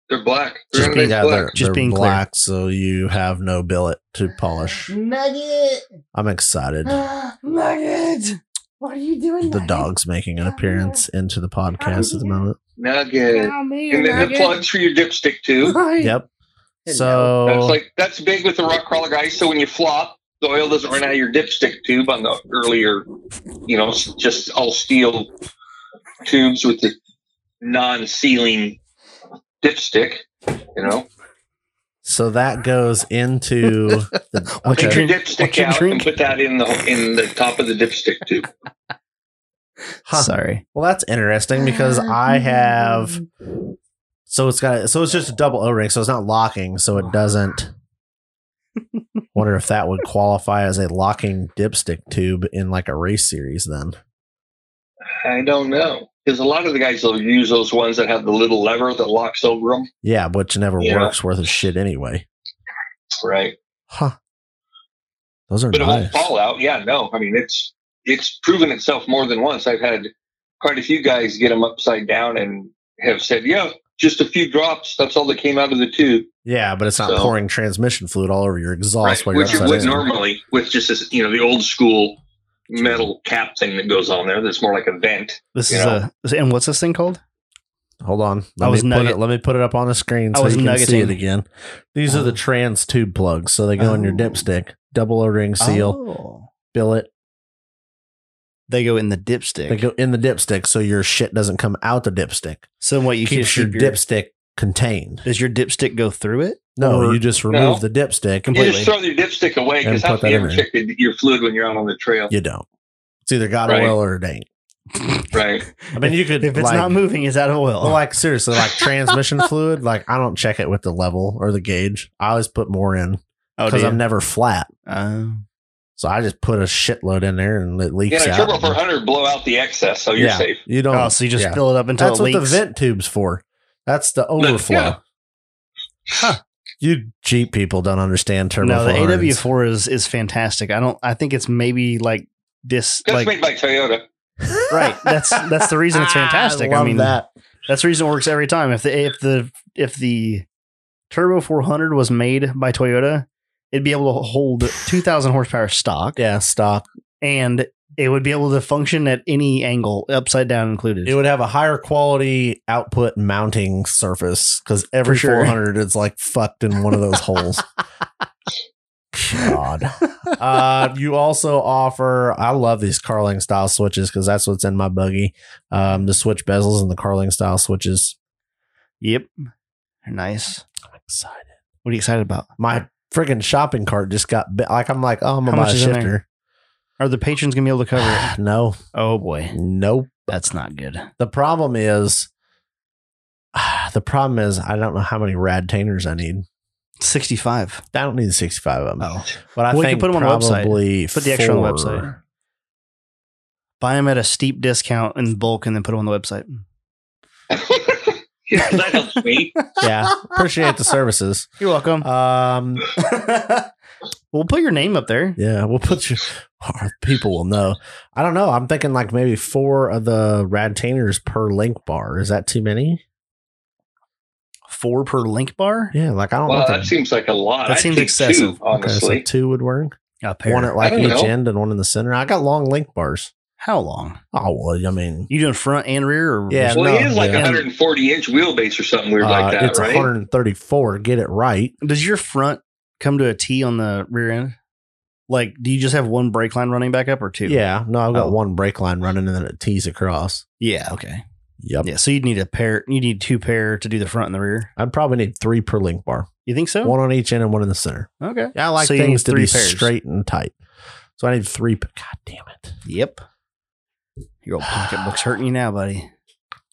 Speaker 3: They're black. They're
Speaker 2: Just
Speaker 3: nice
Speaker 2: being, yeah,
Speaker 3: black.
Speaker 2: they're,
Speaker 1: Just
Speaker 2: they're
Speaker 1: being clear.
Speaker 2: black, so you have no billet to polish.
Speaker 1: Nugget,
Speaker 2: I'm excited.
Speaker 1: Nugget, what are you doing?
Speaker 2: The dog's making an appearance into the podcast at the moment.
Speaker 3: Nugget. And then the plugs for your dipstick too.
Speaker 2: Yep.
Speaker 1: Hello.
Speaker 2: So Oh.
Speaker 3: That's like that's big with the rock crawler guys. So when you flop, the oil doesn't run out of your dipstick tube on the earlier, you know, s- just all steel tubes with the non-sealing dipstick. You know,
Speaker 2: so that goes into the
Speaker 1: What you
Speaker 2: okay.
Speaker 3: take your
Speaker 1: drink- what
Speaker 3: dipstick
Speaker 1: you
Speaker 3: out
Speaker 1: drink?
Speaker 3: and put that in the in the top of the dipstick tube.
Speaker 2: Huh.
Speaker 1: Sorry.
Speaker 2: Well, that's interesting because I have. So it's got so it's just a double O ring, so it's not locking, so it doesn't. Wonder if that would qualify as a locking dipstick tube in like a race series. Then
Speaker 3: I don't know because a lot of the guys will use those ones that have the little lever that locks over them.
Speaker 2: yeah, which never
Speaker 3: Yeah.
Speaker 2: works worth a shit anyway.
Speaker 3: Right.
Speaker 2: Huh? Those are
Speaker 3: But it
Speaker 2: nice.
Speaker 3: won't fall out. Yeah, no. I mean, it's it's proven itself more than once. I've had quite a few guys get them upside down and have said, "Yeah, just a few drops. That's all that came out of the tube."
Speaker 2: Yeah, but it's not
Speaker 3: So-
Speaker 2: pouring transmission fluid all over your
Speaker 3: Oh,
Speaker 2: exhaust while you're
Speaker 3: Which it
Speaker 2: upside
Speaker 3: would
Speaker 2: down.
Speaker 3: normally with just this, you know, the old school metal cap thing that goes on there. That's more like a vent.
Speaker 1: This
Speaker 3: You
Speaker 1: is
Speaker 3: know.
Speaker 1: a this- and what's this thing called?
Speaker 2: Hold on. Let
Speaker 1: I was
Speaker 2: me put
Speaker 1: nugget-
Speaker 2: it, let me put it up on the screen
Speaker 1: I
Speaker 2: so
Speaker 1: was
Speaker 2: you can see
Speaker 1: nuggeting.
Speaker 2: it again. These are the
Speaker 1: Oh.
Speaker 2: trans tube plugs, so they go in your
Speaker 1: Oh.
Speaker 2: dipstick, double O ring seal,
Speaker 1: Oh.
Speaker 2: billet.
Speaker 1: They go in the dipstick.
Speaker 2: They go in the dipstick, so your shit doesn't come out the dipstick.
Speaker 1: so what you
Speaker 2: You
Speaker 1: can
Speaker 2: keeps your,
Speaker 1: keep
Speaker 2: dipstick contained.
Speaker 1: Does your dipstick go through it?
Speaker 2: No,
Speaker 1: Or-
Speaker 2: you just remove
Speaker 3: No.
Speaker 2: the dipstick
Speaker 1: Com-
Speaker 3: You
Speaker 1: Completely.
Speaker 3: just throw your dipstick away
Speaker 2: And
Speaker 3: because
Speaker 2: put
Speaker 3: how can
Speaker 2: that
Speaker 3: you
Speaker 2: in
Speaker 3: ever
Speaker 2: there.
Speaker 3: check the- your fluid when you're out on the trail?
Speaker 2: You don't. It's either got
Speaker 3: Right.
Speaker 2: oil or it ain't.
Speaker 3: Right.
Speaker 2: I mean, you could
Speaker 1: If it's
Speaker 2: like,
Speaker 1: not moving, it's out of oil.
Speaker 2: well, like seriously, like transmission fluid. Like I don't check it with the level or the gauge. I always put more in
Speaker 1: oh,
Speaker 2: because
Speaker 1: do
Speaker 2: I'm
Speaker 1: you?
Speaker 2: never flat.
Speaker 1: Oh.
Speaker 2: So I just put a shitload in there and it
Speaker 3: You
Speaker 2: leaks
Speaker 3: know,
Speaker 2: out.
Speaker 3: turbo 400 blow out the excess, so you're
Speaker 2: Yeah.
Speaker 3: safe.
Speaker 2: You don't.
Speaker 1: Oh, so you just
Speaker 2: yeah.
Speaker 1: fill it up until
Speaker 2: That's
Speaker 1: it
Speaker 2: what
Speaker 1: leaks.
Speaker 2: the vent tube's for. That's the
Speaker 3: yeah.
Speaker 2: overflow. Huh. You Jeep people don't understand turbo.
Speaker 1: no, the
Speaker 2: forearms.
Speaker 1: AW4 is is fantastic. I don't. I think it's maybe like this. Like
Speaker 3: That's made by Toyota.
Speaker 1: right. That's that's the reason it's fantastic.
Speaker 2: I
Speaker 1: I,
Speaker 2: love
Speaker 1: mean,
Speaker 2: that.
Speaker 1: that's the reason it works every time. If the if the if the Turbo 400 was made by Toyota, it'd be able to hold 2,000 horsepower stock,
Speaker 2: Yeah, stock.
Speaker 1: and it would be able to function at any angle, upside down included.
Speaker 2: It would have a higher quality output mounting surface because every
Speaker 1: For sure.
Speaker 2: 400 is like fucked in one of those holes. God. Uh, you also offer, I love these Carling style switches because that's what's in my buggy. Um, the switch bezels and the Carling style switches.
Speaker 1: yep, They're nice.
Speaker 2: Excited.
Speaker 1: What are you excited about?
Speaker 2: my friggin' shopping cart just got bit. Like I'm like, oh, I'm gonna
Speaker 1: How
Speaker 2: buy a
Speaker 1: much is in there?
Speaker 2: shifter.
Speaker 1: Are the patrons gonna be able to cover it?
Speaker 2: no,
Speaker 1: Oh boy,
Speaker 2: nope.
Speaker 1: that's not good.
Speaker 2: The problem is, the problem is, I don't know how many rad tainers I need.
Speaker 1: 65.
Speaker 2: I don't need 65 of them,
Speaker 1: Oh,
Speaker 2: but I
Speaker 1: Well, you
Speaker 2: think
Speaker 1: can put 'em on the website.
Speaker 2: probably
Speaker 1: Put the extra on the
Speaker 2: four.
Speaker 1: website. buy them at a steep discount in bulk and then put them on the website.
Speaker 3: yeah, that helps me.
Speaker 2: yeah, appreciate the services.
Speaker 1: You're welcome.
Speaker 2: Um,
Speaker 1: we'll put your name up there.
Speaker 2: yeah, we'll put you. Our people will know. I don't know. I'm thinking like maybe four of the rad tainers per link bar. Is that too many?
Speaker 1: four per link bar?
Speaker 2: Yeah, like I don't
Speaker 3: Wow,
Speaker 2: want
Speaker 3: that seems like a lot.
Speaker 1: That
Speaker 3: I
Speaker 1: seems
Speaker 3: think
Speaker 1: excessive.
Speaker 3: Two, honestly,
Speaker 2: Okay, so two would work.
Speaker 1: A pair.
Speaker 2: One at like
Speaker 3: I don't
Speaker 2: each
Speaker 3: know.
Speaker 2: end and one in the center. I got long link bars.
Speaker 1: How long?
Speaker 2: Oh well, I mean,
Speaker 1: You doing front and rear? Or
Speaker 2: Yeah,
Speaker 3: well, it
Speaker 2: no,
Speaker 3: is like
Speaker 2: uh, yeah.
Speaker 3: 140 inch wheelbase or something weird
Speaker 2: uh,
Speaker 3: like that,
Speaker 2: it's
Speaker 3: right?
Speaker 2: 134. Get it right.
Speaker 1: Does your front come to a T on the rear end? Like, do you just have one brake line running back up or two?
Speaker 2: Yeah, no, I've got
Speaker 1: Oh.
Speaker 2: one brake line running and then it tees across.
Speaker 1: Yeah. Okay.
Speaker 2: Yep.
Speaker 1: Yeah. So you'd need a pair. You need two pair to do the front and the rear.
Speaker 2: I'd probably need three per link bar,
Speaker 1: You think so?
Speaker 2: one on each end and one in the center.
Speaker 1: Okay.
Speaker 2: Yeah, I like
Speaker 1: So you need
Speaker 2: things to
Speaker 1: three
Speaker 2: be
Speaker 1: pairs.
Speaker 2: straight and tight. So I need three. p- God damn it.
Speaker 1: Yep. Your old pocketbook's hurting you now, buddy.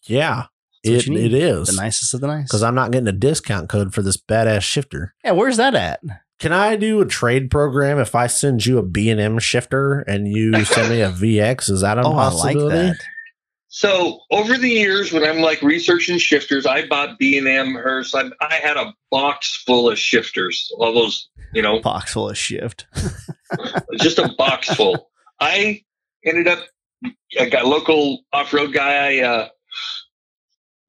Speaker 2: Yeah,
Speaker 1: That's
Speaker 2: it,
Speaker 1: what you need.
Speaker 2: it
Speaker 1: The
Speaker 2: is
Speaker 1: nicest of the nice.
Speaker 2: because I'm not getting a discount code for this badass shifter.
Speaker 1: yeah. Where's that at?
Speaker 2: Can I do a trade program if I send you a B and M shifter and you send me a VX? Is that a
Speaker 1: Oh, I like
Speaker 2: possibility?
Speaker 1: that.
Speaker 3: So over the years, when I'm like researching shifters, I bought B and M Hearst. I, I had a box full of shifters, all those, you know,
Speaker 1: Box full of shift.
Speaker 3: just a box full. I ended up a guy, local off road guy. I uh,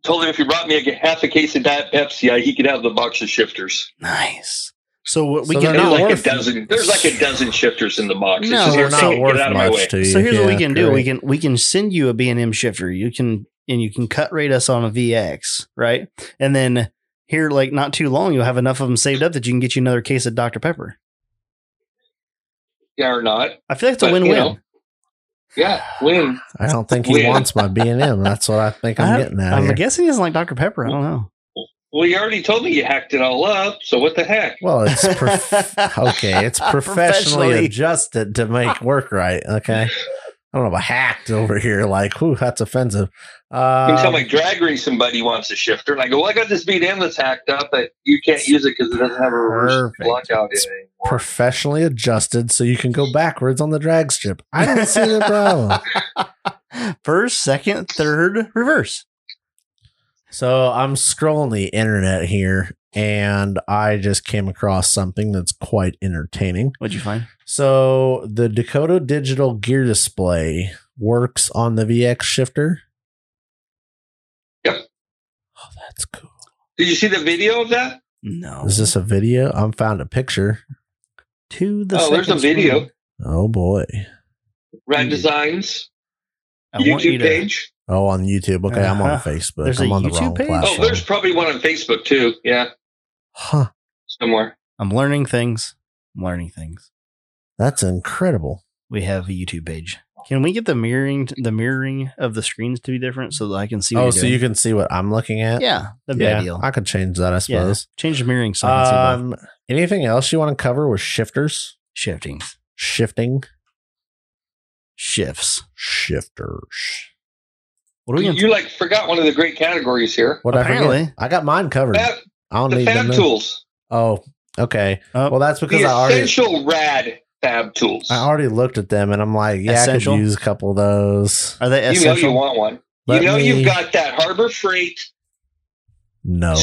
Speaker 3: told him if he brought me a half a case of Diet Pepsi, I, he could have the box of shifters.
Speaker 1: Nice. So what we
Speaker 2: So
Speaker 1: can
Speaker 2: they're
Speaker 3: There's
Speaker 2: not
Speaker 1: do?
Speaker 3: like a
Speaker 2: worth it.
Speaker 3: dozen. There's like a dozen shifters in the box. It's
Speaker 1: No,
Speaker 3: just,
Speaker 1: they're
Speaker 3: "Here,
Speaker 1: not
Speaker 3: take it,
Speaker 2: worth
Speaker 3: get out of my
Speaker 2: much
Speaker 3: way.
Speaker 2: to you.
Speaker 1: So here's what we
Speaker 2: Yeah,
Speaker 1: can do.
Speaker 2: great.
Speaker 1: We can we can send you a B and M shifter. You can and you can cut rate us on a VX, right? And then here, like not too long, you'll have enough of them saved up that you can get you another case of Dr Pepper.
Speaker 3: Yeah, or not.
Speaker 1: I feel like it's a
Speaker 3: But, you
Speaker 1: win-win.
Speaker 3: know, Yeah, win.
Speaker 2: I don't think he
Speaker 3: Yeah.
Speaker 2: wants my B and M. That's what I think I'm
Speaker 1: I-
Speaker 2: getting at.
Speaker 1: I'm
Speaker 2: here.
Speaker 1: guessing he doesn't like Dr Pepper. I don't know.
Speaker 3: Well, you already told me you hacked it all up. So what the heck?
Speaker 2: Well, it's prof- okay. It's professionally
Speaker 1: Professionally.
Speaker 2: adjusted to make work right. Okay. I don't know about hacked over here. Like, whoo, that's offensive.
Speaker 3: Every time
Speaker 2: Uh,
Speaker 3: I drag racing buddy wants a shifter, and I go, well, I got this beat in that's hacked up, but you can't use it because it doesn't have a reverse
Speaker 2: Perfect.
Speaker 3: blockout in it anymore.
Speaker 2: professionally adjusted so you can go backwards on the drag strip. I don't see the problem.
Speaker 1: First, second, third, reverse.
Speaker 2: So I'm scrolling the internet here and I just came across something that's quite entertaining.
Speaker 1: What'd you find?
Speaker 2: So the Dakota Digital Gear Display works on the VX shifter.
Speaker 3: Yep.
Speaker 2: Oh, that's cool.
Speaker 3: Did you see the video of that?
Speaker 1: No.
Speaker 2: Is this a video? I found a picture.
Speaker 1: to the?
Speaker 3: Oh, there's
Speaker 1: second
Speaker 3: a video.
Speaker 1: screen.
Speaker 2: Oh boy.
Speaker 3: Rad
Speaker 1: Mm.
Speaker 3: Designs
Speaker 1: I want you
Speaker 3: YouTube
Speaker 1: to-
Speaker 3: page.
Speaker 2: Oh, on YouTube. Okay, I'm on
Speaker 1: Uh-huh.
Speaker 2: Facebook.
Speaker 1: There's a
Speaker 2: I'm on the
Speaker 1: YouTube
Speaker 2: wrong
Speaker 1: page? Oh,
Speaker 3: Oh,
Speaker 2: platform.
Speaker 3: there's probably one on Facebook too. Yeah,
Speaker 2: huh.
Speaker 3: somewhere.
Speaker 1: I'm learning things. I'm learning things.
Speaker 2: That's incredible.
Speaker 1: We have a YouTube page. Can we get the mirroring the mirroring of the screens to be different so that I can see?
Speaker 2: Oh,
Speaker 1: you're
Speaker 2: so
Speaker 1: doing?
Speaker 2: you can see what I'm looking at.
Speaker 1: Yeah, that'd be
Speaker 2: Yeah,
Speaker 1: ideal.
Speaker 2: I could change that, I
Speaker 1: Yeah,
Speaker 2: suppose.
Speaker 1: change the mirroring so I can see both
Speaker 2: Um, anything else you want to cover with shifters?
Speaker 1: shiftings,
Speaker 2: Shifting,
Speaker 1: shifts.
Speaker 2: shifters.
Speaker 1: What are we
Speaker 3: You,
Speaker 1: going to?
Speaker 3: like forgot one of the great categories here.
Speaker 2: What I forget?
Speaker 1: Apparently.
Speaker 2: I got mine covered.
Speaker 3: Fab,
Speaker 2: I don't
Speaker 3: the
Speaker 2: need
Speaker 3: Fab
Speaker 2: them.
Speaker 3: Tools,
Speaker 2: Oh, okay.
Speaker 1: Oh.
Speaker 2: Well, that's because
Speaker 3: the
Speaker 2: I already
Speaker 3: essential Rad Fab Tools.
Speaker 2: I already looked at them and I'm like, yeah,
Speaker 1: Essential?
Speaker 2: I could use a couple of those.
Speaker 1: Are they
Speaker 3: you
Speaker 1: essential?
Speaker 3: know you want one.
Speaker 2: Let
Speaker 3: you know
Speaker 2: me-
Speaker 3: you've got that Harbor Freight
Speaker 2: no.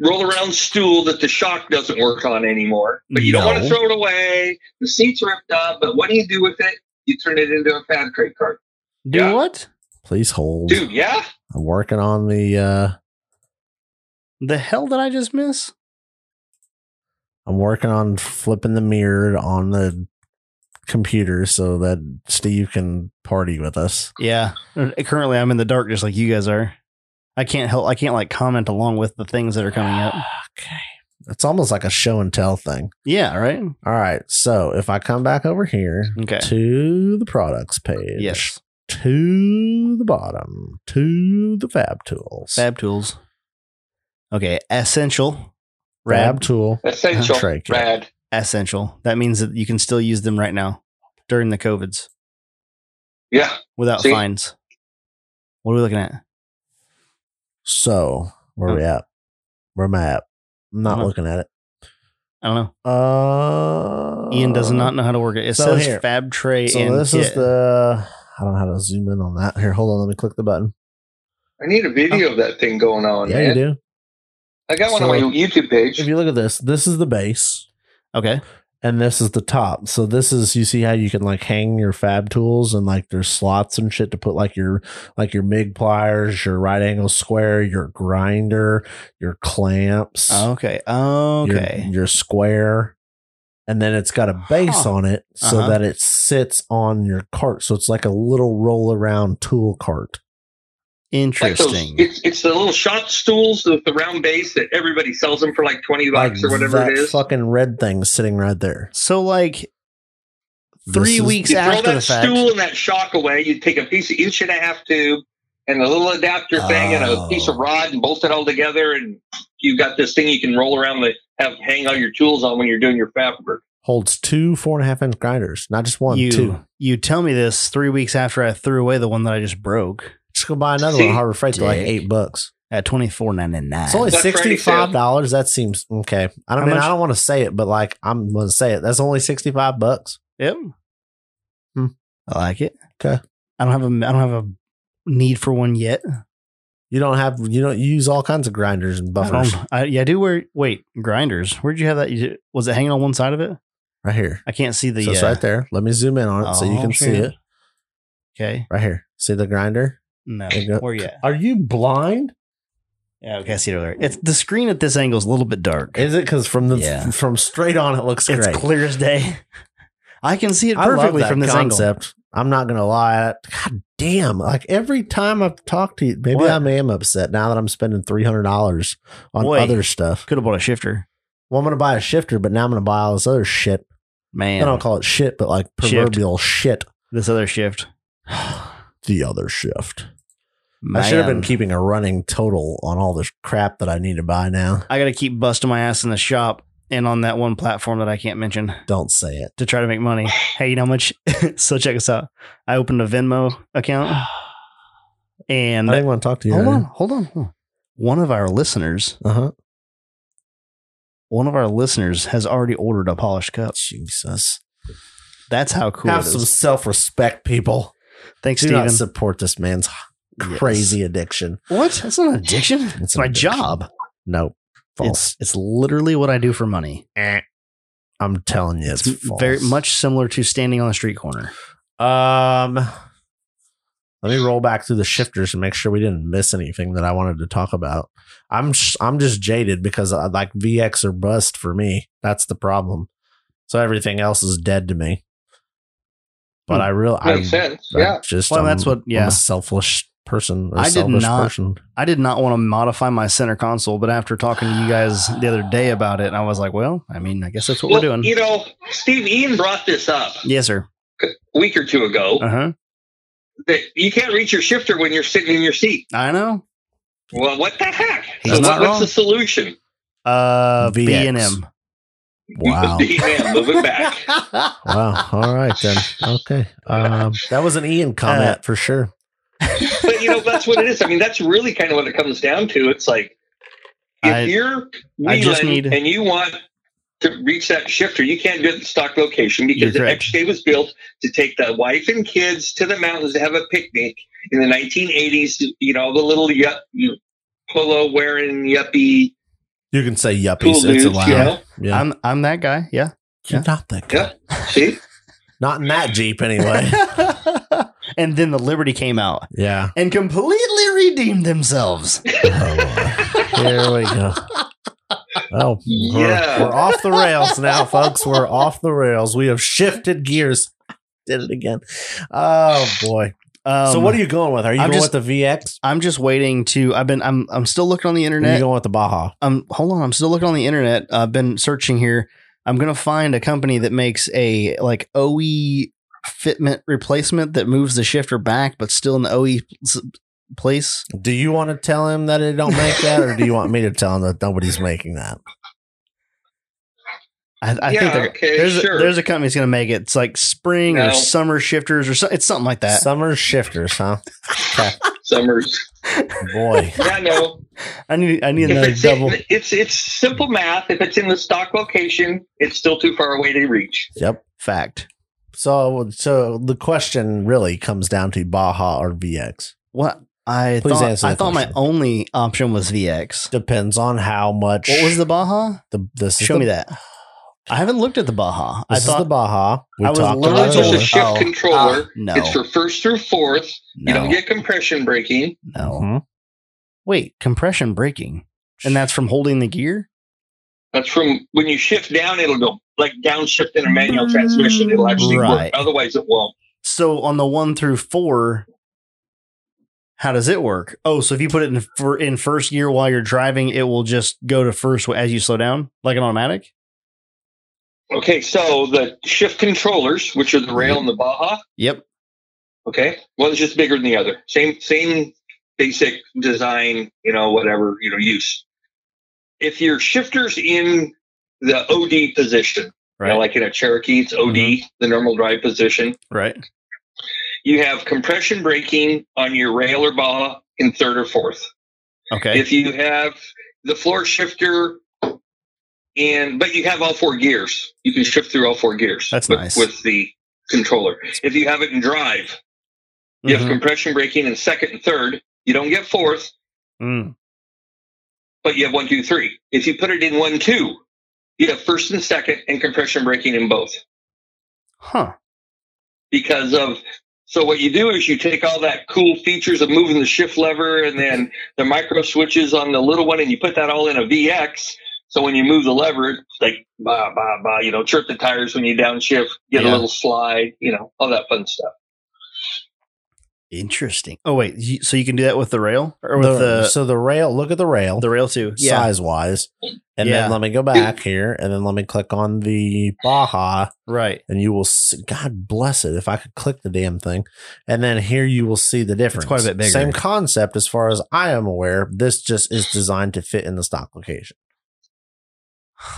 Speaker 3: roll around stool that the shock doesn't work on anymore. But you
Speaker 1: No.
Speaker 3: don't want to throw it away. The seat's ripped up, but what do you do with it? You turn it into a fan trade card.
Speaker 1: Do
Speaker 3: Yeah.
Speaker 1: what?
Speaker 2: Please hold.
Speaker 3: Dude, yeah.
Speaker 2: I'm working on the. uh
Speaker 1: The hell did I just miss?
Speaker 2: I'm working on flipping the mirror on the computer so that Steve can party with us.
Speaker 1: Yeah. Uh, Currently, I'm in the dark, just like you guys are. I can't help. I can't like comment along with the things that are coming up.
Speaker 2: Okay. It's almost like a show and tell thing.
Speaker 1: Yeah. Right.
Speaker 2: All right. So if I come back over here
Speaker 1: Okay.
Speaker 2: to the products page,
Speaker 1: Yes.
Speaker 2: to the bottom, to the Fab Tools,
Speaker 1: Fab tools. Okay. Essential.
Speaker 2: Fab
Speaker 1: Rad.
Speaker 2: Tool.
Speaker 3: Essential
Speaker 2: Trade card.
Speaker 3: Rad.
Speaker 1: Essential. That means that you can still use them right now during the covids
Speaker 3: Yeah.
Speaker 1: without
Speaker 3: See?
Speaker 1: fines. What are we looking at?
Speaker 2: So where we at? Where am I at? I'm not
Speaker 1: Uh-huh.
Speaker 2: looking at it.
Speaker 1: I don't know.
Speaker 2: Uh,
Speaker 1: Ian does not know how to work it. It
Speaker 2: so
Speaker 1: says
Speaker 2: here.
Speaker 1: Fab Tray.
Speaker 2: So
Speaker 1: and
Speaker 2: this is
Speaker 1: Kit.
Speaker 2: the. I don't know how to zoom in on that. Here, hold on. Let me click the button.
Speaker 3: I need a video of that thing going on.
Speaker 2: yeah,
Speaker 3: man.
Speaker 2: you do.
Speaker 3: I got one
Speaker 2: So-
Speaker 3: on my YouTube page.
Speaker 2: If you look at this, this is the base,
Speaker 1: okay.
Speaker 2: and this is the top. So this is you see how you can like hang your fab tools and like there's slots and shit to put like your like your MIG pliers, your right angle square, your grinder, your clamps,
Speaker 4: Okay. Okay.
Speaker 2: your, your square. And then it's got a base
Speaker 4: Huh.
Speaker 2: on it so
Speaker 4: Uh-huh.
Speaker 2: that it sits on your cart. So it's like a little roll around tool cart.
Speaker 3: Like those,
Speaker 4: Interesting.
Speaker 3: it's, it's the little shot stools with the round base that everybody sells them for like 20 bucks or whatever
Speaker 2: that
Speaker 3: it is.
Speaker 2: fucking red thing sitting right there.
Speaker 1: So like three
Speaker 2: This is-
Speaker 1: weeks
Speaker 3: you throw
Speaker 1: after the
Speaker 3: that
Speaker 1: fact,
Speaker 3: stool and that shock away. You take a piece of inch and a half tube and a little adapter thing and a
Speaker 2: Oh.
Speaker 3: piece of rod and bolt it all together. And you got this thing you can roll around the have hang all your tools on when you're doing your fab work.
Speaker 2: Holds two four and a half inch grinders, not just one,
Speaker 1: you
Speaker 2: two.
Speaker 1: you tell me this three weeks after I threw away the one that I just broke
Speaker 2: Just go buy another
Speaker 3: See?
Speaker 2: one. Harbor Freight's like
Speaker 4: Dick.
Speaker 2: eight bucks.
Speaker 1: at twenty four ninety nine.
Speaker 2: It's only
Speaker 3: Black
Speaker 2: sixty
Speaker 3: Friday
Speaker 2: five
Speaker 3: sale.
Speaker 2: dollars. That seems okay. I don't
Speaker 1: How
Speaker 2: mean
Speaker 1: much-
Speaker 2: I don't want to say it, but like I'm going to say it. That's only sixty five bucks.
Speaker 1: Yep.
Speaker 2: Hmm.
Speaker 1: I like it.
Speaker 2: 'Kay.
Speaker 1: I don't have a I don't have a need for one yet.
Speaker 2: You don't have you don't you use all kinds of grinders and
Speaker 1: I
Speaker 2: buffers
Speaker 1: don't- Um, I, yeah, I do wear wait grinders. Where'd you have that? You- Was it hanging on one side of it?
Speaker 2: right here.
Speaker 1: I can't see the.
Speaker 2: so it's
Speaker 1: uh,
Speaker 2: right there. Let me zoom in on it so you
Speaker 1: oh,
Speaker 2: can see
Speaker 1: shit.
Speaker 2: it
Speaker 1: Okay.
Speaker 2: right here. See the grinder?
Speaker 1: No.
Speaker 2: There you go.
Speaker 1: Where you at?
Speaker 2: Are you blind?
Speaker 1: Yeah. Okay. I see it over there. It's the screen at this angle is a little bit dark.
Speaker 2: Is it because from the
Speaker 4: Yeah.
Speaker 2: from straight on it looks
Speaker 1: it's
Speaker 2: great?
Speaker 1: clear as day. I can see it
Speaker 2: I love
Speaker 1: perfectly
Speaker 2: that
Speaker 1: from this angle.
Speaker 2: concept. I'm not gonna lie. God damn! Like every time I've talked to you, maybe
Speaker 1: What?
Speaker 2: I am upset now that I'm spending three hundred dollars on
Speaker 1: Boy.
Speaker 2: other stuff.
Speaker 1: Could have bought a shifter.
Speaker 2: Well, I'm gonna buy a shifter, but now I'm gonna buy all this other shit. I
Speaker 1: Man,
Speaker 2: don't call it shit, but like
Speaker 1: Shift.
Speaker 2: proverbial shit.
Speaker 1: this other shift.
Speaker 2: The other shift.
Speaker 1: Man.
Speaker 2: I should have been keeping a running total on all this crap that I need to buy now.
Speaker 1: I got to keep busting my ass in the shop and on that one platform that I can't mention
Speaker 2: Don't say it.
Speaker 1: to try to make money. Hey, you know how much? so check us out. I opened a Venmo account and
Speaker 2: I didn't want to talk to you.
Speaker 1: hold on, hold on, hold on. One of our listeners,
Speaker 2: Uh huh.
Speaker 1: one of our listeners has already ordered a polished cup.
Speaker 2: Jesus.
Speaker 1: That's how cool
Speaker 2: Have
Speaker 1: it
Speaker 2: some
Speaker 1: is.
Speaker 2: self respect, people.
Speaker 1: Thanks,
Speaker 2: Do
Speaker 1: Steven.
Speaker 2: not support this man's
Speaker 1: Yes.
Speaker 2: crazy addiction.
Speaker 1: What? That's not an addiction.
Speaker 2: It's
Speaker 1: It's
Speaker 2: an
Speaker 1: my
Speaker 2: addiction.
Speaker 1: job.
Speaker 2: No, false.
Speaker 1: It's it's literally what I do for money.
Speaker 2: I'm telling you, it's,
Speaker 1: It's
Speaker 2: false.
Speaker 1: very much similar to standing on a street corner.
Speaker 2: Um, let me roll back through the shifters and make sure we didn't miss anything that I wanted to talk about. I'm sh- I'm just jaded because I like VX or bust for me. That's the problem. So everything else is dead to me.
Speaker 1: Hmm.
Speaker 2: But I real I,
Speaker 3: Makes sense.
Speaker 2: I
Speaker 3: yeah.
Speaker 2: just
Speaker 1: Well,
Speaker 2: I'm-
Speaker 1: that's what-
Speaker 2: I'm
Speaker 1: yeah.
Speaker 2: a selfish person. A
Speaker 1: I did
Speaker 2: selfish
Speaker 1: not-
Speaker 2: Person.
Speaker 1: I did not want to modify my center console, but after talking to you guys the other day about it, I was like, well, I mean, I guess that's what
Speaker 3: Well,
Speaker 1: we're doing.
Speaker 3: You know, Steve Ian brought this up
Speaker 1: yes, sir.
Speaker 3: a week or two ago
Speaker 1: Uh huh.
Speaker 3: that you can't reach your shifter when you're sitting in your seat.
Speaker 1: I know.
Speaker 3: Well, what the heck?
Speaker 1: He's
Speaker 3: so,
Speaker 1: not
Speaker 3: what,
Speaker 1: wrong.
Speaker 3: what's the solution?
Speaker 1: Uh,
Speaker 2: VX.
Speaker 1: B and M.
Speaker 2: Wow.
Speaker 3: Yeah, move it back.
Speaker 2: wow. All right then. Okay. Um, that was an
Speaker 1: Uh,
Speaker 2: Ian comment for sure.
Speaker 3: but you know that's what it is. I mean, that's really kind of what it comes down to. It's like if
Speaker 1: I-
Speaker 3: you're
Speaker 1: I just
Speaker 3: wheeling
Speaker 1: need-
Speaker 3: and you want to reach that shifter, you can't do it in stock location
Speaker 1: You're
Speaker 3: because the
Speaker 1: correct.
Speaker 3: XJ was built to take the wife and kids to the mountains to have a picnic in the 1980s. You know, the little yup, you polo wearing yuppie
Speaker 2: You can say
Speaker 3: cool
Speaker 2: yuppies. it's
Speaker 3: dudes.
Speaker 2: allowed.
Speaker 3: You know,
Speaker 2: Yeah.
Speaker 1: I'm I'm that guy. Yeah.
Speaker 2: You're
Speaker 1: Yeah.
Speaker 2: not that guy.
Speaker 3: Yeah. see,
Speaker 2: Not in that Jeep anyway.
Speaker 1: and then the Liberty came out
Speaker 2: yeah.
Speaker 1: and completely redeemed themselves.
Speaker 2: Oh, Here we go. Oh, we're,
Speaker 3: Yeah.
Speaker 2: we're off the rails now, folks. We're off the rails. We have shifted gears. Did it again. Oh boy.
Speaker 1: Um,
Speaker 2: so what are you going with? Are you
Speaker 1: I'm
Speaker 2: going
Speaker 1: just-
Speaker 2: with the VX?
Speaker 1: I'm just waiting to. I've been. I'm. I'm still looking on the
Speaker 2: Or are you
Speaker 1: internet.
Speaker 2: going with the Baja?
Speaker 1: um, hold on. I'm still looking on the internet. I've been searching here. I'm gonna find a company that makes a like OE fitment replacement that moves the shifter back, but still in the OE s- place.
Speaker 2: Do you want to tell him that it don't make that, or do you want me to tell him that nobody's making that?
Speaker 1: I, I
Speaker 3: yeah,
Speaker 1: think they're-
Speaker 3: okay,
Speaker 1: there's
Speaker 3: sure.
Speaker 1: a, there's a company that's gonna make it. It's like spring or
Speaker 3: No.
Speaker 1: summer shifters or so, it's something like that.
Speaker 2: Summer shifters, huh?
Speaker 3: Summers.
Speaker 2: Boy.
Speaker 3: Yeah, no.
Speaker 1: I need I need
Speaker 3: If
Speaker 1: another
Speaker 3: it's, in-
Speaker 1: double.
Speaker 3: it's it's simple math. If it's in the stock location, it's still too far away to reach.
Speaker 2: Yep.
Speaker 1: Fact.
Speaker 2: So, so the question really comes down to Baja or VX.
Speaker 1: What I
Speaker 2: Please
Speaker 1: thought
Speaker 2: answer
Speaker 1: I
Speaker 2: the
Speaker 1: thought my
Speaker 2: question.
Speaker 1: only option was VX.
Speaker 2: Depends on how much.
Speaker 1: What was the Baja?
Speaker 2: the this is
Speaker 1: Show
Speaker 2: the-
Speaker 1: me that. I haven't looked at the Baja. I
Speaker 2: This is the
Speaker 1: thought
Speaker 2: Baja. We
Speaker 1: I was
Speaker 2: talked
Speaker 1: literally
Speaker 2: about
Speaker 3: It's just a
Speaker 2: it.
Speaker 3: shift
Speaker 4: Oh,
Speaker 3: controller.
Speaker 4: ah, no.
Speaker 3: It's for first through fourth.
Speaker 4: no,
Speaker 3: You don't get compression braking.
Speaker 4: no.
Speaker 2: Mhm.
Speaker 4: Wait, compression braking.
Speaker 1: and that's from holding the gear.
Speaker 3: That's from when you shift down, it'll go like downshift in a manual transmission. It'll actually work.
Speaker 4: Right.
Speaker 3: Otherwise, it won't.
Speaker 1: So on the one through four, how does it work? Oh, so if you put it in for in first gear while you're driving, it will just go to first as you slow down, like an automatic.
Speaker 3: Okay, so the shift controllers, which are the rail and the Baja,
Speaker 1: Yep.
Speaker 3: okay, one's just bigger than the other. Same, same basic design, you know, whatever, you know, use. If your shifter's in the OD position, you know,
Speaker 1: Right. Mm-hmm.
Speaker 3: like in a Cherokee, it's OD, the normal drive position.
Speaker 1: Right.
Speaker 3: You have compression braking on your rail or Baja in third or fourth.
Speaker 1: Okay.
Speaker 3: If you have the floor shifter and but you have all four gears, you can shift through all four gears.
Speaker 1: That's
Speaker 3: with,
Speaker 1: nice.
Speaker 3: with the controller. If you have it in drive, you have
Speaker 1: Mhm.
Speaker 3: compression braking in second and third. You don't get fourth,
Speaker 1: Mm.
Speaker 3: but you have one, two, three. If you put it in one, two, you have first and second and compression braking in both
Speaker 1: Huh.
Speaker 3: because of. So what you do is you take all that cool features of moving the shift lever and then the micro switches on the little one, and you put that all in a VX. So when you move the lever, it's like bah bah bah, you know, chirp the tires when you downshift, get
Speaker 1: Yeah.
Speaker 3: a little slide, you know, all that fun stuff.
Speaker 1: Interesting. Oh wait, you, so you can do that with the rail or with
Speaker 2: The-
Speaker 1: the
Speaker 2: so the rail. Look at the rail.
Speaker 1: the rail too?
Speaker 2: size wise. And
Speaker 1: Yeah.
Speaker 2: then let me go back here and then let me click on the Baja
Speaker 1: Right.
Speaker 2: and you will see, God bless it. If I could click the damn thing. And then here you will see the difference.
Speaker 1: quite a bit bigger.
Speaker 2: Same concept as far as I am aware. This just is designed to fit in the stock location.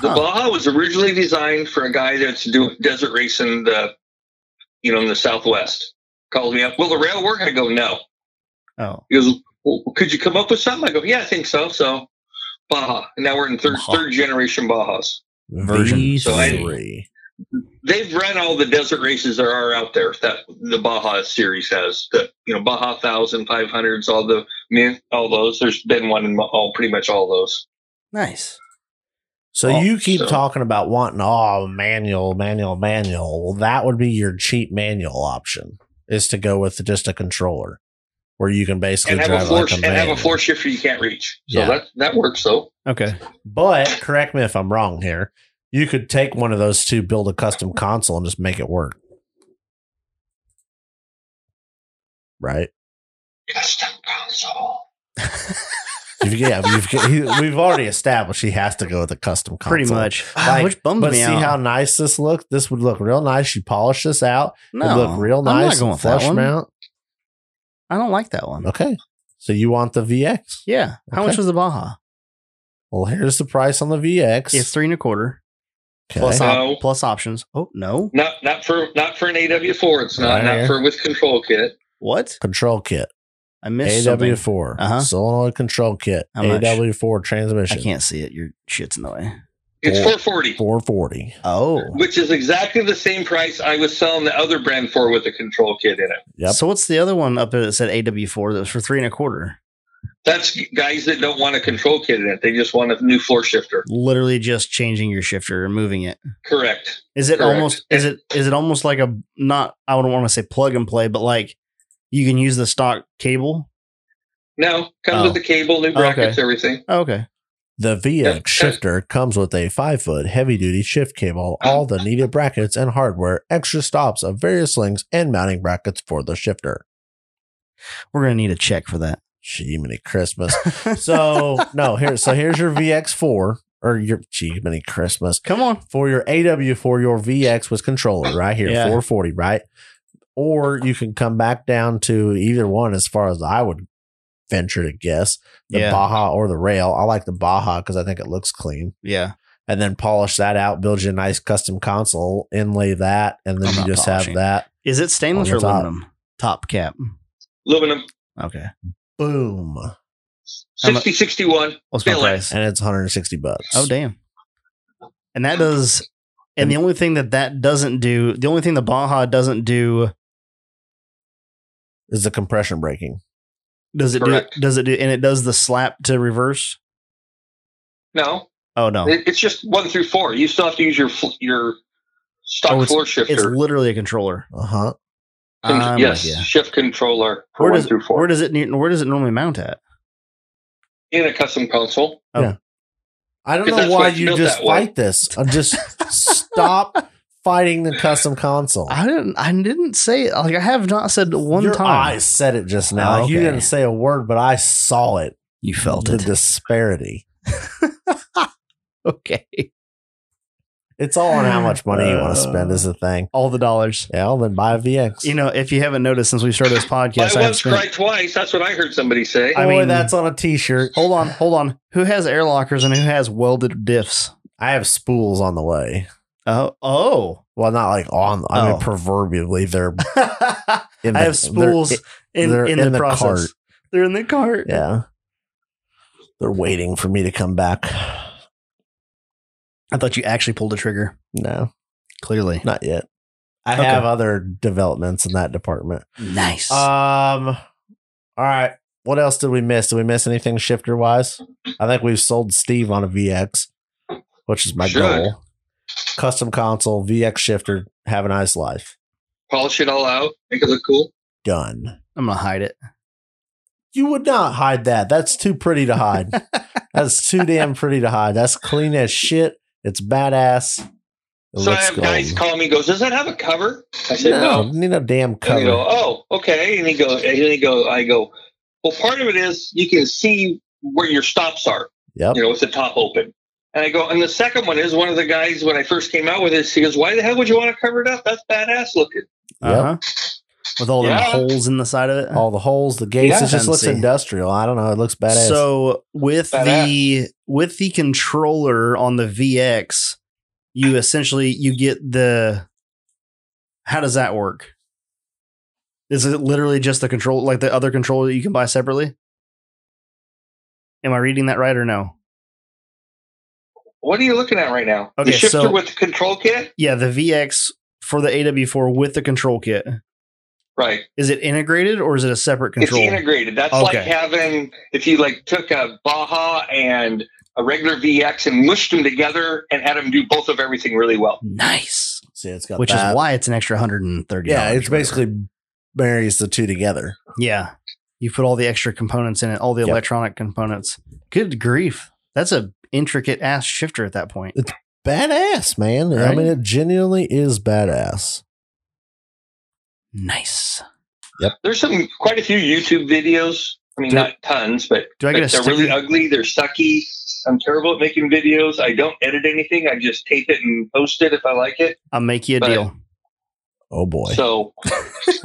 Speaker 3: The
Speaker 1: Huh.
Speaker 3: Baja was originally designed for a guy that's doing desert racing, the you know, in the Southwest. Called me up. Will the rail work? I go no.
Speaker 1: Oh.
Speaker 3: He goes, well, could you come up with something? I go, yeah, I think so. So Baja. And now we're in third
Speaker 1: Baja.
Speaker 3: third generation Bajas.
Speaker 1: Version.
Speaker 3: So I-
Speaker 2: V3.
Speaker 3: They've run all the desert races there are out there that the Baja series has. The you know Baja thousand five hundreds, all the min, all those. There's been one in all pretty much all those.
Speaker 1: Nice.
Speaker 2: So
Speaker 3: Oh,
Speaker 2: you keep
Speaker 3: so-
Speaker 2: talking about wanting oh manual, manual, manual. Well, that would be your cheap manual option is to go with just a controller where you can basically
Speaker 3: And have
Speaker 2: drive
Speaker 3: a floor
Speaker 2: like a
Speaker 3: and have a
Speaker 2: manual.
Speaker 3: floor shifter you can't reach. So
Speaker 2: Yeah.
Speaker 3: that that works though.
Speaker 1: Okay.
Speaker 2: But correct me if I'm wrong here. You could take one of those two, build a custom console, and just make it work. Right?
Speaker 3: Custom console.
Speaker 2: If you, yeah, you've, he, we've already established he has to go with a custom console.
Speaker 1: Pretty much. Ah,
Speaker 2: Like,
Speaker 1: which bums
Speaker 2: But
Speaker 1: me
Speaker 2: see
Speaker 1: out.
Speaker 2: how nice this looks. This would look real nice. You polish this out.
Speaker 1: no,
Speaker 2: It'd look real
Speaker 1: I'm
Speaker 2: nice.
Speaker 1: not going with
Speaker 2: flush
Speaker 1: that one.
Speaker 2: mount.
Speaker 1: I don't like that one.
Speaker 2: Okay. So you want the VX?
Speaker 1: Yeah. How
Speaker 2: Okay.
Speaker 1: much was the Baja?
Speaker 2: Well, here's the price on the VX.
Speaker 1: It's three and a quarter
Speaker 2: Okay.
Speaker 1: plus op-
Speaker 3: No.
Speaker 1: plus options. Oh no!
Speaker 3: Not not for not for an AW4. It's not
Speaker 2: Right here.
Speaker 3: not for with control kit.
Speaker 1: What?
Speaker 2: control kit.
Speaker 1: I missed something.
Speaker 2: AW4.
Speaker 1: Uh-huh.
Speaker 2: Solenoid control kit.
Speaker 1: How much?
Speaker 2: AW4
Speaker 1: I
Speaker 2: transmission.
Speaker 1: can't see it. Your shit's in the way.
Speaker 3: It's
Speaker 2: Four.
Speaker 3: 440,
Speaker 2: 440.
Speaker 1: Oh,
Speaker 3: which is exactly the same price I was selling the other brand for with the control kit in it.
Speaker 2: Yep.
Speaker 1: so what's the other one up there that said AW4 that was for three and a quarter?
Speaker 3: That's guys that don't want a control kit in it. They just want a new floor shifter.
Speaker 1: Literally just changing your shifter and moving it.
Speaker 3: Correct.
Speaker 1: Is it
Speaker 3: Correct.
Speaker 1: almost? Is it? Is it almost like a not? I wouldn't want to say plug and play, but like you can use the stock cable.
Speaker 3: No, comes
Speaker 1: Oh.
Speaker 3: with the cable, new brackets, everything.
Speaker 1: Oh, okay,
Speaker 2: The
Speaker 3: Yeah.
Speaker 2: VX shifter comes with a five foot heavy duty shift cable, all the needed brackets and hardware, extra stops of various links, and mounting brackets for the shifter.
Speaker 1: we're gonna need a check for that.
Speaker 2: Gee, many Christmas. So no, here, so here's your VX4 or your gee, many Christmas
Speaker 1: Come on,
Speaker 2: for your AW4. Your VX was controller right here,
Speaker 1: Yeah.
Speaker 2: 440, right? Or you can come back down to either one, as far as I would venture to guess, the
Speaker 1: yeah,
Speaker 2: Baja or the Rail. I like the Baja because I think it looks clean.
Speaker 1: yeah.
Speaker 2: and then polish that out, build you a nice custom console, inlay that, and then
Speaker 1: I'm
Speaker 2: you
Speaker 1: not
Speaker 2: just
Speaker 1: polishing.
Speaker 2: have that.
Speaker 1: Is it stainless
Speaker 2: On
Speaker 1: or
Speaker 2: the top.
Speaker 1: aluminum? Top cap.
Speaker 3: Aluminum
Speaker 1: Okay.
Speaker 2: Boom.
Speaker 3: 6061.
Speaker 1: What's my
Speaker 3: Bill it.
Speaker 1: price?
Speaker 2: And it's 160 bucks.
Speaker 1: Oh damn! And that does. And the only thing that that doesn't do, the only thing the Baja doesn't do,
Speaker 2: Is the compression braking.
Speaker 1: does it
Speaker 3: Correct.
Speaker 1: do? Does it do? And it does the slap to reverse.
Speaker 3: No,
Speaker 1: Oh no,
Speaker 3: It, it's just one through four. You still have to use your fl- your stock
Speaker 1: Oh,
Speaker 3: floor
Speaker 1: it's
Speaker 3: shifter.
Speaker 1: literally a controller.
Speaker 2: Uh huh.
Speaker 3: Con-
Speaker 1: I'm
Speaker 3: yes,
Speaker 1: with ya.
Speaker 3: shift controller for
Speaker 1: Where
Speaker 3: one
Speaker 1: does
Speaker 3: through four
Speaker 1: where does it ne- where does it normally mount at?
Speaker 3: in a custom console.
Speaker 2: I don't
Speaker 3: Because
Speaker 2: know
Speaker 3: that's
Speaker 2: why
Speaker 3: why it's
Speaker 2: you
Speaker 3: built
Speaker 2: just
Speaker 3: that way.
Speaker 2: fight this. I'm just stop fighting the custom console.
Speaker 1: I didn't. I didn't say like I have not said one
Speaker 2: Your
Speaker 1: time.
Speaker 2: I said it just now.
Speaker 1: Oh,
Speaker 2: You
Speaker 1: okay.
Speaker 2: didn't say a word, but I saw it.
Speaker 4: You felt
Speaker 2: the
Speaker 4: it.
Speaker 2: disparity.
Speaker 1: Okay,
Speaker 2: It's all on how much money you want
Speaker 1: Uh,
Speaker 2: to spend is the thing.
Speaker 1: all the dollars.
Speaker 2: Yeah, well, then buy a VX.
Speaker 1: You know, if you haven't noticed since we started this podcast,
Speaker 3: I
Speaker 1: I have
Speaker 3: once
Speaker 1: spent.
Speaker 3: cried twice. That's what I heard somebody say.
Speaker 1: I
Speaker 2: Boy,
Speaker 1: mean-
Speaker 2: that's on a T-shirt.
Speaker 1: Hold on, hold on. Who has air lockers and who has welded diffs?
Speaker 2: I have spools on the way.
Speaker 1: Oh, oh.
Speaker 2: Well, not like on. I mean,
Speaker 1: Oh.
Speaker 2: proverbially, they're.
Speaker 1: I
Speaker 2: In the-
Speaker 1: have spools
Speaker 2: they're-
Speaker 1: in,
Speaker 2: they're
Speaker 1: in,
Speaker 2: in
Speaker 1: the,
Speaker 2: the
Speaker 1: process.
Speaker 2: cart.
Speaker 1: They're in the cart.
Speaker 2: yeah, they're waiting for me to come back.
Speaker 1: I thought you actually pulled a trigger.
Speaker 2: No,
Speaker 1: Clearly,
Speaker 2: not yet. I
Speaker 1: Okay.
Speaker 2: have other developments in that department.
Speaker 4: Nice.
Speaker 1: Uh,
Speaker 2: Um. All right. What else did we miss? Did we miss anything shifter wise? I think we've sold Steve on a VX, which is my
Speaker 3: Should.
Speaker 2: goal. Custom console, VX shifter. Have a nice life.
Speaker 3: Polish it all out, make it look cool.
Speaker 2: Done.
Speaker 1: I'm gonna hide it.
Speaker 2: You would not hide that. That's too pretty to hide. That's too damn pretty to hide. That's clean as shit. It's badass. It
Speaker 3: so I
Speaker 2: looks
Speaker 3: have guys
Speaker 2: golden.
Speaker 3: call me. Goes, does that have a cover? I said
Speaker 2: No,
Speaker 3: no.
Speaker 2: need no damn
Speaker 3: And they
Speaker 2: cover.
Speaker 3: go, oh, okay. And he go, and he go, I go. Well, part of it is you can see where your stops are.
Speaker 2: Yep.
Speaker 3: you know, with the top open. And I go, and the second one is one of the guys when I first came out with this, he goes, Why the hell would you want to cover it up? That's badass looking.
Speaker 1: Uh-huh. With all the
Speaker 3: Yeah.
Speaker 1: holes in the side of it.
Speaker 2: All the holes, the gates.
Speaker 3: Yeah.
Speaker 2: It just looks
Speaker 1: Fancy.
Speaker 2: industrial. I don't know. It looks badass.
Speaker 1: So with the
Speaker 3: Badass.
Speaker 1: with the controller on the VX, you essentially you get the how does that work? Is it literally just the control like the other controller that you can buy separately? Am I reading that right or no?
Speaker 3: What are you looking at right now?
Speaker 1: Okay,
Speaker 3: the shifter
Speaker 1: so-
Speaker 3: with the control kit?
Speaker 1: Yeah, the VX for the AW4 with the control kit.
Speaker 3: Right.
Speaker 1: Is it integrated or is it a separate control?
Speaker 3: It's integrated. That's like
Speaker 1: Okay.
Speaker 3: having if you like took a Baja and a regular VX and mushed them together and had them do both of everything really well.
Speaker 1: nice.
Speaker 2: See, it's got
Speaker 1: Which
Speaker 2: that.
Speaker 1: is why it's an extra 130.
Speaker 2: Yeah, it's basically marries the two together.
Speaker 1: Yeah. You put all the extra components in it, all the
Speaker 2: Yep.
Speaker 1: electronic components. Good grief. That's a intricate ass shifter at that point.
Speaker 2: Badass, man. I
Speaker 1: Right?
Speaker 2: mean, it genuinely is badass.
Speaker 1: Nice.
Speaker 3: There's some quite a few YouTube videos. I mean,
Speaker 1: Do-
Speaker 3: not tons, but
Speaker 1: Do I get
Speaker 3: Like,
Speaker 1: a
Speaker 3: they're
Speaker 1: sticker?
Speaker 3: really ugly. They're sucky. I'm terrible at making videos. I don't edit anything. I just tape it and post it if I like it.
Speaker 1: I'll make you a
Speaker 3: But-
Speaker 1: deal.
Speaker 2: Oh boy,
Speaker 3: So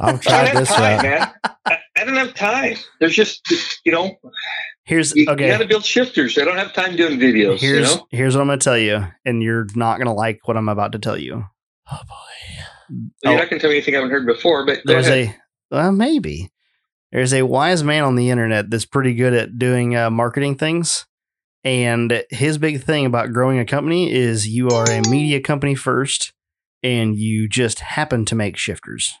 Speaker 2: I've tried
Speaker 3: I don't have
Speaker 2: this uh,
Speaker 3: time,
Speaker 1: uh,
Speaker 2: out.
Speaker 3: man. I, I don't have time. There's just you know
Speaker 1: Here's
Speaker 3: you,
Speaker 1: okay.
Speaker 3: got to build shifters. I don't have time doing videos. you
Speaker 1: here's
Speaker 3: know?
Speaker 1: here's what I'm gonna tell you, and you're not gonna like what I'm about to tell you.
Speaker 2: Oh boy,
Speaker 3: you're not going to tell me anything I haven't heard before. But
Speaker 1: Oh.
Speaker 3: go
Speaker 1: There's
Speaker 3: ahead.
Speaker 1: a well, maybe there's a wise man on the internet that's pretty good at doing uh, marketing things, and his big thing about growing a company is you are a media company first, and you just happen to make shifters.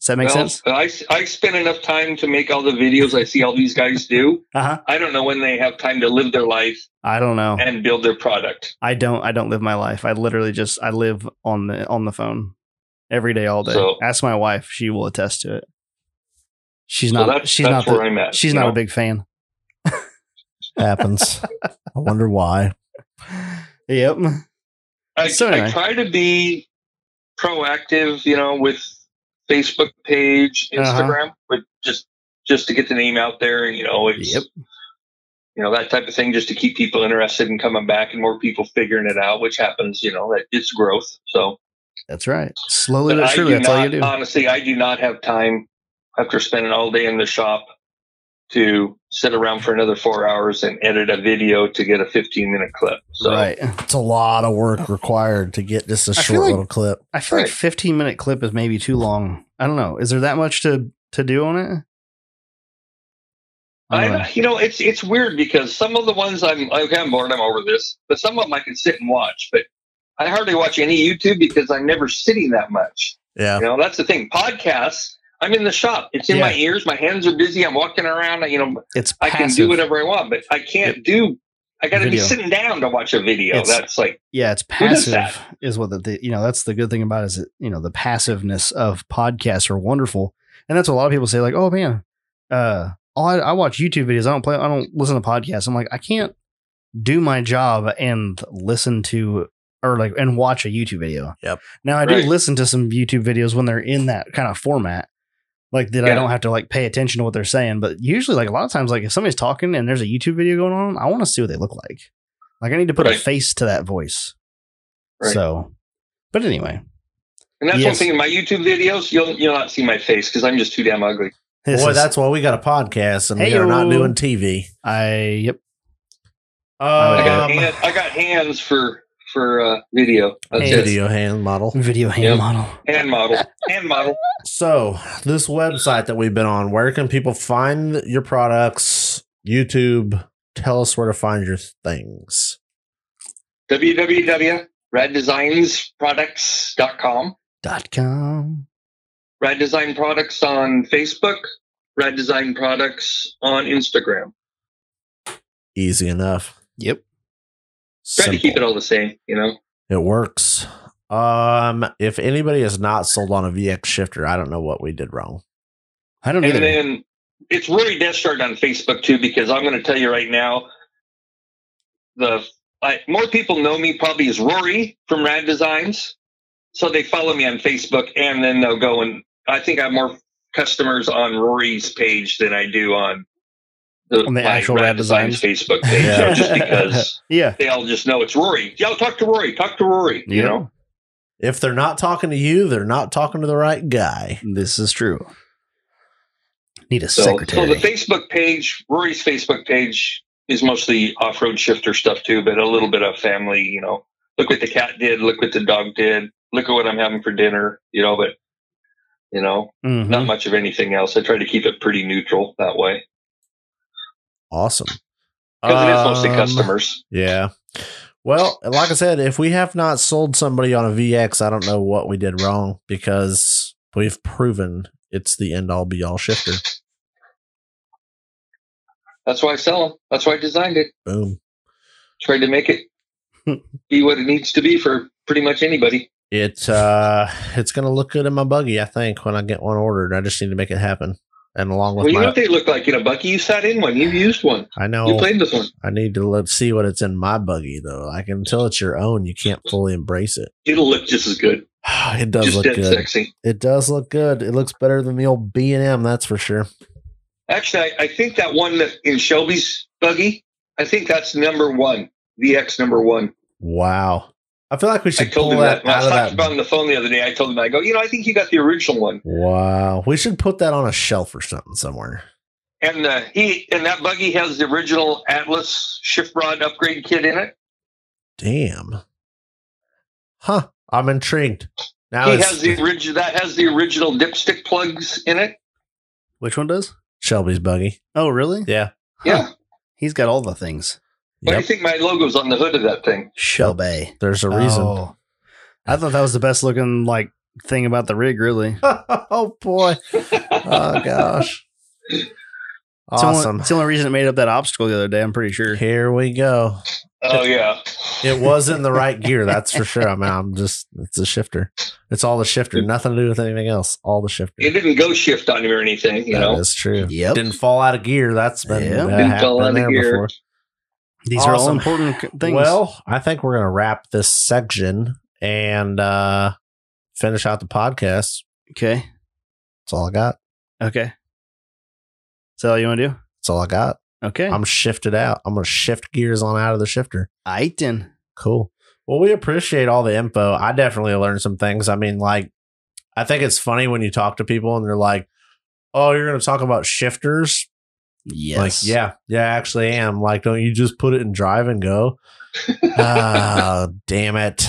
Speaker 1: Does that make
Speaker 3: Well,
Speaker 1: sense?
Speaker 3: I s- I spend enough time to make all the videos I see all these guys do.
Speaker 1: Uh huh.
Speaker 3: I don't know when they have time to live their life
Speaker 1: I don't know.
Speaker 3: and build their product.
Speaker 1: I don't. I don't live my life. I literally just I live on the on the phone every day, all day.
Speaker 3: So-
Speaker 1: Ask my wife; she will attest to it. She's not.
Speaker 3: So that's,
Speaker 1: she's
Speaker 3: that's
Speaker 1: not.
Speaker 3: where
Speaker 1: The,
Speaker 3: I'm at.
Speaker 1: she's
Speaker 3: you
Speaker 1: not
Speaker 3: know?
Speaker 1: a big fan.
Speaker 2: happens. I wonder why.
Speaker 1: Yep.
Speaker 3: I,
Speaker 1: So anyway.
Speaker 3: I try to be proactive, you know, with Facebook page,
Speaker 1: Uh-huh.
Speaker 3: Instagram, but just just to get the name out there, and you know, it's
Speaker 1: Yep.
Speaker 3: you know that type of thing, just to keep people interested in coming back and more people figuring it out, which happens, you know, that it's growth. So,
Speaker 1: That's right. Slowly but
Speaker 3: I
Speaker 1: surely,
Speaker 3: do
Speaker 1: that's all you
Speaker 3: not,
Speaker 1: do.
Speaker 3: honestly, I do not have time after spending all day in the shop to sit around for another four hours and edit a video to get a 15 minute clip. So,
Speaker 1: right.
Speaker 2: It's a lot of work required to get just a
Speaker 1: feel
Speaker 2: short
Speaker 1: like-
Speaker 2: little clip.
Speaker 1: I feel like
Speaker 3: Right.
Speaker 1: 15 minute clip is maybe too long. I don't know. Is there that much to to do on it? I don't know.
Speaker 3: I, you know, it's it's weird because some of the ones I'm okay, I'm bored, I'm over this, but some of them I can sit and watch. But I hardly watch any YouTube because I'm never sitting that much.
Speaker 2: Yeah,
Speaker 3: You know, that's the thing. Podcasts, I'm in the shop. It's in my ears. My hands are busy. I'm walking around. You know,
Speaker 1: it's
Speaker 3: I
Speaker 1: passive.
Speaker 3: can do whatever I want, but I can't do I got to be
Speaker 1: Video.
Speaker 3: sitting down to watch a video.
Speaker 1: It's-
Speaker 3: That's like
Speaker 1: Yeah, it's
Speaker 3: Who does that?
Speaker 1: passive is what the, the you know that's the good thing about it is that you know the passiveness of podcasts are wonderful, and that's what a lot of people say like, oh man, uh, all I, I watch YouTube videos, I don't play, I don't listen to podcasts. I'm like, I can't do my job and listen to or like and watch a YouTube video.
Speaker 2: Yep.
Speaker 1: Now I
Speaker 3: Right.
Speaker 1: do listen to some YouTube videos when they're in that kind of format. Like that, I
Speaker 3: Yeah.
Speaker 1: don't have to like pay attention to what they're saying. But usually, like a lot of times, like if somebody's talking and there's a YouTube video going on, I want to see what they look like. Like I need to put a
Speaker 3: Right.
Speaker 1: face to that voice.
Speaker 3: Right.
Speaker 1: So, but anyway,
Speaker 3: And that's one
Speaker 1: Yes.
Speaker 3: thing in my YouTube videos, you'll you'll not see my face because I'm just too damn ugly.
Speaker 1: this
Speaker 2: Boy,
Speaker 1: is-
Speaker 2: that's why we got a podcast and we are not
Speaker 1: Heyo.
Speaker 2: doing TV.
Speaker 1: I yep.
Speaker 2: Uh,
Speaker 3: I got,
Speaker 1: Um,
Speaker 3: hand, I got hands for for uh, video. That's
Speaker 1: Hands.
Speaker 3: it.
Speaker 2: video hand model.
Speaker 1: Video hand
Speaker 3: Yep.
Speaker 1: model.
Speaker 3: Hand model. Hand model.
Speaker 2: So, this website that we've been on, where can people find your products? YouTube, tell us where to find your things.
Speaker 3: www.raddesignsproducts.com.
Speaker 1: dot com.
Speaker 3: Rad Design Products on Facebook. Rad Design Products on Instagram.
Speaker 2: Easy enough.
Speaker 1: Yep.
Speaker 3: Try to keep
Speaker 2: Simple.
Speaker 3: it all the same, you know.
Speaker 2: It works. Um, if anybody is not sold on a VX shifter, I don't know what we did wrong.
Speaker 1: I don't
Speaker 3: And
Speaker 1: either.
Speaker 3: then it's really desperate on Facebook too, because I'm going to tell you right now, the I, more people know me probably as Rory from Rad Designs, so they follow me on Facebook, and then they'll go and I think I have more customers on Rory's page than I do on the,
Speaker 1: On the
Speaker 3: my
Speaker 1: actual Rad
Speaker 3: Facebook page,
Speaker 2: Yeah.
Speaker 3: so just because
Speaker 1: yeah.
Speaker 3: they all just know it's Rory. Yo, talk to Rory. Talk to Rory. You
Speaker 1: Yeah.
Speaker 3: know,
Speaker 2: If they're not talking to you, they're not talking to the right guy.
Speaker 1: This is true. Need a
Speaker 3: so, so
Speaker 1: secretary.
Speaker 3: the Facebook page, Rory's Facebook page is mostly off road shifter stuff too, but a little bit of family, you know. Look what the cat did, look what the dog did, look at what I'm having for dinner, you know, but you know,
Speaker 1: Mhm.
Speaker 2: Mm-hmm.
Speaker 3: not much of anything else. I try to keep it pretty neutral that way.
Speaker 2: Awesome.
Speaker 3: Because it is mostly
Speaker 2: Um,
Speaker 3: customers.
Speaker 2: Yeah. Well, like I said, if we have not sold somebody on a VX, I don't know what we did wrong because we've proven it's the end all be all shifter.
Speaker 3: That's why I sell them. That's why I designed it.
Speaker 2: Boom.
Speaker 3: Tried to make it be what it needs to be for pretty much anybody.
Speaker 2: It uh it's gonna look good in my buggy, I think, when I get one ordered. I just need to make it happen. And along with
Speaker 3: well, you know
Speaker 2: my Oh.
Speaker 3: what they look like in a bucky? You sat in one. You used one.
Speaker 2: I
Speaker 3: You
Speaker 2: know
Speaker 3: played with one.
Speaker 2: I need to let see what it's in my buggy though. Like until it's your own, you can't fully embrace it.
Speaker 3: It'll look just as good.
Speaker 2: It does
Speaker 3: just
Speaker 2: look
Speaker 3: dead
Speaker 2: good.
Speaker 3: sexy.
Speaker 2: It does look good. It looks better than the old B and M, that's for sure.
Speaker 3: Actually, I, I think that one that in Shelby's buggy, I think that's number one, VX number one.
Speaker 2: Wow. I feel like we
Speaker 3: I
Speaker 2: should
Speaker 3: told
Speaker 2: pull
Speaker 3: him that.
Speaker 2: that
Speaker 3: When I
Speaker 2: out
Speaker 3: was talking
Speaker 2: of that
Speaker 3: about on the phone the other day, I told him, I go, you know, I think you got the original one.
Speaker 2: Wow. We should put that on a shelf or something somewhere.
Speaker 3: And uh, he and that buggy has the original Atlas shift rod upgrade kit in it.
Speaker 2: Damn. Huh. I'm intrigued. Now
Speaker 3: He
Speaker 2: it's
Speaker 3: has the original that has the original dipstick plugs in it.
Speaker 1: Which one does?
Speaker 2: Shelby's buggy.
Speaker 1: Oh, really?
Speaker 2: Yeah.
Speaker 3: Yeah.
Speaker 1: He's got all the things.
Speaker 3: Why do
Speaker 2: Yep.
Speaker 3: you think my logo's on the hood of that thing?
Speaker 1: Shelby.
Speaker 2: There's a reason. Oh,
Speaker 1: Oh. I thought that was the best looking like thing about the rig. Really.
Speaker 2: boy. Oh gosh.
Speaker 1: It's the only-
Speaker 2: awesome.
Speaker 1: It's the only reason it made up that obstacle the other day. I'm pretty sure.
Speaker 2: Here we go.
Speaker 3: Oh yeah.
Speaker 2: It was in the right gear, that's for sure. I mean, I'm just it's a shifter. It's all the shifter. Nothing to do with anything else. All the shifter.
Speaker 3: It didn't go shift on him or anything, you
Speaker 2: That
Speaker 3: know.
Speaker 2: is true.
Speaker 1: Yep.
Speaker 2: Didn't fall out of gear. That's been
Speaker 1: Yeah.
Speaker 2: uh,
Speaker 3: Didn't fall
Speaker 2: been
Speaker 3: out of
Speaker 2: there
Speaker 3: gear.
Speaker 2: before.
Speaker 1: These are all
Speaker 2: Awesome.
Speaker 1: important c- things.
Speaker 2: Well, I think we're gonna wrap this section and uh finish out the podcast.
Speaker 1: okay.
Speaker 2: That's all I got.
Speaker 1: Okay. Is that all you want to do?
Speaker 2: That's all I got.
Speaker 1: Okay.
Speaker 2: I'm shifted out. I'm gonna shift gears on out of the shifter.
Speaker 1: Aiton.
Speaker 2: Cool. Well, we appreciate all the info. I definitely learned some things. I mean, like, I think it's funny when you talk to people and they're like, "Oh, you're gonna talk about shifters."
Speaker 1: Yes.
Speaker 2: Like, yeah, yeah, I actually am. Like, don't you just put it in drive and go? Ah, damn it.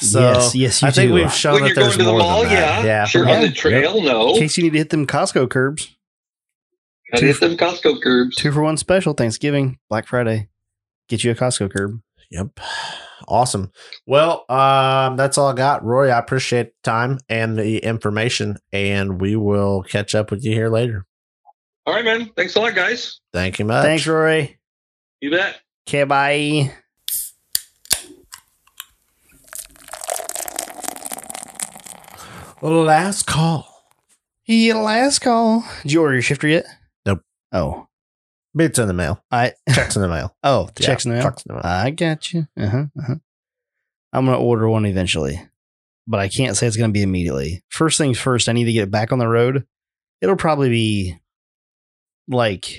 Speaker 2: So
Speaker 1: yes. Yes. You
Speaker 2: I think
Speaker 1: do.
Speaker 2: we've shown
Speaker 3: when
Speaker 2: that
Speaker 3: you're
Speaker 2: there's
Speaker 3: going to the
Speaker 2: more
Speaker 3: mall,
Speaker 2: than that.
Speaker 3: yeah. Sure. On the trail, no.
Speaker 1: In case you need to hit them Costco curbs,
Speaker 3: Gotta hit them Costco curbs.
Speaker 1: two for one special Thanksgiving, Black Friday. Get you a Costco curb.
Speaker 2: Yep. Yep. Awesome. Well, um, that's all I got, Rory. I appreciate the time and the information, and we will catch up with you here later.
Speaker 3: All right, man. Thanks a lot, guys.
Speaker 1: Uh,
Speaker 2: Thank you much.
Speaker 1: Thanks, Rory.
Speaker 3: You bet.
Speaker 1: Okay, bye.
Speaker 2: Last call.
Speaker 1: Yeah, last call. Did you order your shifter yet?
Speaker 2: Nope.
Speaker 1: Oh,
Speaker 2: It's in the mail.
Speaker 1: I
Speaker 2: Checks in the mail.
Speaker 1: oh the
Speaker 2: Yeah,
Speaker 1: checks in the mail.
Speaker 2: Checks in the mail.
Speaker 1: I got you. Uh huh. Uh huh. I'm gonna order one eventually, but I can't say it's gonna be immediately. First things first, I need to get it back on the road. It'll probably be like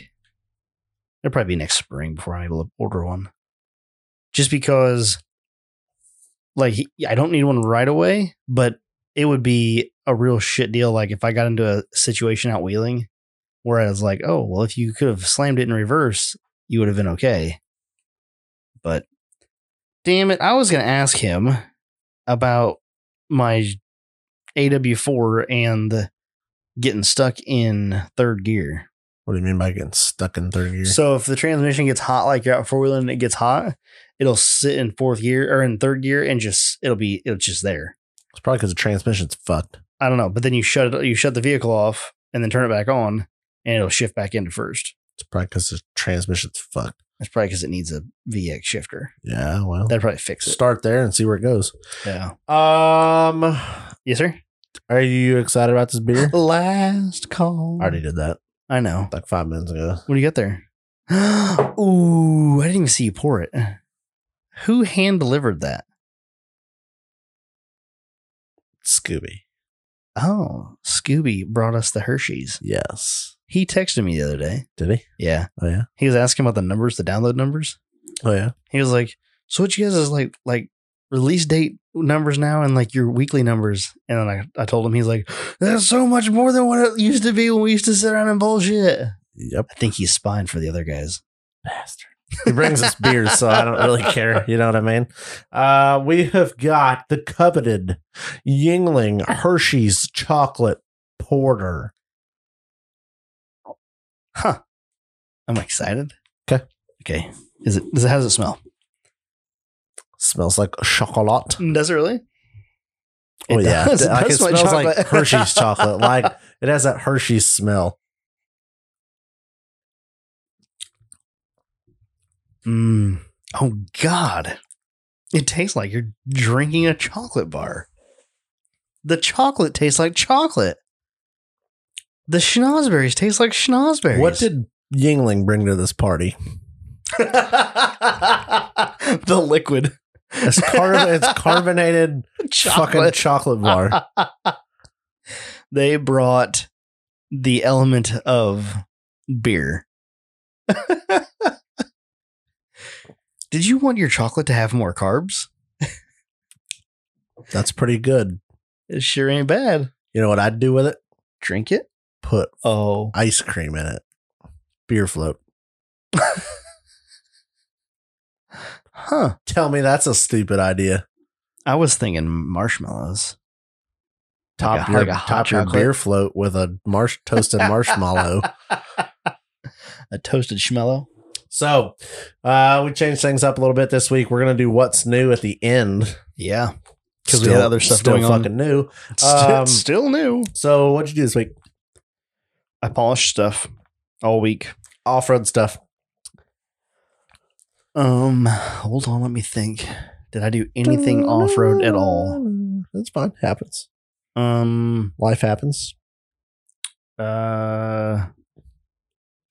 Speaker 1: it'll probably be next spring before I'm able to order one. Just because, like, I don't need one right away, but it would be a real shit deal. Like if I got into a situation out wheeling, where I was like, oh well, if you could have slammed it in reverse, you would have been okay but damn it, I was going to ask him about my AW4 and getting stuck in third gear.
Speaker 2: What do you mean by getting stuck in third gear?
Speaker 1: So if the transmission gets hot, like you're out four wheeling, and it gets hot, it'll sit in fourth gear or in third gear and just it'll be it'll just there.
Speaker 2: it's probably because the transmission's fucked.
Speaker 1: I don't know, but then you shut it, you shut the vehicle off and then turn it back on, and it'll shift back into first.
Speaker 2: It's probably because the transmission's fucked.
Speaker 1: That's probably because it needs a VX shifter.
Speaker 2: Yeah, well,
Speaker 1: That'd probably fix it.
Speaker 2: start there and see where it goes.
Speaker 1: Yeah.
Speaker 2: Um,
Speaker 1: Yes, sir.
Speaker 2: are you excited about this beer?
Speaker 1: Last call.
Speaker 2: I already did that
Speaker 1: I know.
Speaker 2: like five minutes ago.
Speaker 1: What do you got there? Ooh, I didn't even see you pour it. Who hand delivered that?
Speaker 2: Scooby.
Speaker 1: Oh, Scooby brought us the Hershey's.
Speaker 2: Yes.
Speaker 1: He texted me the other day.
Speaker 2: Did he?
Speaker 1: Yeah.
Speaker 2: Oh yeah.
Speaker 1: He was asking about the numbers, the download numbers.
Speaker 2: Oh yeah.
Speaker 1: He was like, So what you guys is like like release date numbers now and like your weekly numbers. And then I, I told him he's like, That's so much more than what it used to be when we used to sit around and bullshit.
Speaker 2: Yep.
Speaker 1: I think he's spying for the other guys.
Speaker 2: Bastard. He brings us beers, so I don't really care. You know what I mean? Uh, we have got the coveted Yingling Hershey's chocolate porter.
Speaker 1: Huh. I'm excited.
Speaker 2: 'Kay.
Speaker 1: Okay. Is it does it how does it smell?
Speaker 2: Smells like chocolate.
Speaker 1: Does it really?
Speaker 2: Oh yeah,
Speaker 1: does.
Speaker 2: like it
Speaker 1: does smell
Speaker 2: smells like
Speaker 1: chocolate.
Speaker 2: Hershey's chocolate. Like it has that Hershey's smell.
Speaker 1: Mm. Oh God, it tastes like you're drinking a chocolate bar. The chocolate tastes like chocolate. The schnozberries taste like schnozberries.
Speaker 2: What did Yingling bring to this party?
Speaker 1: the liquid
Speaker 2: It's, car- it's carbonated fucking
Speaker 1: chocolate?
Speaker 2: chocolate bar.
Speaker 1: they brought the element of beer. did you want your chocolate to have more carbs?
Speaker 2: That's pretty good.
Speaker 1: It sure ain't bad.
Speaker 2: You know what I'd do with it?
Speaker 1: Drink it.
Speaker 2: Put
Speaker 1: Oh,
Speaker 2: ice cream in it. Beer float.
Speaker 1: huh.
Speaker 2: Tell me that's a stupid idea.
Speaker 1: I was thinking marshmallows.
Speaker 2: Top
Speaker 1: Like a-
Speaker 2: your
Speaker 1: like a hot
Speaker 2: top your
Speaker 1: chocolate.
Speaker 2: beer float with a marsh toasted marshmallow.
Speaker 1: A toasted schmellow.
Speaker 2: So, uh, we changed things up a little bit this week. We're gonna do what's new at the end
Speaker 1: Yeah. 'Cause we had
Speaker 2: Still-
Speaker 1: other stuff
Speaker 2: still
Speaker 1: going on.
Speaker 2: fucking new. Um,
Speaker 1: Still, still new.
Speaker 2: So what'd you do this week?
Speaker 1: I polished stuff all week.
Speaker 2: Off road stuff.
Speaker 1: Um, hold on, let me think. Did I do anything off road at all?
Speaker 2: That's fine. Happens.
Speaker 1: Um,
Speaker 2: Life happens.
Speaker 1: uh,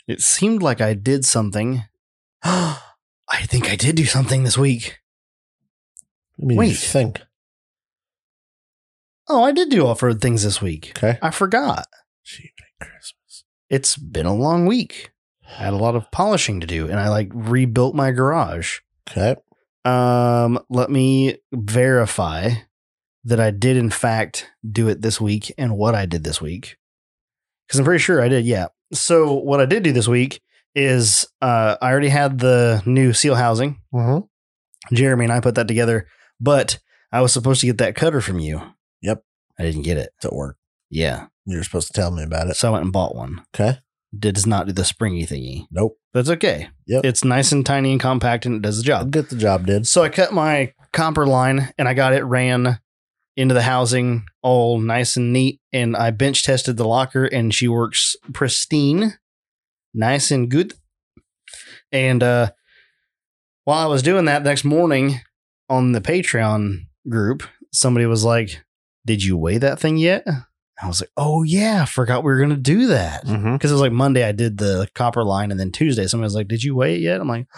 Speaker 1: it seemed like I did something. I think I did do something this week.
Speaker 2: I mean,
Speaker 1: Wait.
Speaker 2: You think.
Speaker 1: Oh, I did do off road things this week.
Speaker 2: Okay.
Speaker 1: I forgot.
Speaker 2: Gee, Merry Christmas.
Speaker 1: it's been a long week. I had a lot of polishing to do and I like rebuilt my garage.
Speaker 2: Okay.
Speaker 1: Um, let me verify that I did in fact do it this week and what I did this week. Cuz I'm pretty sure I did. Yeah. So what I did do this week is uh I already had the new seal housing.
Speaker 2: Mm-hmm.
Speaker 1: Jeremy and I put that together, but I was supposed to get that cutter from you.
Speaker 2: Yep.
Speaker 1: I didn't get it.
Speaker 2: It's at work.
Speaker 1: Yeah.
Speaker 2: You're supposed to tell me about it.
Speaker 1: So I went and bought one.
Speaker 2: Okay.
Speaker 1: Did does not do the springy thingy.
Speaker 2: Nope.
Speaker 1: That's okay.
Speaker 2: Yep.
Speaker 1: It's nice and tiny and compact and it does the
Speaker 2: I'll
Speaker 1: job.
Speaker 2: get the job, dude.
Speaker 1: So I cut my copper line and I got it ran into the housing all nice and neat. And I bench tested the locker and she works pristine, nice and good. And uh While I was doing that next morning on the Patreon group, somebody was like, Did you weigh that thing yet? I was like, Oh, yeah, I forgot we were going to do that.
Speaker 2: Mm-hmm.
Speaker 1: Because it was like Monday, I did the copper line, and then Tuesday, somebody was like, Did you weigh it yet? I'm like,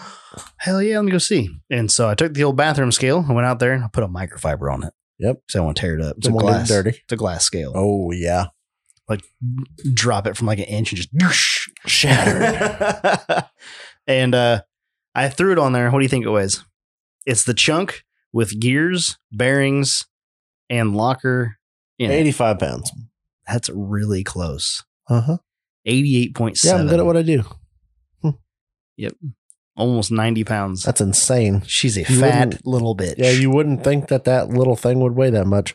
Speaker 1: Hell yeah, let me go see. And so I took the old bathroom scale, I went out there and I put a microfiber on it.
Speaker 2: Yep.
Speaker 1: So I want to tear it up. It's a
Speaker 2: Someone did
Speaker 1: glass.
Speaker 2: dirty.
Speaker 1: It's a glass scale.
Speaker 2: Oh yeah,
Speaker 1: Drop it from like an inch and just shattered. and uh, I threw it on there. What do you think it weighs? It's the chunk with gears, bearings, and locker. In it.
Speaker 2: eighty-five pounds.
Speaker 1: That's really close.
Speaker 2: Uh huh.
Speaker 1: Eighty-eight point
Speaker 2: Yeah,
Speaker 1: seven.
Speaker 2: I'm good at what I do.
Speaker 1: Almost ninety pounds.
Speaker 2: That's insane.
Speaker 1: She's a
Speaker 2: You
Speaker 1: fat
Speaker 2: wouldn't-
Speaker 1: little bitch.
Speaker 2: Yeah, you wouldn't think that that little thing would weigh that much.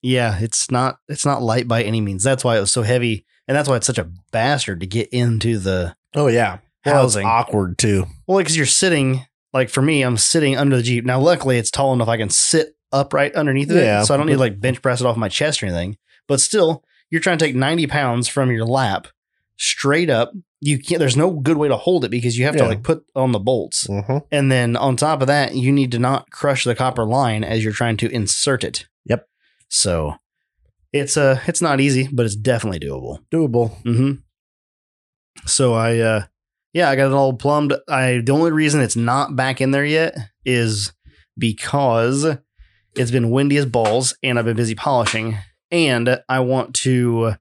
Speaker 1: Yeah, it's not. It's not light by any means. That's why it was so heavy, and that's why it's such a bastard to get into the
Speaker 2: Oh yeah,
Speaker 1: housing.
Speaker 2: awkward too.
Speaker 1: Well, because you're sitting, like for me, I'm sitting under the Jeep. Now, luckily, it's tall enough I can sit upright underneath of
Speaker 2: Yeah.
Speaker 1: it. So I don't need to like bench press it off my chest or anything. But still, you're trying to take 90 pounds from your lap straight up. You can't, there's no good way to hold it because you have
Speaker 2: Yeah.
Speaker 1: to like put on the bolts.
Speaker 2: Mm-hmm.
Speaker 1: And then on top of that, you need to not crush the copper line as you're trying to insert it.
Speaker 2: Yep.
Speaker 1: So it's uh it's not easy, but it's definitely doable.
Speaker 2: Doable.
Speaker 1: hmm So I, uh, yeah, I got it all plumbed. I the only reason it's not back in there yet is because it's been windy as balls, and I've been busy polishing, and I want to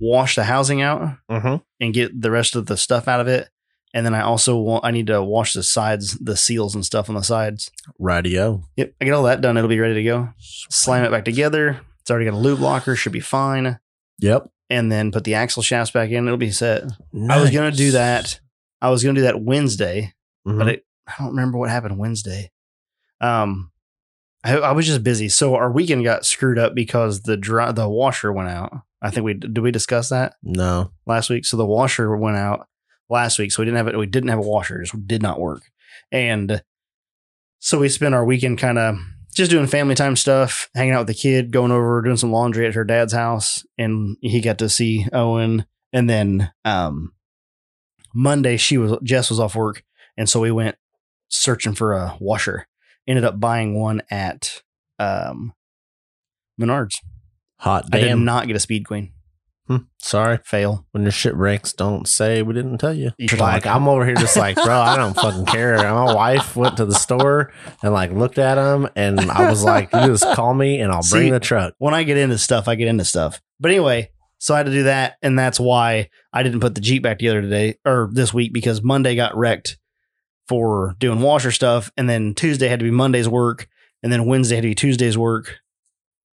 Speaker 1: wash the housing out
Speaker 2: Mm-hmm.
Speaker 1: and get the rest of the stuff out of it, and then I also want I need to wash the sides, the seals and stuff on the sides.
Speaker 2: Radio.
Speaker 1: Yep, I get all that done. It'll be ready to go. Slam it back together. It's already got a lube locker. Should be fine.
Speaker 2: Yep.
Speaker 1: And then put the axle shafts back in. It'll be set. I was gonna do that. I was gonna do that Wednesday,
Speaker 2: Mm-hmm.
Speaker 1: but it, I don't remember what happened Wednesday. Um, I, I was just busy, so our weekend got screwed up because the dry, the washer went out. I think we did we discuss that
Speaker 2: no.
Speaker 1: last week. So the washer went out last week, so we didn't have it. We didn't have a washer; it just did not work. And so we spent our weekend kind of just doing family time stuff, hanging out with the kid, going over doing some laundry at her dad's house, and he got to see Owen. And then um, Monday, she was Jess was off work, and so we went searching for a washer. Ended up buying one at um, Menards.
Speaker 2: Hot
Speaker 1: I did
Speaker 2: damn.
Speaker 1: not get a Speed Queen.
Speaker 2: Hmm. Sorry.
Speaker 1: Fail.
Speaker 2: When your shit breaks, don't say we didn't tell you.
Speaker 1: You
Speaker 2: Like
Speaker 1: dog.
Speaker 2: I'm over here just like, bro, I don't fucking care. And My wife went to the store and like looked at him, and I was like, you just call me and I'll
Speaker 1: See,
Speaker 2: bring the truck.
Speaker 1: when I get into stuff, I get into stuff. But anyway, so I had to do that, and that's why I didn't put the Jeep back together today or this week because Monday got wrecked for doing washer stuff, and then Tuesday had to be Monday's work, and then Wednesday had to be Tuesday's work,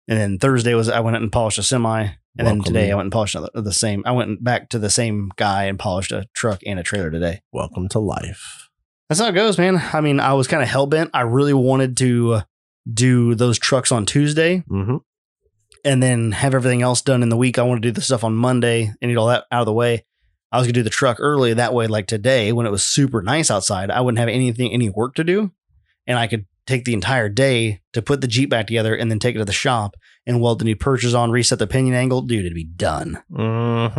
Speaker 1: and then Thursday was I went out and polished a semi, and
Speaker 2: Welcome.
Speaker 1: then today I went and polished another- the same. I went back to the same guy and polished a truck and a trailer today.
Speaker 2: Welcome to life.
Speaker 1: That's how it goes, man. I mean, I was kind of hell bent. I really wanted to do those trucks on Tuesday
Speaker 2: Mm-hmm.
Speaker 1: and then have everything else done in the week. I want to do the stuff on Monday and get all that out of the way. I was gonna do the truck early that way, like today when it was super nice outside, I wouldn't have anything, any work to do, and I could take the entire day to put the Jeep back together and then take it to the shop and weld the new purchase on, reset the pinion angle. Dude, it'd be done.
Speaker 2: Mm-hmm.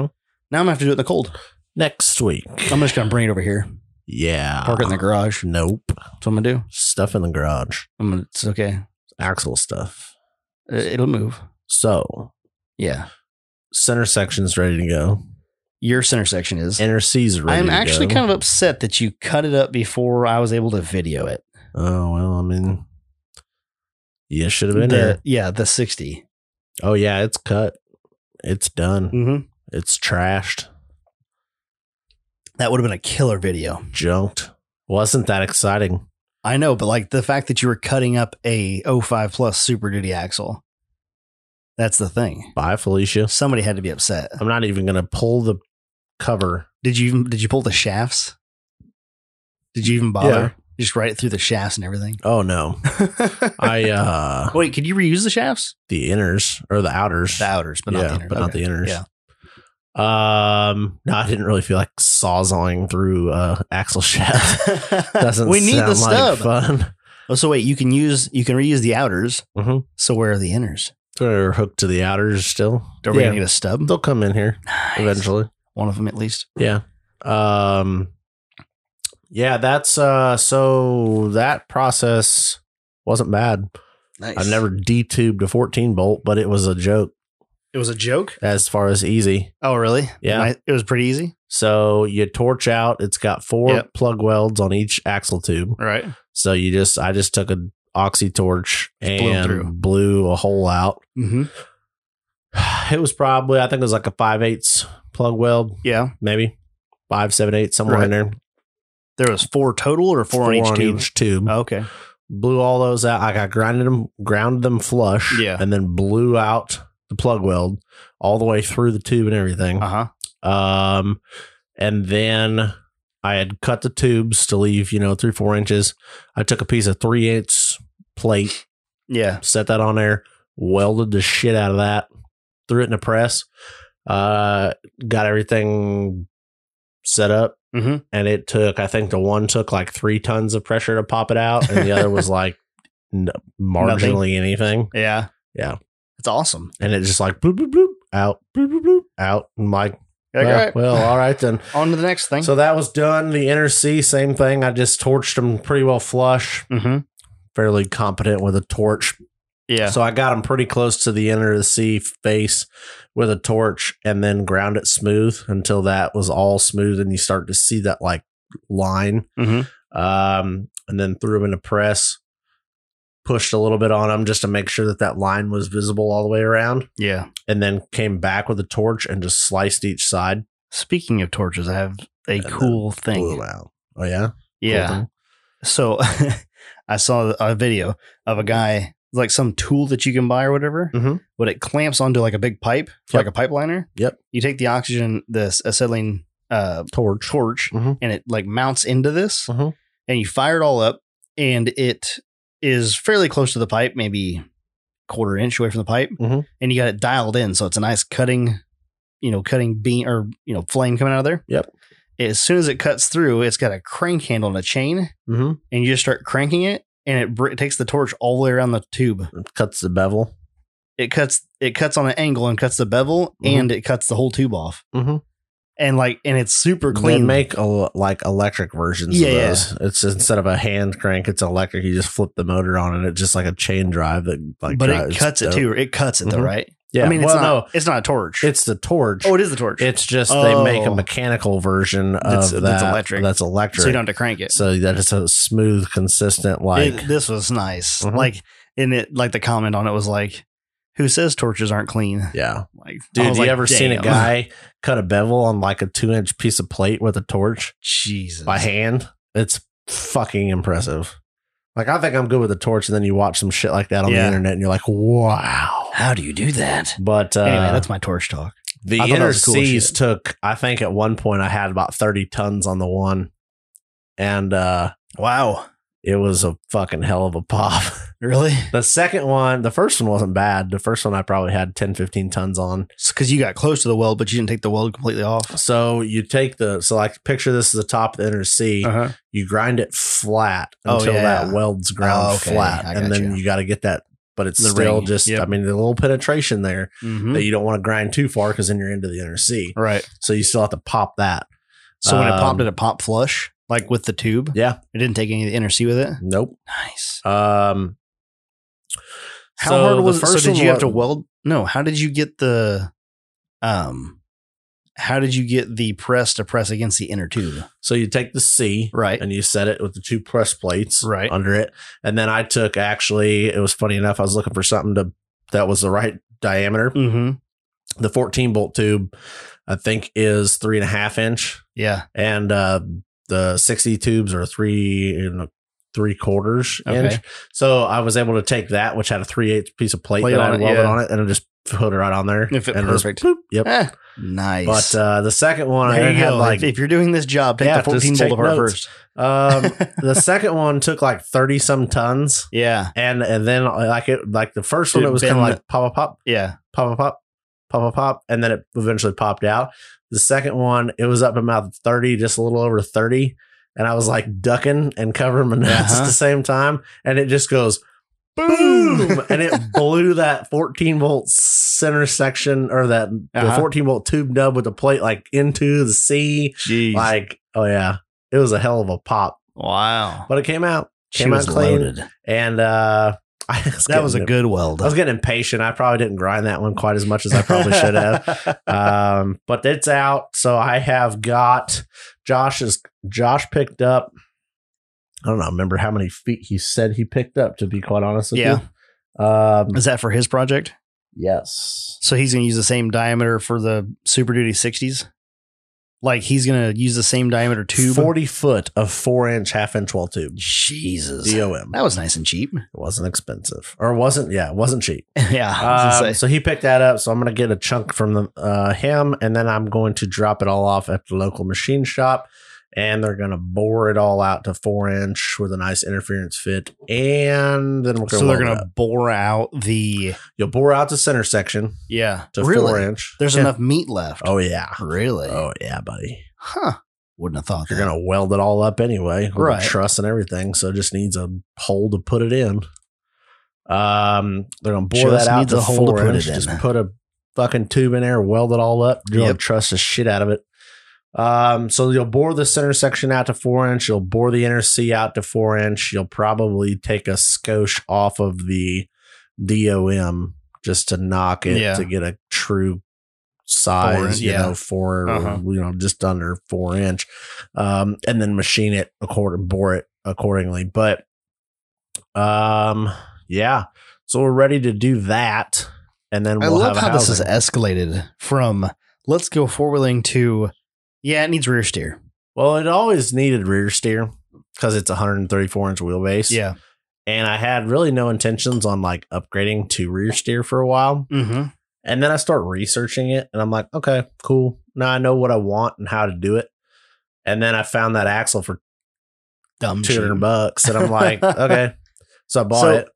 Speaker 1: Now I'm gonna have to do it in the cold.
Speaker 2: Next week.
Speaker 1: I'm just gonna bring it over here,
Speaker 2: Yeah.
Speaker 1: park it in the garage.
Speaker 2: Nope.
Speaker 1: That's what I'm gonna do.
Speaker 2: Stuff in the garage.
Speaker 1: I'm gonna, it's okay.
Speaker 2: Axle stuff.
Speaker 1: It- It'll move.
Speaker 2: So
Speaker 1: Yeah,
Speaker 2: center section's ready to go.
Speaker 1: your center section is.
Speaker 2: Inner C's ready.
Speaker 1: I'm
Speaker 2: to
Speaker 1: actually
Speaker 2: go.
Speaker 1: kind of upset that you cut it up before I was able to video it.
Speaker 2: Oh well, I mean, yeah, should have been
Speaker 1: The-
Speaker 2: there.
Speaker 1: Yeah, the 60.
Speaker 2: Oh yeah, it's cut. It's done.
Speaker 1: Mm-hmm.
Speaker 2: It's trashed.
Speaker 1: That would have been a killer video.
Speaker 2: Junked. Wasn't that exciting?
Speaker 1: I know, but like the fact that you were cutting up a 05 plus Super Duty axle, that's the thing.
Speaker 2: Bye, Felicia.
Speaker 1: Somebody had to be upset.
Speaker 2: I'm not even gonna pull the cover.
Speaker 1: Did you even, did you pull the shafts? Did you even bother? Just right through the shafts and everything.
Speaker 2: Oh no. I uh
Speaker 1: Wait, could you reuse the shafts?
Speaker 2: the inners or the outers.
Speaker 1: The outers, but
Speaker 2: yeah,
Speaker 1: not the inner.
Speaker 2: but not the
Speaker 1: Okay.
Speaker 2: inners.
Speaker 1: Yeah.
Speaker 2: Um no, I didn't really feel like sawzawing through uh axle shaft. Doesn't
Speaker 1: we need
Speaker 2: sound
Speaker 1: the stub.
Speaker 2: like fun.
Speaker 1: oh, so wait, you can use you can reuse the outers.
Speaker 2: Mhm.
Speaker 1: So where are the inners?
Speaker 2: They're hooked to the outers still.
Speaker 1: Are we
Speaker 2: Yeah,
Speaker 1: gonna get a stub?
Speaker 2: they'll come in here
Speaker 1: Nice.
Speaker 2: eventually.
Speaker 1: One of them at least.
Speaker 2: Yeah. Um Yeah, that's uh so that process wasn't bad.
Speaker 1: Nice.
Speaker 2: I've never detubed a 14 bolt, but it was a joke
Speaker 1: It was a joke.
Speaker 2: as far as easy.
Speaker 1: Oh, really?
Speaker 2: Yeah.
Speaker 1: Ni- it was pretty easy.
Speaker 2: So you torch out, it's got four
Speaker 1: Yep.
Speaker 2: plug welds on each axle tube.
Speaker 1: Right.
Speaker 2: So you just I just took an oxy torch
Speaker 1: Just blew 'em
Speaker 2: and
Speaker 1: through.
Speaker 2: blew a hole out.
Speaker 1: Mm-hmm.
Speaker 2: It was probably I think it was like a five eighths plug weld,
Speaker 1: Yeah.
Speaker 2: maybe five, seven, eight, somewhere in there.
Speaker 1: There was four total or four, on each tube.
Speaker 2: tube.
Speaker 1: Oh, okay.
Speaker 2: blew all those out. Like I grinded them, ground them flush,
Speaker 1: Yeah.
Speaker 2: and then blew out the plug weld all the way through the tube and everything.
Speaker 1: Uh huh.
Speaker 2: Um, and then I had cut the tubes to leave, you know, three four inches. I took a piece of three inch plate,
Speaker 1: Yeah.
Speaker 2: set that on there, welded the shit out of that, threw it in a press, uh, got everything set up.
Speaker 1: Mhm.
Speaker 2: And it took, I think the one took like three tons of pressure to pop it out, and the other was like n- marginally anything.
Speaker 1: Yeah.
Speaker 2: Yeah.
Speaker 1: It's awesome.
Speaker 2: And it just like bloop, bloop, bloop, out, bloop, bloop, bloop, out. And like,
Speaker 1: You're like,
Speaker 2: well,
Speaker 1: all right.
Speaker 2: well, all right then.
Speaker 1: On to the next thing.
Speaker 2: So that was done. The inner C, same thing. I just torched them pretty well flush.
Speaker 1: mm-hmm.
Speaker 2: Fairly competent with a torch.
Speaker 1: Yeah.
Speaker 2: So I got them pretty close to the inner C face with a torch, and then ground it smooth until that was all smooth, and you start to see that like line.
Speaker 1: Mhm.
Speaker 2: Um, and then threw them in a press, pushed a little bit on them just to make sure that that line was visible all the way around,
Speaker 1: yeah.
Speaker 2: and then came back with a torch and just sliced each side.
Speaker 1: Speaking of torches, I have a
Speaker 2: then
Speaker 1: cool
Speaker 2: Blew
Speaker 1: thing.
Speaker 2: 'em out. Oh yeah,
Speaker 1: Yeah.
Speaker 2: Cool thing.
Speaker 1: So I saw a video of a guy, like some tool that you can buy or whatever,
Speaker 2: Mhm.
Speaker 1: but it clamps onto like a big pipe,
Speaker 2: Yep.
Speaker 1: like a pipeliner.
Speaker 2: Yep.
Speaker 1: You take the oxygen, this acetylene uh,
Speaker 2: torch.
Speaker 1: torch,
Speaker 2: Mhm.
Speaker 1: and it like mounts into this,
Speaker 2: Mhm.
Speaker 1: and you fire it all up, and it is fairly close to the pipe, maybe quarter inch away from the pipe,
Speaker 2: Mhm.
Speaker 1: and you got it dialed in, so it's a nice cutting, you know, cutting beam or you know flame coming out of there.
Speaker 2: Yep.
Speaker 1: As soon as it cuts through, it's got a crank handle and a chain
Speaker 2: Mm-hmm.
Speaker 1: and you just start cranking it and it, br- it takes the torch all the way around the tube
Speaker 2: cuts the bevel.
Speaker 1: it cuts it cuts on an angle and cuts the bevel
Speaker 2: Mhm.
Speaker 1: and it cuts the whole tube off
Speaker 2: Mhm.
Speaker 1: and like and it's super
Speaker 2: Clean.
Speaker 1: clean
Speaker 2: make el- like electric versions
Speaker 1: Yeah,
Speaker 2: of
Speaker 1: yeah.
Speaker 2: those. It's instead of a hand crank, it's electric. You just flip the motor on, and it's just like a chain drive that like.
Speaker 1: but
Speaker 2: drives
Speaker 1: it cuts it
Speaker 2: dope.
Speaker 1: too it cuts it though
Speaker 2: Mhm.
Speaker 1: right
Speaker 2: Yeah,
Speaker 1: i mean it's
Speaker 2: well,
Speaker 1: not it's not a torch
Speaker 2: no, it's the torch.
Speaker 1: oh it is the torch
Speaker 2: it's just
Speaker 1: Oh.
Speaker 2: they make a mechanical version of
Speaker 1: That's-
Speaker 2: that.
Speaker 1: that's electric.
Speaker 2: That's electric.
Speaker 1: so you don't have to crank it
Speaker 2: So that it's a smooth, consistent like.
Speaker 1: It- this was nice
Speaker 2: Mhm.
Speaker 1: like and it like the comment on it was like who says torches aren't clean
Speaker 2: yeah,
Speaker 1: like I
Speaker 2: dude.
Speaker 1: was
Speaker 2: You
Speaker 1: like,
Speaker 2: ever seen a
Speaker 1: "Damn."
Speaker 2: guy cut a bevel on like a two-inch piece of plate with a torch?
Speaker 1: jesus
Speaker 2: by hand. It's fucking impressive. Like I think I'm good with a torch, and then you watch some shit like that on the
Speaker 1: Yeah.
Speaker 2: internet, and you're like, wow.
Speaker 1: how do you do that
Speaker 2: But uh,
Speaker 1: anyway that's my torch talk
Speaker 2: the
Speaker 1: I thought that
Speaker 2: inner
Speaker 1: was cool
Speaker 2: C's
Speaker 1: shit.
Speaker 2: took. I think at one point I had about 30 tons on the one, and uh,
Speaker 1: wow
Speaker 2: it was a fucking hell of a pop.
Speaker 1: really
Speaker 2: the second one, the first one wasn't bad. The first one I probably had 10, 15 tons on.
Speaker 1: because you got close to the weld, but you didn't take the weld completely off.
Speaker 2: So you take the so like picture this is the top of the inner C.
Speaker 1: Uh-huh.
Speaker 2: you grind it flat
Speaker 1: Oh,
Speaker 2: until
Speaker 1: yeah,
Speaker 2: that
Speaker 1: yeah.
Speaker 2: welds ground
Speaker 1: Oh, okay.
Speaker 2: flat,
Speaker 1: I
Speaker 2: and then
Speaker 1: gotcha.
Speaker 2: you got to get that. But it's
Speaker 1: The
Speaker 2: still
Speaker 1: ring.
Speaker 2: just,
Speaker 1: Yep.
Speaker 2: I mean, a little penetration there
Speaker 1: Mhm.
Speaker 2: that you don't want to grind too far because then you're into the inner C.
Speaker 1: Right.
Speaker 2: So you still have to pop that.
Speaker 1: So when it
Speaker 2: Um,
Speaker 1: popped, did it pop flush like with the tube?
Speaker 2: Yeah.
Speaker 1: It didn't take any of the inner C with it.
Speaker 2: Nope.
Speaker 1: Nice.
Speaker 2: Um,
Speaker 1: How
Speaker 2: so
Speaker 1: hard
Speaker 2: the
Speaker 1: was it? So
Speaker 2: first
Speaker 1: did
Speaker 2: one
Speaker 1: you have to
Speaker 2: wa-
Speaker 1: weld? No. How did you get the, um, how did you get the press to press against the inner tube?
Speaker 2: So you take the C
Speaker 1: Right.
Speaker 2: and you set it with the two press plates
Speaker 1: Right.
Speaker 2: under it, and then I took actually, it was funny enough, I was looking for something to that was the right diameter.
Speaker 1: Mm-hmm.
Speaker 2: The 14 bolt tube, I think, is three and a half inch.
Speaker 1: Yeah.
Speaker 2: and uh, the 60 tubes are three and three quarters
Speaker 1: Okay.
Speaker 2: inch. So I was able to take that, which had a three eighths piece of plate,
Speaker 1: Plate
Speaker 2: that I
Speaker 1: on it,
Speaker 2: welded
Speaker 1: yeah.
Speaker 2: on it, and I just put it right on there.
Speaker 1: It fit
Speaker 2: and just
Speaker 1: perfect.
Speaker 2: boop, yep.
Speaker 1: Eh, nice.
Speaker 2: But uh, the second one, I
Speaker 1: there
Speaker 2: didn't
Speaker 1: you
Speaker 2: have
Speaker 1: go.
Speaker 2: like
Speaker 1: if, if you're doing this job, take
Speaker 2: Yeah,
Speaker 1: the 14 bolt
Speaker 2: just take
Speaker 1: apart
Speaker 2: notes.
Speaker 1: first.
Speaker 2: um, the second one took like thirty some tons,
Speaker 1: yeah.
Speaker 2: and and then uh, like it like the first
Speaker 1: Dude,
Speaker 2: one, it was kind of
Speaker 1: bend
Speaker 2: like pop pop pop
Speaker 1: Yeah.
Speaker 2: pop pop pop pop pop pop, and then it eventually popped out. The second one, it was up about thirty, just a little over thirty, and I was like ducking and covering my nuts
Speaker 1: Uh-huh.
Speaker 2: at the same time, and it just goes boom, and it blew that fourteen volt center section or that the
Speaker 1: Uh-huh.
Speaker 2: fourteen volt tube nub with the plate like into the sea.
Speaker 1: Jeez.
Speaker 2: Like, oh yeah, It was a hell of a pop,
Speaker 4: Wow.
Speaker 2: but it came out.
Speaker 4: She
Speaker 2: Came out
Speaker 4: was
Speaker 2: clean.
Speaker 4: loaded.
Speaker 2: And uh, I
Speaker 4: That was a
Speaker 2: good.
Speaker 4: good weld.
Speaker 2: I was getting impatient. I probably didn't grind that one quite as much as I probably should have. um, but it's out. So I have got Josh is Josh picked up. I don't know, remember how many feet he said he picked up, to be quite honest with
Speaker 1: Yeah.
Speaker 2: you. Um,
Speaker 1: Is that for his project?
Speaker 2: yes.
Speaker 1: So he's going to use the same diameter for the Super Duty 60s? Like he's going to use the same diameter tube?
Speaker 2: 40 foot of four inch, half inch well tube.
Speaker 1: Jesus.
Speaker 2: DOM. It
Speaker 1: That was nice and cheap.
Speaker 2: wasn't expensive. Or wasn't, yeah, it wasn't cheap.
Speaker 1: yeah. I was gonna
Speaker 2: Um,
Speaker 1: say.
Speaker 2: so he picked that up. So I'm going to get a chunk from the, uh, him, and then I'm going to drop it all off at the local machine shop, and they're going to bore it all out to four inch with a nice interference fit, and then we're going to.
Speaker 1: So they're going to bore out the.
Speaker 2: you'll bore out the center section
Speaker 1: Yeah.
Speaker 2: to four
Speaker 1: really?
Speaker 2: inch.
Speaker 1: There's
Speaker 2: Yeah.
Speaker 1: enough meat left.
Speaker 2: Oh yeah.
Speaker 1: Really?
Speaker 2: Oh yeah, buddy.
Speaker 1: Huh. Wouldn't have thought
Speaker 2: You're
Speaker 1: that.
Speaker 2: going to weld it all up anyway, with
Speaker 1: Right.
Speaker 2: right? Truss and everything. So it just needs a hole to put it in. Um, they're going to bore
Speaker 1: Just
Speaker 2: that out
Speaker 1: needs
Speaker 2: to
Speaker 1: a hole to
Speaker 2: four
Speaker 1: put it
Speaker 2: inch.
Speaker 1: in.
Speaker 2: Just put a fucking tube in there, weld it all up, drill
Speaker 1: Yep.
Speaker 2: and truss the shit out of it. Um, so you'll bore the center section out to four inch. You'll bore the inner C out to four inch. You'll probably take a skosh off of the DOM just to knock it
Speaker 1: Yeah.
Speaker 2: to get a true size,
Speaker 1: Four inch,
Speaker 2: you
Speaker 1: yeah.
Speaker 2: know, 4
Speaker 1: Uh-huh.
Speaker 2: you know, just under four inch, um, and then machine it according, bore it accordingly. But, um, yeah, so we're ready to do that, and then
Speaker 1: I
Speaker 2: we'll
Speaker 1: love
Speaker 2: have a
Speaker 1: how this
Speaker 2: housing.
Speaker 1: has escalated from let's go four wheeling to yeah, it needs rear steer.
Speaker 2: Well, it always needed rear steer because it's 134 inch wheelbase.
Speaker 1: Yeah.
Speaker 2: and I had really no intentions on like upgrading to rear steer for a while.
Speaker 1: Mm-hmm.
Speaker 2: And then I start researching it and I'm like, okay, cool. Now I know what I want and how to do it. And then I found that axle for
Speaker 1: Dumb
Speaker 2: two hundred
Speaker 1: shit.
Speaker 2: bucks, and I'm like, okay. So I bought
Speaker 1: So,
Speaker 2: it.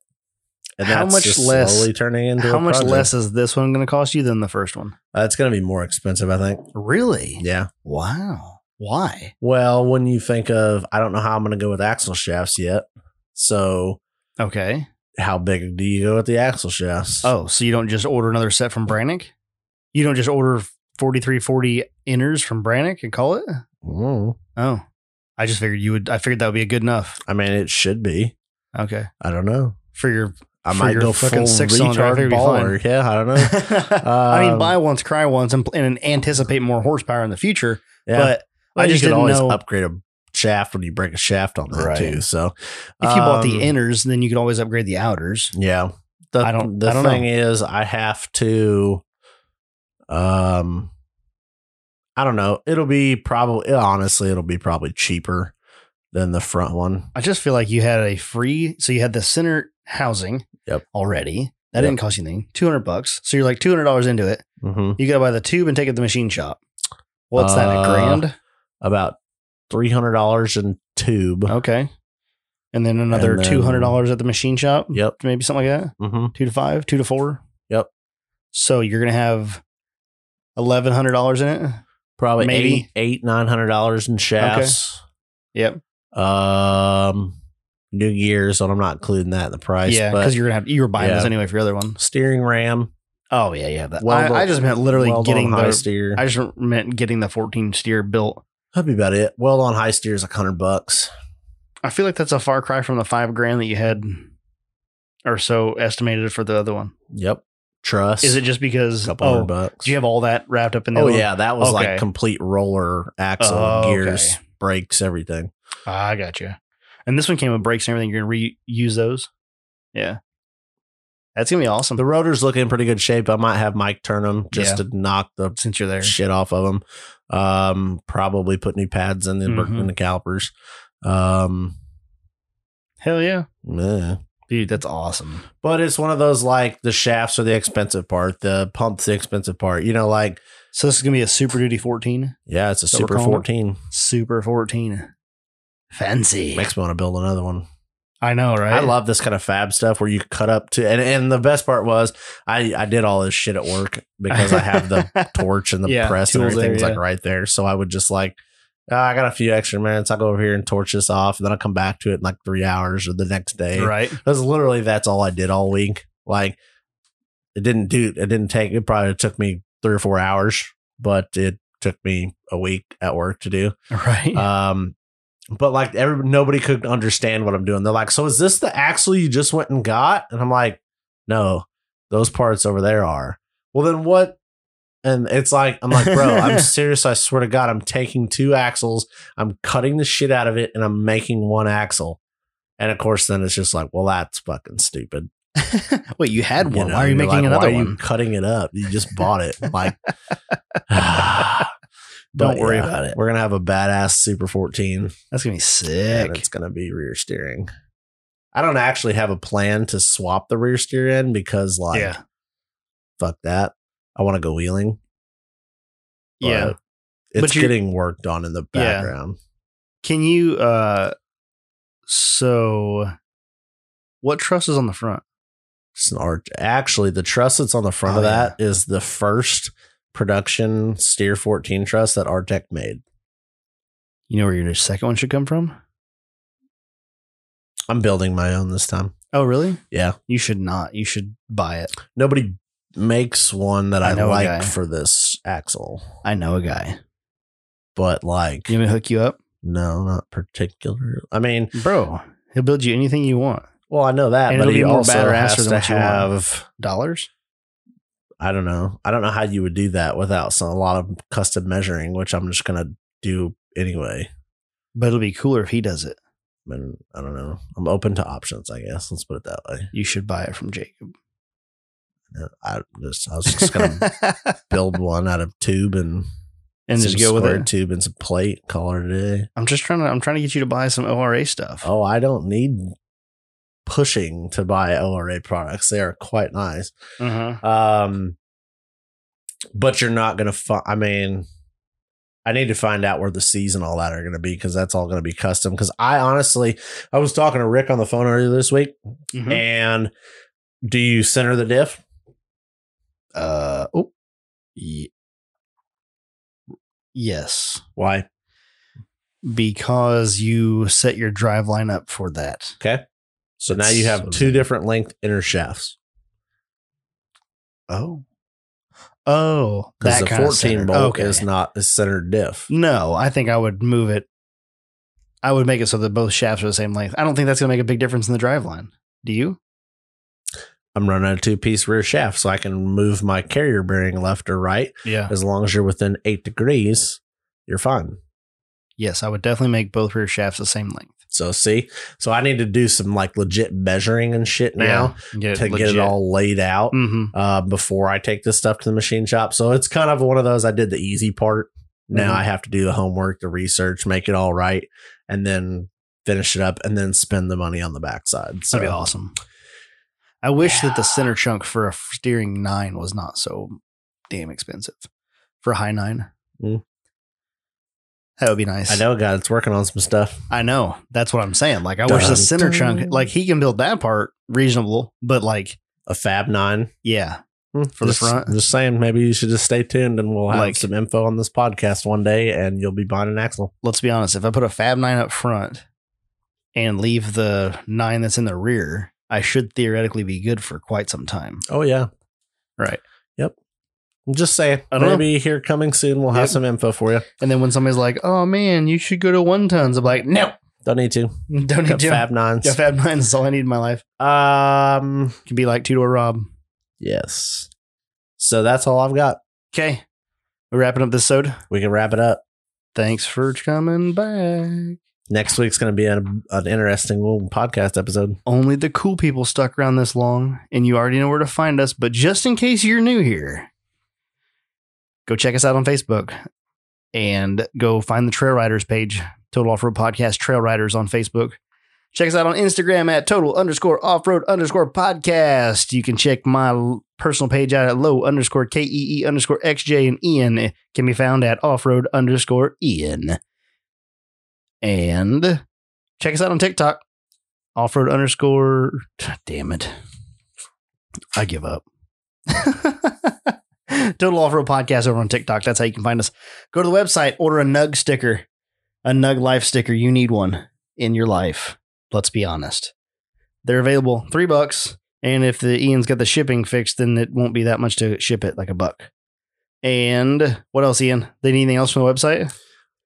Speaker 2: And
Speaker 1: how
Speaker 2: that's
Speaker 1: much
Speaker 2: just
Speaker 1: less-
Speaker 2: Slowly turning into
Speaker 1: How
Speaker 2: a
Speaker 1: much
Speaker 2: project.
Speaker 1: less is this one going to cost you than the first one?
Speaker 2: Uh, it's going to be more expensive, I think.
Speaker 1: Really?
Speaker 2: Yeah.
Speaker 1: Wow. Why?
Speaker 2: Well, when you think of, I don't know how I'm going to go with axle shafts yet. So
Speaker 1: Okay.
Speaker 2: how big do you go with the axle shafts?
Speaker 1: Oh, so you don't just order another set from Brannick? You don't just order 4340 inners from Brannick and call it?
Speaker 2: Mm.
Speaker 1: Oh. I just figured you would I figured that would be good enough.
Speaker 2: I mean, it should be.
Speaker 1: Okay.
Speaker 2: I don't know.
Speaker 1: For your
Speaker 2: I
Speaker 1: For
Speaker 2: might
Speaker 1: your
Speaker 2: go
Speaker 1: fucking
Speaker 2: full
Speaker 1: six-cylinder, I think
Speaker 2: retard
Speaker 1: it'd be
Speaker 2: baller. Yeah, I don't know.
Speaker 1: I mean
Speaker 2: Um,
Speaker 1: buy once, cry once and, and anticipate more horsepower in the future,
Speaker 2: Yeah.
Speaker 1: but I
Speaker 2: you
Speaker 1: just
Speaker 2: could
Speaker 1: didn't
Speaker 2: always
Speaker 1: know-
Speaker 2: upgrade a shaft when you break a shaft on that
Speaker 1: Right.
Speaker 2: too. So
Speaker 1: If you bought the
Speaker 2: um,
Speaker 1: inners, then you could always upgrade the outers.
Speaker 2: Yeah. The,
Speaker 1: I don't-
Speaker 2: The
Speaker 1: I don't
Speaker 2: thing is, I have to. Um, I don't know. It'll be probably honestly, it'll be probably cheaper than the front one.
Speaker 1: I just feel like you had a free, so you had the center housing
Speaker 2: Yep.
Speaker 1: already. That
Speaker 2: Yep.
Speaker 1: didn't cost you anything, two hundred bucks. So you're like two hundred dollars into it.
Speaker 2: Mm-hmm.
Speaker 1: You got to buy the tube and take it to the machine shop. What's that? A
Speaker 2: Uh,
Speaker 1: grand?
Speaker 2: About three hundred dollars in tube.
Speaker 1: Okay. And then another
Speaker 2: and then-
Speaker 1: two hundred dollars at the machine shop.
Speaker 2: Yep.
Speaker 1: maybe something like that.
Speaker 2: Mm-hmm.
Speaker 1: Two to five, two to four.
Speaker 2: Yep.
Speaker 1: So you're gonna have eleven hundred dollars in it.
Speaker 2: Probably
Speaker 1: Maybe.
Speaker 2: eight, eight nine hundred dollars in shafts.
Speaker 1: Yep.
Speaker 2: Um, new gears, so I'm not including that in the price.
Speaker 1: yeah,
Speaker 2: but
Speaker 1: because you're gonna have you were buying this
Speaker 2: Yeah.
Speaker 1: anyway for your other one.
Speaker 2: steering ram.
Speaker 1: Oh yeah, yeah. That,
Speaker 2: Weld
Speaker 1: I, I
Speaker 2: on-
Speaker 1: just meant literally
Speaker 2: weld on
Speaker 1: getting
Speaker 2: high
Speaker 1: the.
Speaker 2: steer.
Speaker 1: I just meant getting the 14 steer built.
Speaker 2: That'd be about it. Well, on high steer is like hundred bucks.
Speaker 1: I feel like that's a far cry from the five grand that you had or so estimated for the other one.
Speaker 2: Yep. Truss
Speaker 1: Is it just
Speaker 2: a
Speaker 1: because
Speaker 2: couple
Speaker 1: oh,
Speaker 2: hundred bucks?
Speaker 1: do you have all that wrapped up in the
Speaker 2: oh
Speaker 1: other one?
Speaker 2: yeah, that was
Speaker 1: Okay.
Speaker 2: like complete roller axle,
Speaker 1: Oh,
Speaker 2: gears,
Speaker 1: okay.
Speaker 2: brakes, everything.
Speaker 1: Ah, I got you. And this one came with brakes and everything. You're gonna reuse those. Yeah, that's gonna be awesome.
Speaker 2: The rotor's look in pretty good shape. I might have Mike turn them just
Speaker 1: Yeah.
Speaker 2: to knock the
Speaker 1: since you're there,
Speaker 2: shit off of them. Um, probably put new pads in the
Speaker 1: Mhm.
Speaker 2: in the calipers. Um,
Speaker 1: hell yeah,
Speaker 2: meh.
Speaker 1: dude, that's awesome.
Speaker 2: but it's one of those like the shafts are the expensive part, the pump's the expensive part. You know, like
Speaker 1: So this is gonna be a Super Duty 14,
Speaker 2: yeah, it's a
Speaker 1: So we're
Speaker 2: super
Speaker 1: calling it-
Speaker 2: fourteen.
Speaker 1: Super 14, fancy.
Speaker 2: Makes me want to build another one.
Speaker 1: I know, right?
Speaker 2: I love this kind of fab stuff where you cut up to and, and the best part was I, I did all this shit at work because I have the torch and the
Speaker 1: Yeah,
Speaker 2: press and
Speaker 1: tools there,
Speaker 2: everything's
Speaker 1: yeah.
Speaker 2: like right there. So I would just like "Ah, I got a few extra minutes. I'll go over here and torch this off and then I'll come back to it in like three hours or the next day.
Speaker 1: right.
Speaker 2: That's literally that's all I did all week. Like it didn't do it didn't take it probably took me three or four hours, but it took me a week at work to do.
Speaker 1: Right.
Speaker 2: Um, but like every nobody could understand what I'm doing. They're like, "So is this the axle you just went and got?" And I'm like, "No, those parts over there are." Well, then what? And it's like I'm like, "Bro, I'm serious. I swear to God, I'm taking two axles. I'm cutting the shit out of it, and I'm making one axle." And of course, then it's just like, "Well, that's fucking stupid."
Speaker 1: Wait, you had one.
Speaker 2: You know,
Speaker 1: why are you
Speaker 2: you're
Speaker 1: making
Speaker 2: like,
Speaker 1: another
Speaker 2: why Are you
Speaker 1: one?
Speaker 2: cutting it up. You just bought it. Like,
Speaker 1: Don't
Speaker 2: but
Speaker 1: worry
Speaker 2: yeah,
Speaker 1: about it.
Speaker 2: We're gonna have a badass Super 14.
Speaker 1: That's gonna be
Speaker 2: and
Speaker 1: sick.
Speaker 2: it's going to be rear steering. I don't actually have a plan to swap the rear steer in because, like,
Speaker 1: yeah,
Speaker 2: fuck that. I want to go wheeling. but
Speaker 1: yeah.
Speaker 2: It's
Speaker 1: But you-
Speaker 2: getting worked on in the
Speaker 1: Yeah.
Speaker 2: background.
Speaker 1: Can you? uh So, what truss is on the front?
Speaker 2: It's an arch. Actually, the truss that's on the front
Speaker 1: Oh,
Speaker 2: of that is the first production steer 14 truss that Artec made.
Speaker 1: You know where your second one should come from?
Speaker 2: I'm building my own this time.
Speaker 1: Oh, really?
Speaker 2: Yeah.
Speaker 1: You should not. You should buy it.
Speaker 2: Nobody makes one that
Speaker 1: I
Speaker 2: I,
Speaker 1: know a guy.
Speaker 2: like for this axle,
Speaker 1: I know a guy.
Speaker 2: but like,
Speaker 1: You want me to hook you up,
Speaker 2: no, not particular. I mean,
Speaker 1: bro? He'll build you anything you want.
Speaker 2: Well, I know that,
Speaker 1: And
Speaker 2: but
Speaker 1: it'll
Speaker 2: he
Speaker 1: be more
Speaker 2: also
Speaker 1: badder
Speaker 2: has
Speaker 1: asser than
Speaker 2: to
Speaker 1: what you want.
Speaker 2: have.
Speaker 1: Dollars?
Speaker 2: I don't know. I don't know how you would do that without some, a lot of custom measuring, which I'm just gonna do anyway.
Speaker 1: But it'll be cooler if he does it.
Speaker 2: I mean, I don't know. I'm open to options. I guess let's put it that way.
Speaker 1: You should buy it from Jacob.
Speaker 2: I just I was just gonna build one out of tube and
Speaker 1: and just
Speaker 2: some
Speaker 1: go with
Speaker 2: square
Speaker 1: it.
Speaker 2: Tube and some plate. Call it a day.
Speaker 1: I'm just trying to. I'm trying to get you to buy some ORA stuff.
Speaker 2: Oh, I don't need pushing to buy ORA products. They are quite nice.
Speaker 1: Uh-huh.
Speaker 2: Um, but you're not gonna. Fi- I mean, I need to find out where the C's and all that are gonna be because that's all gonna be custom. Because I honestly, I was talking to Rick on the phone earlier this week,
Speaker 1: Mhm.
Speaker 2: and do you center the diff?
Speaker 1: Uh oh. Ye- yes,
Speaker 2: Why?
Speaker 1: because you set your drive line up for that.
Speaker 2: Okay. So now
Speaker 1: That's
Speaker 2: you have
Speaker 1: so
Speaker 2: two
Speaker 1: bad.
Speaker 2: different length inner shafts
Speaker 1: Oh. Oh,
Speaker 2: because
Speaker 1: that
Speaker 2: the
Speaker 1: kind of
Speaker 2: 14
Speaker 1: center.
Speaker 2: bolt
Speaker 1: Okay.
Speaker 2: is not a centered diff.
Speaker 1: No, I think I would move it. I would make it so that both shafts are the same length. I don't think that's going to make a big difference in the drive line. Do you?
Speaker 2: I'm running a two piece rear shaft, so I can move my carrier bearing left or right
Speaker 1: Yeah.
Speaker 2: as long as you're within eight degrees. You're fine.
Speaker 1: Yes, I would definitely make both rear shafts the same length.
Speaker 2: So see, so I need to do some like legit measuring and shit now
Speaker 1: Yeah, get it
Speaker 2: to get
Speaker 1: legit.
Speaker 2: it all laid out
Speaker 1: Mhm.
Speaker 2: uh, before I take this stuff to the machine shop. So it's kind of one of those I did the easy part. Now
Speaker 1: Mhm.
Speaker 2: I have to do the homework, the research, make it all right, and then finish it up, and then spend the money on the backside. So
Speaker 1: That'd be awesome. I wish that the center chunk for a steering nine was not so damn expensive for a high nine.
Speaker 2: Mm.
Speaker 1: That would be nice.
Speaker 2: I know, God, it's working on some stuff.
Speaker 1: I know. That's what I'm saying. Like, I wish the
Speaker 2: Dun,
Speaker 1: center chunk,
Speaker 2: dun.
Speaker 1: like, he can build that part reasonable, but like,
Speaker 2: A Fab Nine hmm,
Speaker 1: yeah,
Speaker 2: for
Speaker 1: the front?
Speaker 2: Just saying, maybe you should just stay tuned, and we'll have
Speaker 1: Like-
Speaker 2: some info on this podcast one day, and you'll be buying an axle.
Speaker 1: let's be honest. If I put a Fab nine up front and leave the nine that's in the rear, I should theoretically be good for quite some time.
Speaker 2: Oh yeah.
Speaker 1: Right.
Speaker 2: Yep. I'm just saying.
Speaker 1: I don't know.
Speaker 2: Maybe here coming soon we'll have
Speaker 1: Yep.
Speaker 2: some info for you.
Speaker 1: And then when somebody's like, oh man, you should go to one tons, I'm like, no,
Speaker 2: Don't need to.
Speaker 1: don't need
Speaker 2: Got
Speaker 1: to.
Speaker 2: Fab nines.
Speaker 1: Yeah, Fab Nine is all I need in my life.
Speaker 2: Um
Speaker 1: Could be like two door Rob.
Speaker 2: yes. So that's all I've got.
Speaker 1: Okay. We're wrapping up this episode.
Speaker 2: We can wrap it up.
Speaker 1: Thanks for coming back.
Speaker 2: Next week's gonna be an, an interesting little podcast episode.
Speaker 1: Only the cool people stuck around this long, and you already know where to find us. But just in case you're new here, go check us out on Facebook and go find the Trail Riders page, Total Off Road Podcast Trail Riders on Facebook. Check us out on Instagram at total underscore off road underscore podcast. You can check my l- personal page out at low underscore K E E underscore X J and Ian can be found at off road underscore Ian. And check us out on TikTok, off road underscore. Damn it. I give up. total off road podcast over on TikTok. That's how you can find us. Go to the website, order a Nug sticker, a Nug Life sticker. You need one in your life let's be honest. They're available three bucks. And if the Ian's got the shipping fixed, then it won't be that much to ship it like a buck. And what else, Ian? They need anything else from the website?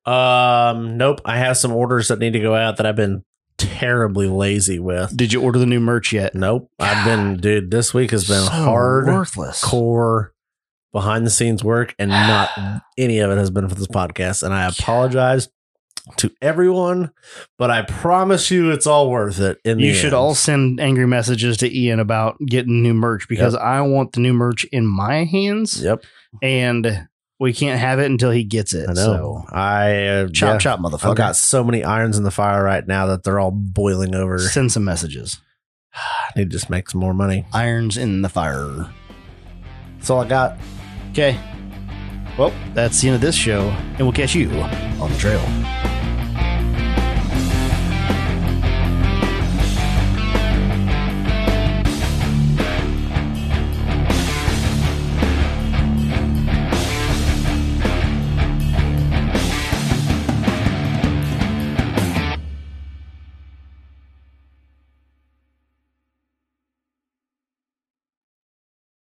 Speaker 2: Um, nope. I have some orders that need to go out that I've been terribly lazy with.
Speaker 1: Did you order the new merch yet?
Speaker 2: Nope. I've been, dude, this week has been
Speaker 1: So
Speaker 2: hard
Speaker 1: worthless.
Speaker 2: core behind the scenes work, and not any of it has been for this podcast. And I apologize to everyone, but I promise you it's all worth it. In the
Speaker 1: You should
Speaker 2: end.
Speaker 1: all send angry messages to Ian about getting new merch because I want the new merch in my hands
Speaker 2: Yep.
Speaker 1: and we can't have it until he gets it.
Speaker 2: I know.
Speaker 1: So
Speaker 2: I uh,
Speaker 1: chop
Speaker 2: yeah,
Speaker 1: chop
Speaker 2: I've
Speaker 1: motherfucker.
Speaker 2: got so many irons in the fire right now that they're all boiling over.
Speaker 1: Send some messages.
Speaker 2: I need to just make some more money.
Speaker 1: Irons in the fire.
Speaker 2: That's all I got.
Speaker 1: Okay. Well, that's the end of this show, and we'll catch you on the trail.